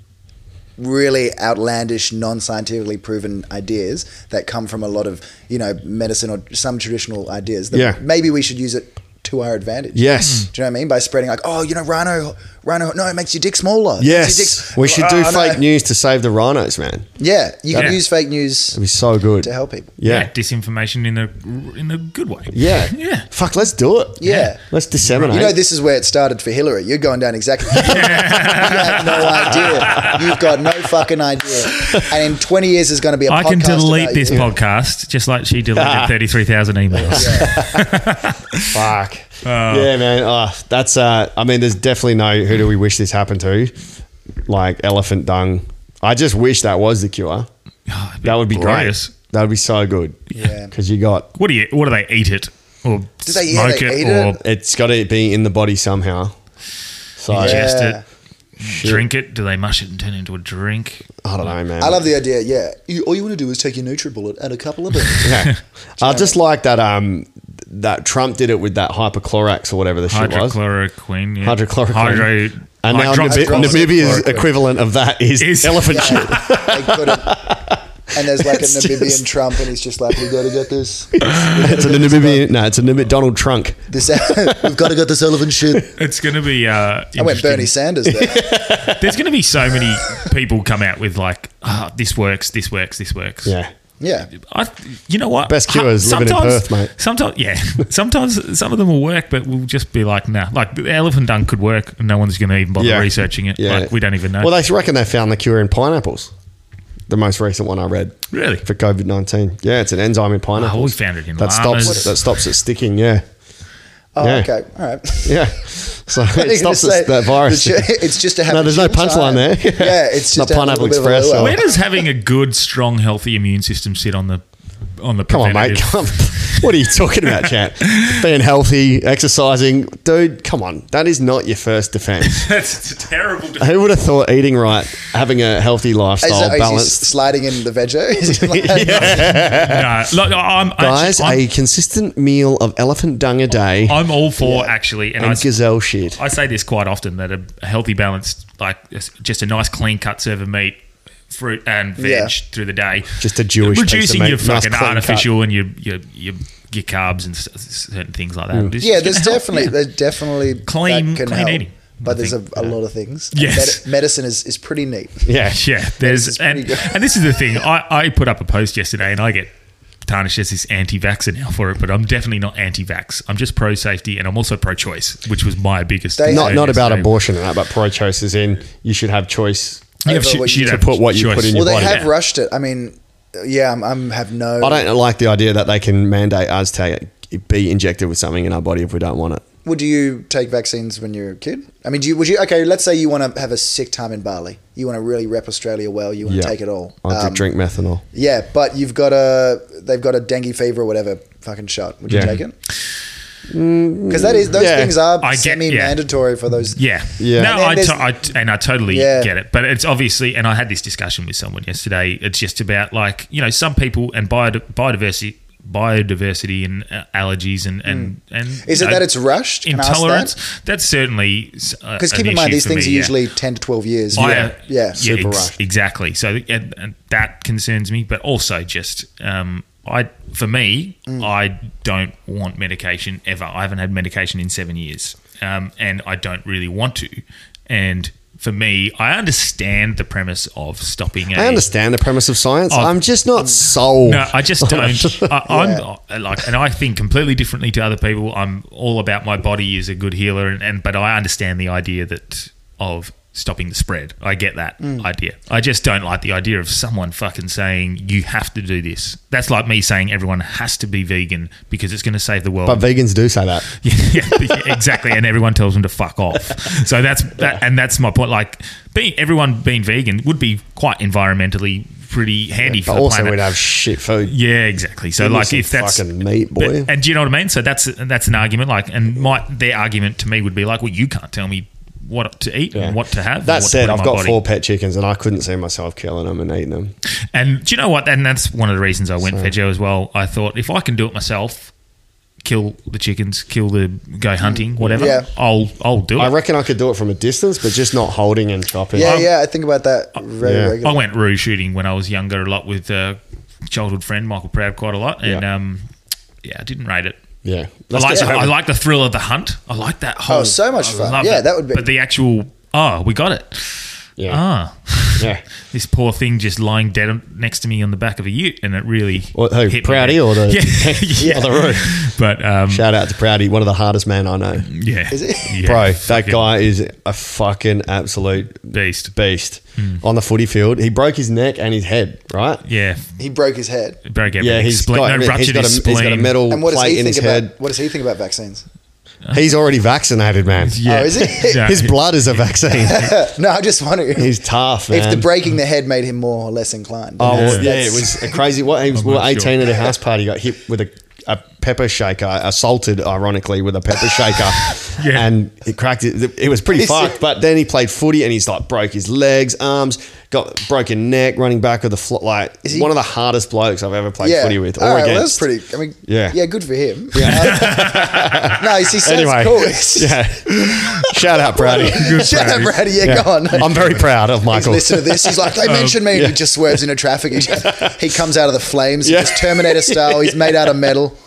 really outlandish, non-scientifically proven ideas that come from a lot of you know medicine or some traditional ideas? That
Yeah.
maybe we should use it to our advantage.
Hmm.
yes.
Do you know what I mean? By spreading like, oh, you know, rhino, rhino, no, it makes your dick smaller. It makes your
Yes.
dick's-"
We should
Oh,
do
no.
fake news to save the rhinos, man.
Yeah, you can
Yeah.
use fake news
It'd be so good.
to help people.
yeah.
Yeah.
disinformation in a in a good way.
Yeah.
yeah.
Fuck, let's do it.
Yeah.
Let's disseminate.
You know, this is where it started for Hillary. You're going down exactly. you have no idea. You've got no fucking idea. And in 20 years, there's going to be a
I
podcast
can delete
about
this
you.
podcast just like she deleted thirty three thousand emails.
Fuck. yeah, man. Oh, that's. Uh, I mean, there's definitely no. Who do we wish this happened to? Like elephant dung. I just wish that was the cure. That would be
glorious.
great. That would be so good.
Yeah.
Because you got
What do you? What do they eat it or
they- yeah,
smoke
they
it
eat
or
it.
it's got to be in the body somehow. So
ingest
Yeah.
it, drink it? Do they mush it and turn it into a drink?
I don't know, man.
I love the idea. Yeah. You, all you want to do is take your NutriBullet and a couple of bits.
Yeah. I just like that. Um, that Trump did it with that hyperchlorax or whatever the shit was.
Hydrochloroquine. Yeah.
Hydrochloroquine.
Hydro.
And now
hydroxy-
Namibi- Namibia's equivalent of that is,
Is-
elephant shit.
they couldn't. and there's like a
It's
Namibian
just-
Trump, and he's just like, "We gotta get this.
It's a Namibian. No, it's a Namibian Donald Trunk.
This we've gotta get this elephant shit."
It's going to be. Uh,
I went
interesting.
Bernie Sanders there.
There's going to be so many people come out with like, ah, this works, this works, this works.
Yeah.
Yeah,
I, you know what?
Best cure is living in Perth, mate.
Sometimes, yeah. Sometimes some of them will work, but we'll just be like, nah. Like the elephant dung could work, and no one's going to even bother
Yeah.
researching it. Like we don't even know.
Well, they reckon they found the cure in pineapples. The most recent one I read
really.
for COVID nineteen. Yeah, it's an enzyme in pineapples.
Oh, we found it in
that
llamas.
stops that stops it sticking. Yeah.
Oh,
Yeah.
okay. All right.
Yeah. So
I
it
was gonna
stops
say,
us, that virus.
the ju- it's just to have
No,
a
there's no
chill
punchline
time.
there.
Yeah, it's
Not
just to have a
Pineapple
little bit of a
Express.
lull.
Where does having a good, strong, healthy immune system sit on the on the
Come on, mate.
preventative?
Come. What are you talking about, chat? Being healthy, exercising, dude. Come on, that is not your first defense.
That's a terrible.
Who would have thought eating right, having a healthy
Is,
lifestyle,
that- is he s-
balanced?
sliding in the veggie? Is he like-
No, look, I'm
Guys,
actually,
a consistent meal of elephant dung a day
I'm, I'm all for actually, and,
and
I,
gazelle shit.
I say this quite often that a a healthy, balanced, like it's just a nice, clean cut serve of meat, fruit, and veg
Yeah.
through the day.
Just a Jewish piece of
reducing
meat,
your
nice
fucking
clean cut.
artificial and your your your your carbs and s- certain things like
Mm.
that. It's
yeah,
just
there's
gonna help,
definitely
yeah.
there's definitely that
Clean-
can
clean
help.
eating, I
But there's a,
think,
a lot of things.
Yes.
Medi- medicine is, is pretty neat.
Yeah,
Yeah,
is
there's
pretty
and,
good.
and this is the thing. I, I put up a post yesterday, and I get tarnished as this anti-vaxxer now for it, but I'm definitely not anti-vax. I'm just pro-safety, and I'm also pro-choice, which was my biggest.
They-
Not
concern
not about
yesterday.
abortion and that, but pro choice is in. You should have choice.
You have
over
sh-
what
you
you-
have
to put what you put
choice.
in your
Well, they
body.
have
Yeah.
rushed it. I mean, yeah, I'm, I'm have no.
I don't like the idea that they can mandate us to be injected with something in our body if we don't want it.
Would you take vaccines when you're a kid? I mean, do you? Would you? Okay, let's say you want to have a sick time in Bali. You want to really rep Australia well. You want to take it all.
I'll
Um,
drink methanol.
Yeah, but you've got a they've got a dengue fever or whatever fucking shot. Would you
Yeah.
take it? Because that is those
yeah.
things are
I get- yeah.
semi-mandatory for those.
Yeah.
Yeah.
No,
And
then
I,
there's-
to- I t- and I totally
Yeah.
get it. But it's obviously, and I had this discussion with someone yesterday. It's just about like, you know, some people and biod- biodiversity. Biodiversity and uh, allergies and and and
Hmm. Is
you
it that it's rushed? Can I ask that?
intolerance? That's certainly uh, because
Because keep in mind these things are usually ten to twelve years.
yeah,
yeah.
super
ex-
rushed.
Exactly. So and, and that concerns me, but also just um, I for me,
Mm.
I don't want medication ever. I haven't had medication in seven years, um, and I don't really want to. And for me, I understand the premise of stopping.
I
a-
understand the premise of science. I'm just not sold.
no, I just don't. I, I'm like, and I think completely differently to other people. I'm all about my body is a good healer, and, and but I understand the idea that of stopping the spread. I get that
Mm.
idea. I just don't like the idea of someone fucking saying you have to do this. That's like me saying everyone has to be vegan because it's going to save the world.
But vegans do say that.
Yeah, yeah, exactly. And everyone tells them to fuck off. So that's that, and that's my point. Like, being everyone being vegan would be quite environmentally pretty handy for
But
the
also,
planet.
we'd have shit food.
Yeah, exactly. So
Give me
like,
some
if that's
fucking meat,
but-
boy.
and do you know what I mean? So that's that's an argument. Like, and my their argument to me would be like, well, you can't tell me what to eat and what to have. and
That
what to
said,
put in my
I've got
body.
four pet chickens, and I couldn't see myself killing them and eating them.
And do you know what? And that's one of the reasons I went veggio as well. I thought if I can do it myself, kill the chickens, kill the go
Mm,
hunting, whatever.
Yeah.
I'll I'll do
I
it.
reckon I could do it from a distance, but just not holding and chopping.
Yeah, yeah. I think about that very
Yeah.
I
regularly.
went roo shooting when I was younger a lot with a childhood friend Michael Proud quite a lot, and
Yeah.
um, yeah, I didn't rate it.
yeah.
I
That's Oh,
like,
just
the,
having-
I like the thrill of the hunt. I like that whole.
so much
I
fun.
love
Yeah, that would be-
But the actual. Oh, we got it.
yeah.
Ah,
yeah.
this poor thing just lying dead next to me on the back of a Ute, and it really
What, who,
hit me.
Prouty or the-
yeah, yeah.
or the Roo?
But um,
Shout out to Prouty, one of the hardest men I know.
yeah,
Is it?
Yeah,
Bro, that
fucking
guy is a fucking absolute
beast.
beast on the footy field. He broke his neck and his head, right?
Hmm. Yeah,
He broke his head.
bro, get
Yeah,
me
he's
spleen.
got,
no,
he's
ruptured
got, a,
his
he's
spleen.
got a metal
And what does
plate
he
in
think
his
about?
head.
What does he think about vaccines?
He's already vaccinated, man.
Yeah.
Oh, is he?
Yeah.
His blood is a vaccine.
no, I just wonder
He's tough, man.
if the breaking the head made him more or less inclined.
Oh,
That's-
yeah,
that's-
it was a crazy. What he was, we were
not sure.
eighteen at a house party, got hit with a, a pepper shaker, assaulted, ironically, with a pepper shaker.
Yeah.
And it cracked it. It was pretty fucked. But then he played footy and he's like broke his legs, arms, got broken neck, running back of the floor. Like,
he-
one of the hardest blokes I've ever played
yeah.
footy with or
All right, well, that's
against.
pretty. I mean,
Yeah.
yeah, yeah, good for him. Yeah. no, he sounds
Anyway.
cool. It's just-
yeah. Shout out, Brady.
Shout out, Brady. Yeah, go on.
I'm very proud of
He's
Michael.
listened to this. He's like,
Um,
they mentioned me. and He just swerves into traffic. He, just, he comes out of the flames.
Yeah.
He's Terminator style. He's made out of metal.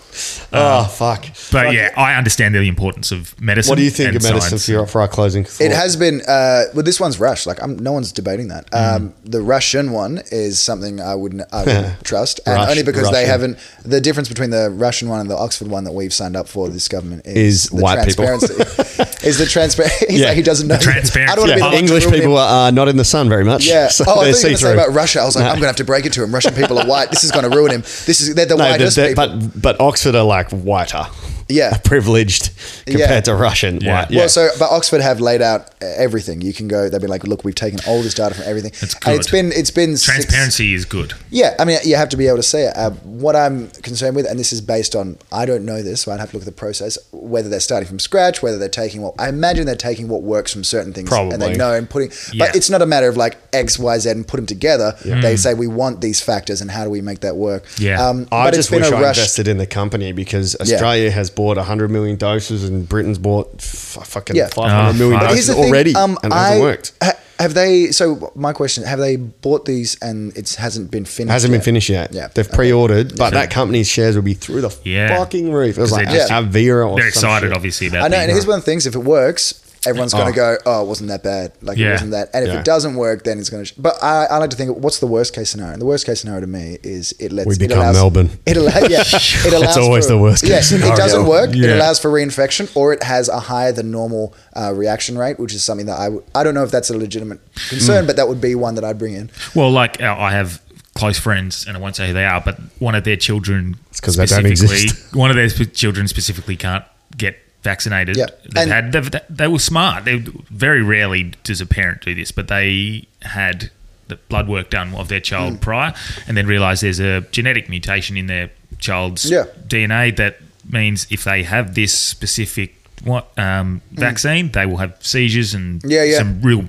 Oh, fuck.
But yeah, I understand the importance of medicine.
What do you think
and
of medicine
science.
for, your, for our closing thought?
It has been. Uh, well, this one's Rush. Like, I'm, no one's debating that.
Mm.
Um, the Russian one is something I wouldn't, I wouldn't trust, and
Rush-
only because they
Russian.
haven't. The difference between the Russian one and the Oxford one that we've signed up for this government
Is
is, the
white people.
transparency. is the transparency? He's
Yeah.
like, he doesn't know.
transparency.
I don't want
Yeah,
to be the one to
English
ruin him.
people are not in the sun very much.
Yeah.
So
oh,
they're
I thought you were going to say
see-through.
about Russia. I was like, I'm going to have to break it to him. Russian people are white. This is going to ruin him. This is they're the
No,
whitest
they're-
people.
but but Oxford are like whiter,
Yeah.
privileged compared
Yeah.
to Russian.
Yeah.
White. yeah.
Well, so but Oxford have laid out uh, everything. You can go. They've been like, look, we've taken all this data from everything.
That's
And It's
good.
been it's been six-
Transparency is good.
yeah, I mean, you have to be able to see it. Uh, what I'm concerned with, and this is based on, I don't know this, so I'd have to look at the process. Whether they're starting from scratch, whether they're taking what I imagine they're taking what works from certain things, and
Probably.
they know and putting.
Yeah.
But it's not a matter of like X, Y, Z and put them together. They
Mm.
say we want these factors, and how do we make that work? Um,
Yeah.
I
but
just wish I invested in the company because Australia has bought 100 million doses and Britain's bought f- fucking
Yeah.
five hundred
Oh,
million
fuck.
But here's
doses
the thing,
already,
um,
and it
I-
hasn't worked.
ha- have they? So my question: Have they bought these and it hasn't been finished?
hasn't been
yet?
finished yet.
Yeah,
They've pre-ordered, but that company's shares will be through the
Yeah.
fucking roof. It was
'Cause
like
they're just-
Avira or
They're
some
excited,
shit.
obviously, about.
I know,
the-
and here's one of the things: if it works, everyone's going
Oh.
to go, "Oh, it wasn't that bad." Like
Yeah.
it wasn't that. And if
Yeah.
it doesn't work, then it's going to. Sh- but I, I like to think, what's the worst case scenario? And the worst case scenario to me is it lets
We
it
become
allows-
Melbourne.
It allows. Yeah, it allows.
always
for-
the worst case
yeah,
scenario.
It doesn't work. It
Yeah.
allows for reinfection, or it has a higher than normal uh, reaction rate, which is something that I w- I don't know if that's a legitimate
Mm.
concern, but that would be one that I'd bring in.
Well, like uh, I have close friends, and I won't say who they are, but one of their children
'cause they don't exist.
One of their sp- children specifically can't get vaccinated.
Yeah.
They've
And-
had, they've, they were smart. They very rarely does a parent do this, but they had the blood work done of their child
Mm.
prior, and then realised there's a genetic mutation in their child's
Yeah.
DNA that means if they have this specific what um,
Mm.
vaccine, they will have seizures and
Yeah, yeah.
some real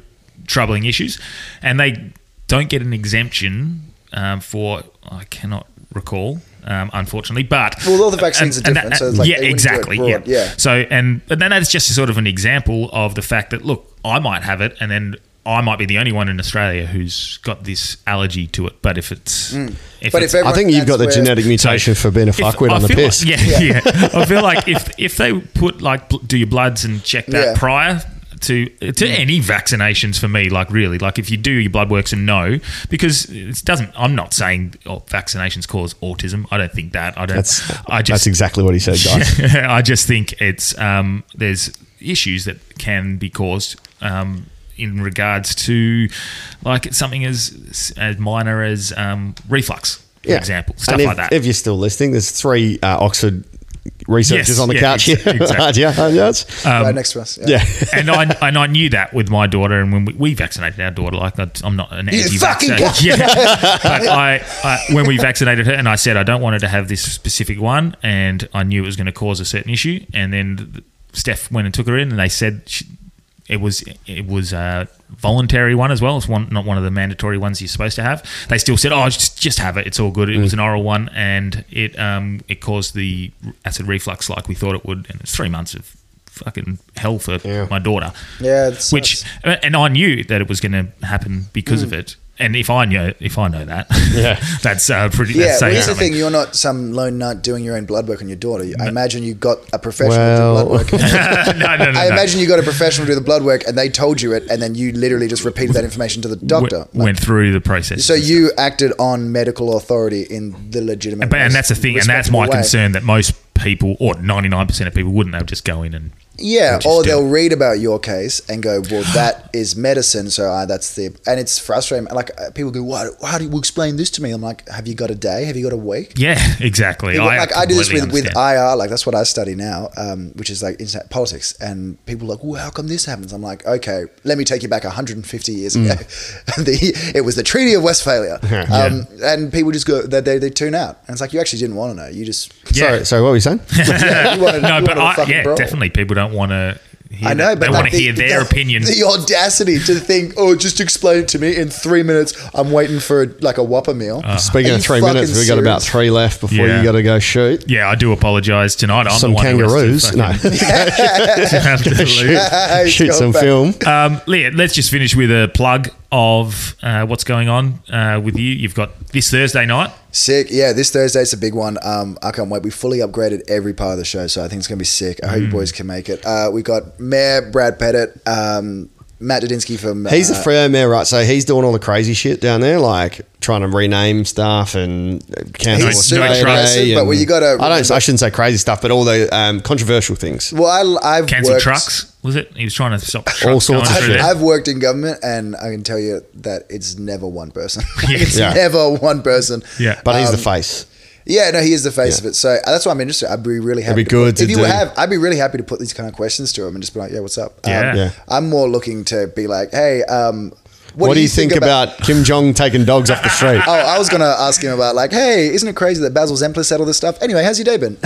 troubling issues, and they don't get an exemption um, for I cannot recall. Um, unfortunately, but
Well, all the vaccines are
and
different, so it's like
yeah,
they wouldn't do it
exactly,
broad,
yeah.
yeah.
So, and and then that's just sort of an example of the fact that look, I might have it, and then I might be the only one in Australia who's got this allergy to it. But if it's, if
Mm. But
it's,
if everyone,
I think you've
that's
got the
where-
genetic mutation for being a
if-
fuckwit
I
on the
feel
piss.
Like, yeah, yeah, I feel like if if they put like bl- do your bloods and check that
Yeah.
prior to to any vaccinations for me, like really, like if you do your blood works and know, because it doesn't. I'm not saying oh, vaccinations cause autism. I don't think that. I don't.
That's
I
that's
just
exactly what he said, guys.
I just think it's um, there's issues that can be caused um, in regards to like something as as minor as um, reflux, for
Yeah.
example, stuff
And if,
like that.
If you're still listening, there's three uh, Oxford researchers
Yes,
on the
yeah,
couch
ex-
here.
exactly. Uh,
yeah, yeah, it's-
right next to us.
Um, yeah.
and I and I knew that with my daughter, and when we, we vaccinated our daughter, like I- I'm not an anti
fucking
vaccinator. Yeah. but I, I when we vaccinated her, and I said I don't want her to have this specific one, and I knew it was going to cause a certain issue, and then th- Steph went and took her in, and they said she, it was it was a voluntary one as well. It's one not one of the mandatory ones you're supposed to have. They still said, oh, just just have it. It's all good. It
Mm.
was an oral one, and it um it caused the acid reflux like we thought it would, and it's three months of fucking hell for
Yeah.
my daughter.
Yeah, that
which uh, and I knew that it was going to happen because
Mm.
of it. And if I know, if I know that, yeah, that's uh, pretty.
Yeah,
that's
well,
saying
here's the
something.
thing: you're not some lone nut doing your own blood work on your daughter. I imagine you got a professional
Well-
do blood work.
no, no, no.
I
no.
imagine you got a professional do the blood work, and they told you it, and then you literally just repeated that information to the
W-
doctor. Like,
went through the process.
so you acted on medical authority in the legitimate.
But and
most
that's the thing, and that's
respectable
my
way.
concern that most people, or ninety nine percent of people, wouldn't. They'll just go in and
Yeah,
Which is
or
dead.
they'll read about your case and go, "Well, that is medicine." So uh, that's the, and it's frustrating. Like uh, people go, "Why? How do you explain this to me?" I'm like, "Have you got a day? Have you got a week?"
Yeah, exactly.
People- like I do this with,
completely
with
understand.
IR, like that's what I study now, um, which is like internet politics. And people are like, well, how come this happens? I'm like, okay, let me take you back 150 years ago.
Mm.
the, it was the Treaty of Westphalia, um, and people just go, they, they, they tune out, and it's like you actually didn't want to know. You just
Yeah.
Sorry, sorry, what were you saying?
you wanted,
no,
you
but
wanted a
I,
fucking
yeah,
brawl.
definitely. People don't want to.
I know, but
they
like
want to
the-
hear their
the-
opinion.
The audacity to think, oh, just explain it to me in three minutes. I'm waiting for like a Whopper meal.
Uh-huh.
Speaking
Are
of
you
three
fucking
minutes, we've got about
serious?
three left before
Yeah.
you got to go shoot
yeah, I do apologise tonight. I'm
some
the one who has to
kangaroos. No,
fucking- have to leave.
Hey,
shoot
go
some
back.
film.
Um, Leah, let's just finish with a plug of uh, what's going on uh, with you. You've got this Thursday night.
Sick. Yeah, this Thursday's a big one. Um, I can't wait. We fully upgraded every part of the show, so I think it's going to be sick. I hope
Mm.
you boys can make it. Uh, we got Mayor Brad Pettit, um, Matt Dudinsky from. Uh,
He's the Freo mayor, right? So he's doing all the crazy shit down there, like trying to rename stuff and cancel
He's
super
Australia
progressive,
Day
but
and-
well, you gotta
I don't. I
remember-
shouldn't say crazy stuff, but all the um, controversial things.
Well, I, I've
Cancel
worked,
trucks. Was it? He was trying to stop trucks
All sorts
going
of
through
shit.
there.
I've worked in government, and I can tell you that it's never one person. it's
Yeah.
never one person.
yeah,
But he's the
Um,
face.
Yeah, no, he is the face
Yeah.
of it. So uh, that's why I'm interested. I'd be really happy.
be good
put- if
to
you
do.
have, I'd be really happy to put these kind of questions to him and just be like, "Yeah, what's up?" Um,
Yeah. Yeah.
I'm more looking to be like, "Hey, um,
What, do you think, about, Kim Jong taking dogs off the street?
Oh, I was gonna ask him about like, hey, isn't it crazy that Basil Zempler said all this stuff? Anyway, how's your day been?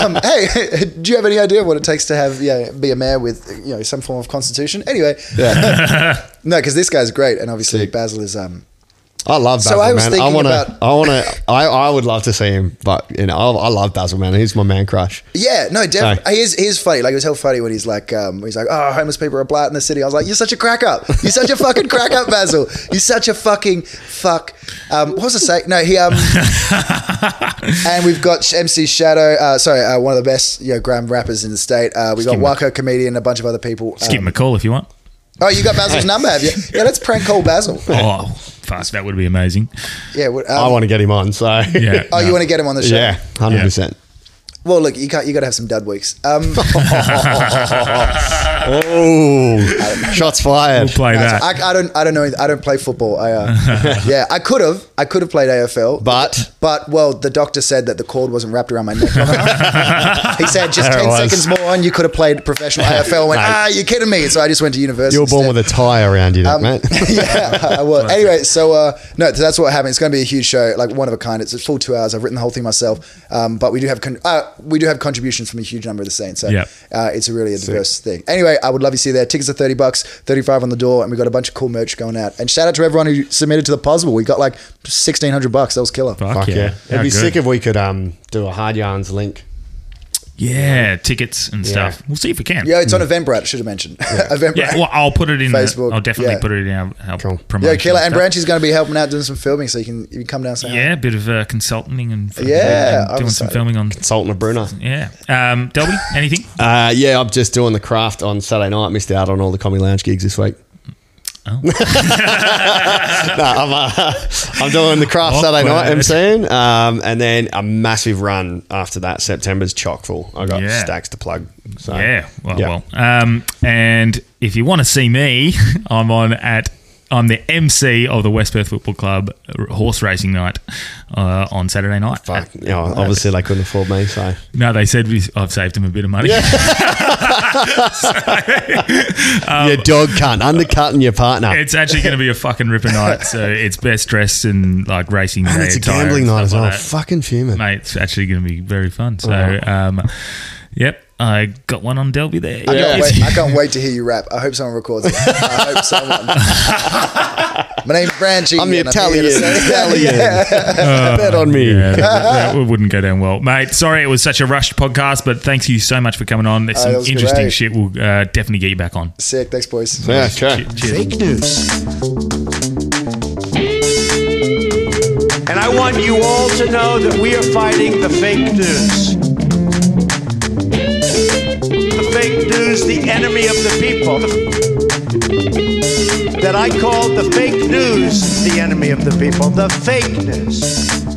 um, hey, do you have any idea what it takes to have yeah be a mayor with you know some form of constitution? Anyway, no, because this guy's great, and obviously
Sick.
Basil is um
I love Basil,
So I was
man. I
thinking
want to.
about-
I want to. I, I would love to see him, but you know, I, I love Basil, man. He's my man crush.
yeah no
No.
definitely he is he is funny like it was hell funny when he's like um he's like oh homeless people are blight in the city I was like you're such a crack up you're such a fucking crack up Basil you're such a fucking fuck um what was I say no he um. and we've got MC Shadow. Uh, sorry, uh, one of the best you know, glam rappers in the state. Uh, we've got Waka comedian, and a bunch of other people.
Just give him
Um,
a call if you want.
oh, you got Basil's number, have you? Yeah, let's prank call Basil.
Oh, fast! That would be amazing.
Yeah. what- Um,
I want to get him on. So
Yeah.
Oh, you want to get him on the show?
yeah, hundred percent.
Well, look, you can't. You got to have some dud weeks. Um,
Oh, shots fired.
We'll play that.
I, I don't. I don't know. I don't play football. I, uh, yeah, I could have. I could have played AFL,
But-
but well, the doctor said that the cord wasn't wrapped around my neck. he said just
There it
ten
was.
seconds more on, you could have played professional AFL. I went,
Mate.
ah, you're kidding me. So I just went to university.
you were born with a tie around you, that mate.
yeah, I was. Anyway, so uh, no, so that's what happened. It's going to be a huge show, like one of a kind. It's a full two hours. I've written the whole thing myself, um, but we do have con- uh, we do have contributions from a huge number of the saints. So
Yeah.
uh, it's a really a diverse thing. Anyway, I would love you to see you there. Tickets are thirty bucks, thirty five on the door, and we got a bunch of cool merch going out. And shout out to everyone who submitted to the possible. We got like sixteen hundred bucks. That was killer.
Fuck,
Fuck yeah.
yeah. How
It'd be
good.
sick if we could um, do a hard yarns link.
Yeah, tickets and stuff. We'll see if we can.
Yeah, it's on Eventbrite. I should have mentioned Eventbrite.
Yeah, well, I'll put it in
Facebook,
The, I'll definitely
yeah.
put it in our, our
Cool.
promotion.
Yeah, killer. And
stuff.
Branch is going to be helping out doing some filming, so you can you can come down. And say hi.
Yeah, a bit of uh, consulting and
Yeah,
and
I'm
doing some
excited.
filming on.
Salt and Brunner.
Yeah, um, Delby, anything?
Uh, yeah, I'm just doing the craft on Saturday night. Missed out on all the comedy lounge gigs this week.
Oh.
no, I'm, uh, I'm doing the craft Saturday night. I'm
Awkward.
saying, um, and then a massive run after that. September's chock full. I got
Yeah.
stacks to plug. So
Yeah, well,
yeah.
well. Um, and if you want to see me, I'm on at I'm the MC of the West Perth Football Club r- horse racing night uh, on Saturday night.
Fuck, you know, obviously they couldn't afford me, so
No, they said we, I've saved them a bit of money. Um,
your dog cunt undercutting your partner.
It's actually going to be a fucking ripper night. So it's best dressed and like racing.
and
day
it's a
attire
gambling
and stuff
night as well.
like that.
Fucking fuming.
Mate, it's actually going to be very fun. So, um, yep, I got one on Delby there.
I can't, wait, I can't wait to hear you rap. I hope someone records it. I hope someone. My name's Branchy.
I'm the
and here
Italian.
to say-
Italian. Bet on me.
Yeah, that, that wouldn't go down well, mate. Sorry, it was such a rushed podcast, but thank you so much for coming on. There's
Oh,
some
that was
interesting
great.
shit. We'll uh, definitely get you back on.
Sick. Thanks, boys.
Yeah, sure.
Cheers.
And I want you all to know that we are fighting the fake news. The fake news, the enemy of the people. That I call the fake news the enemy of the people. The fake news.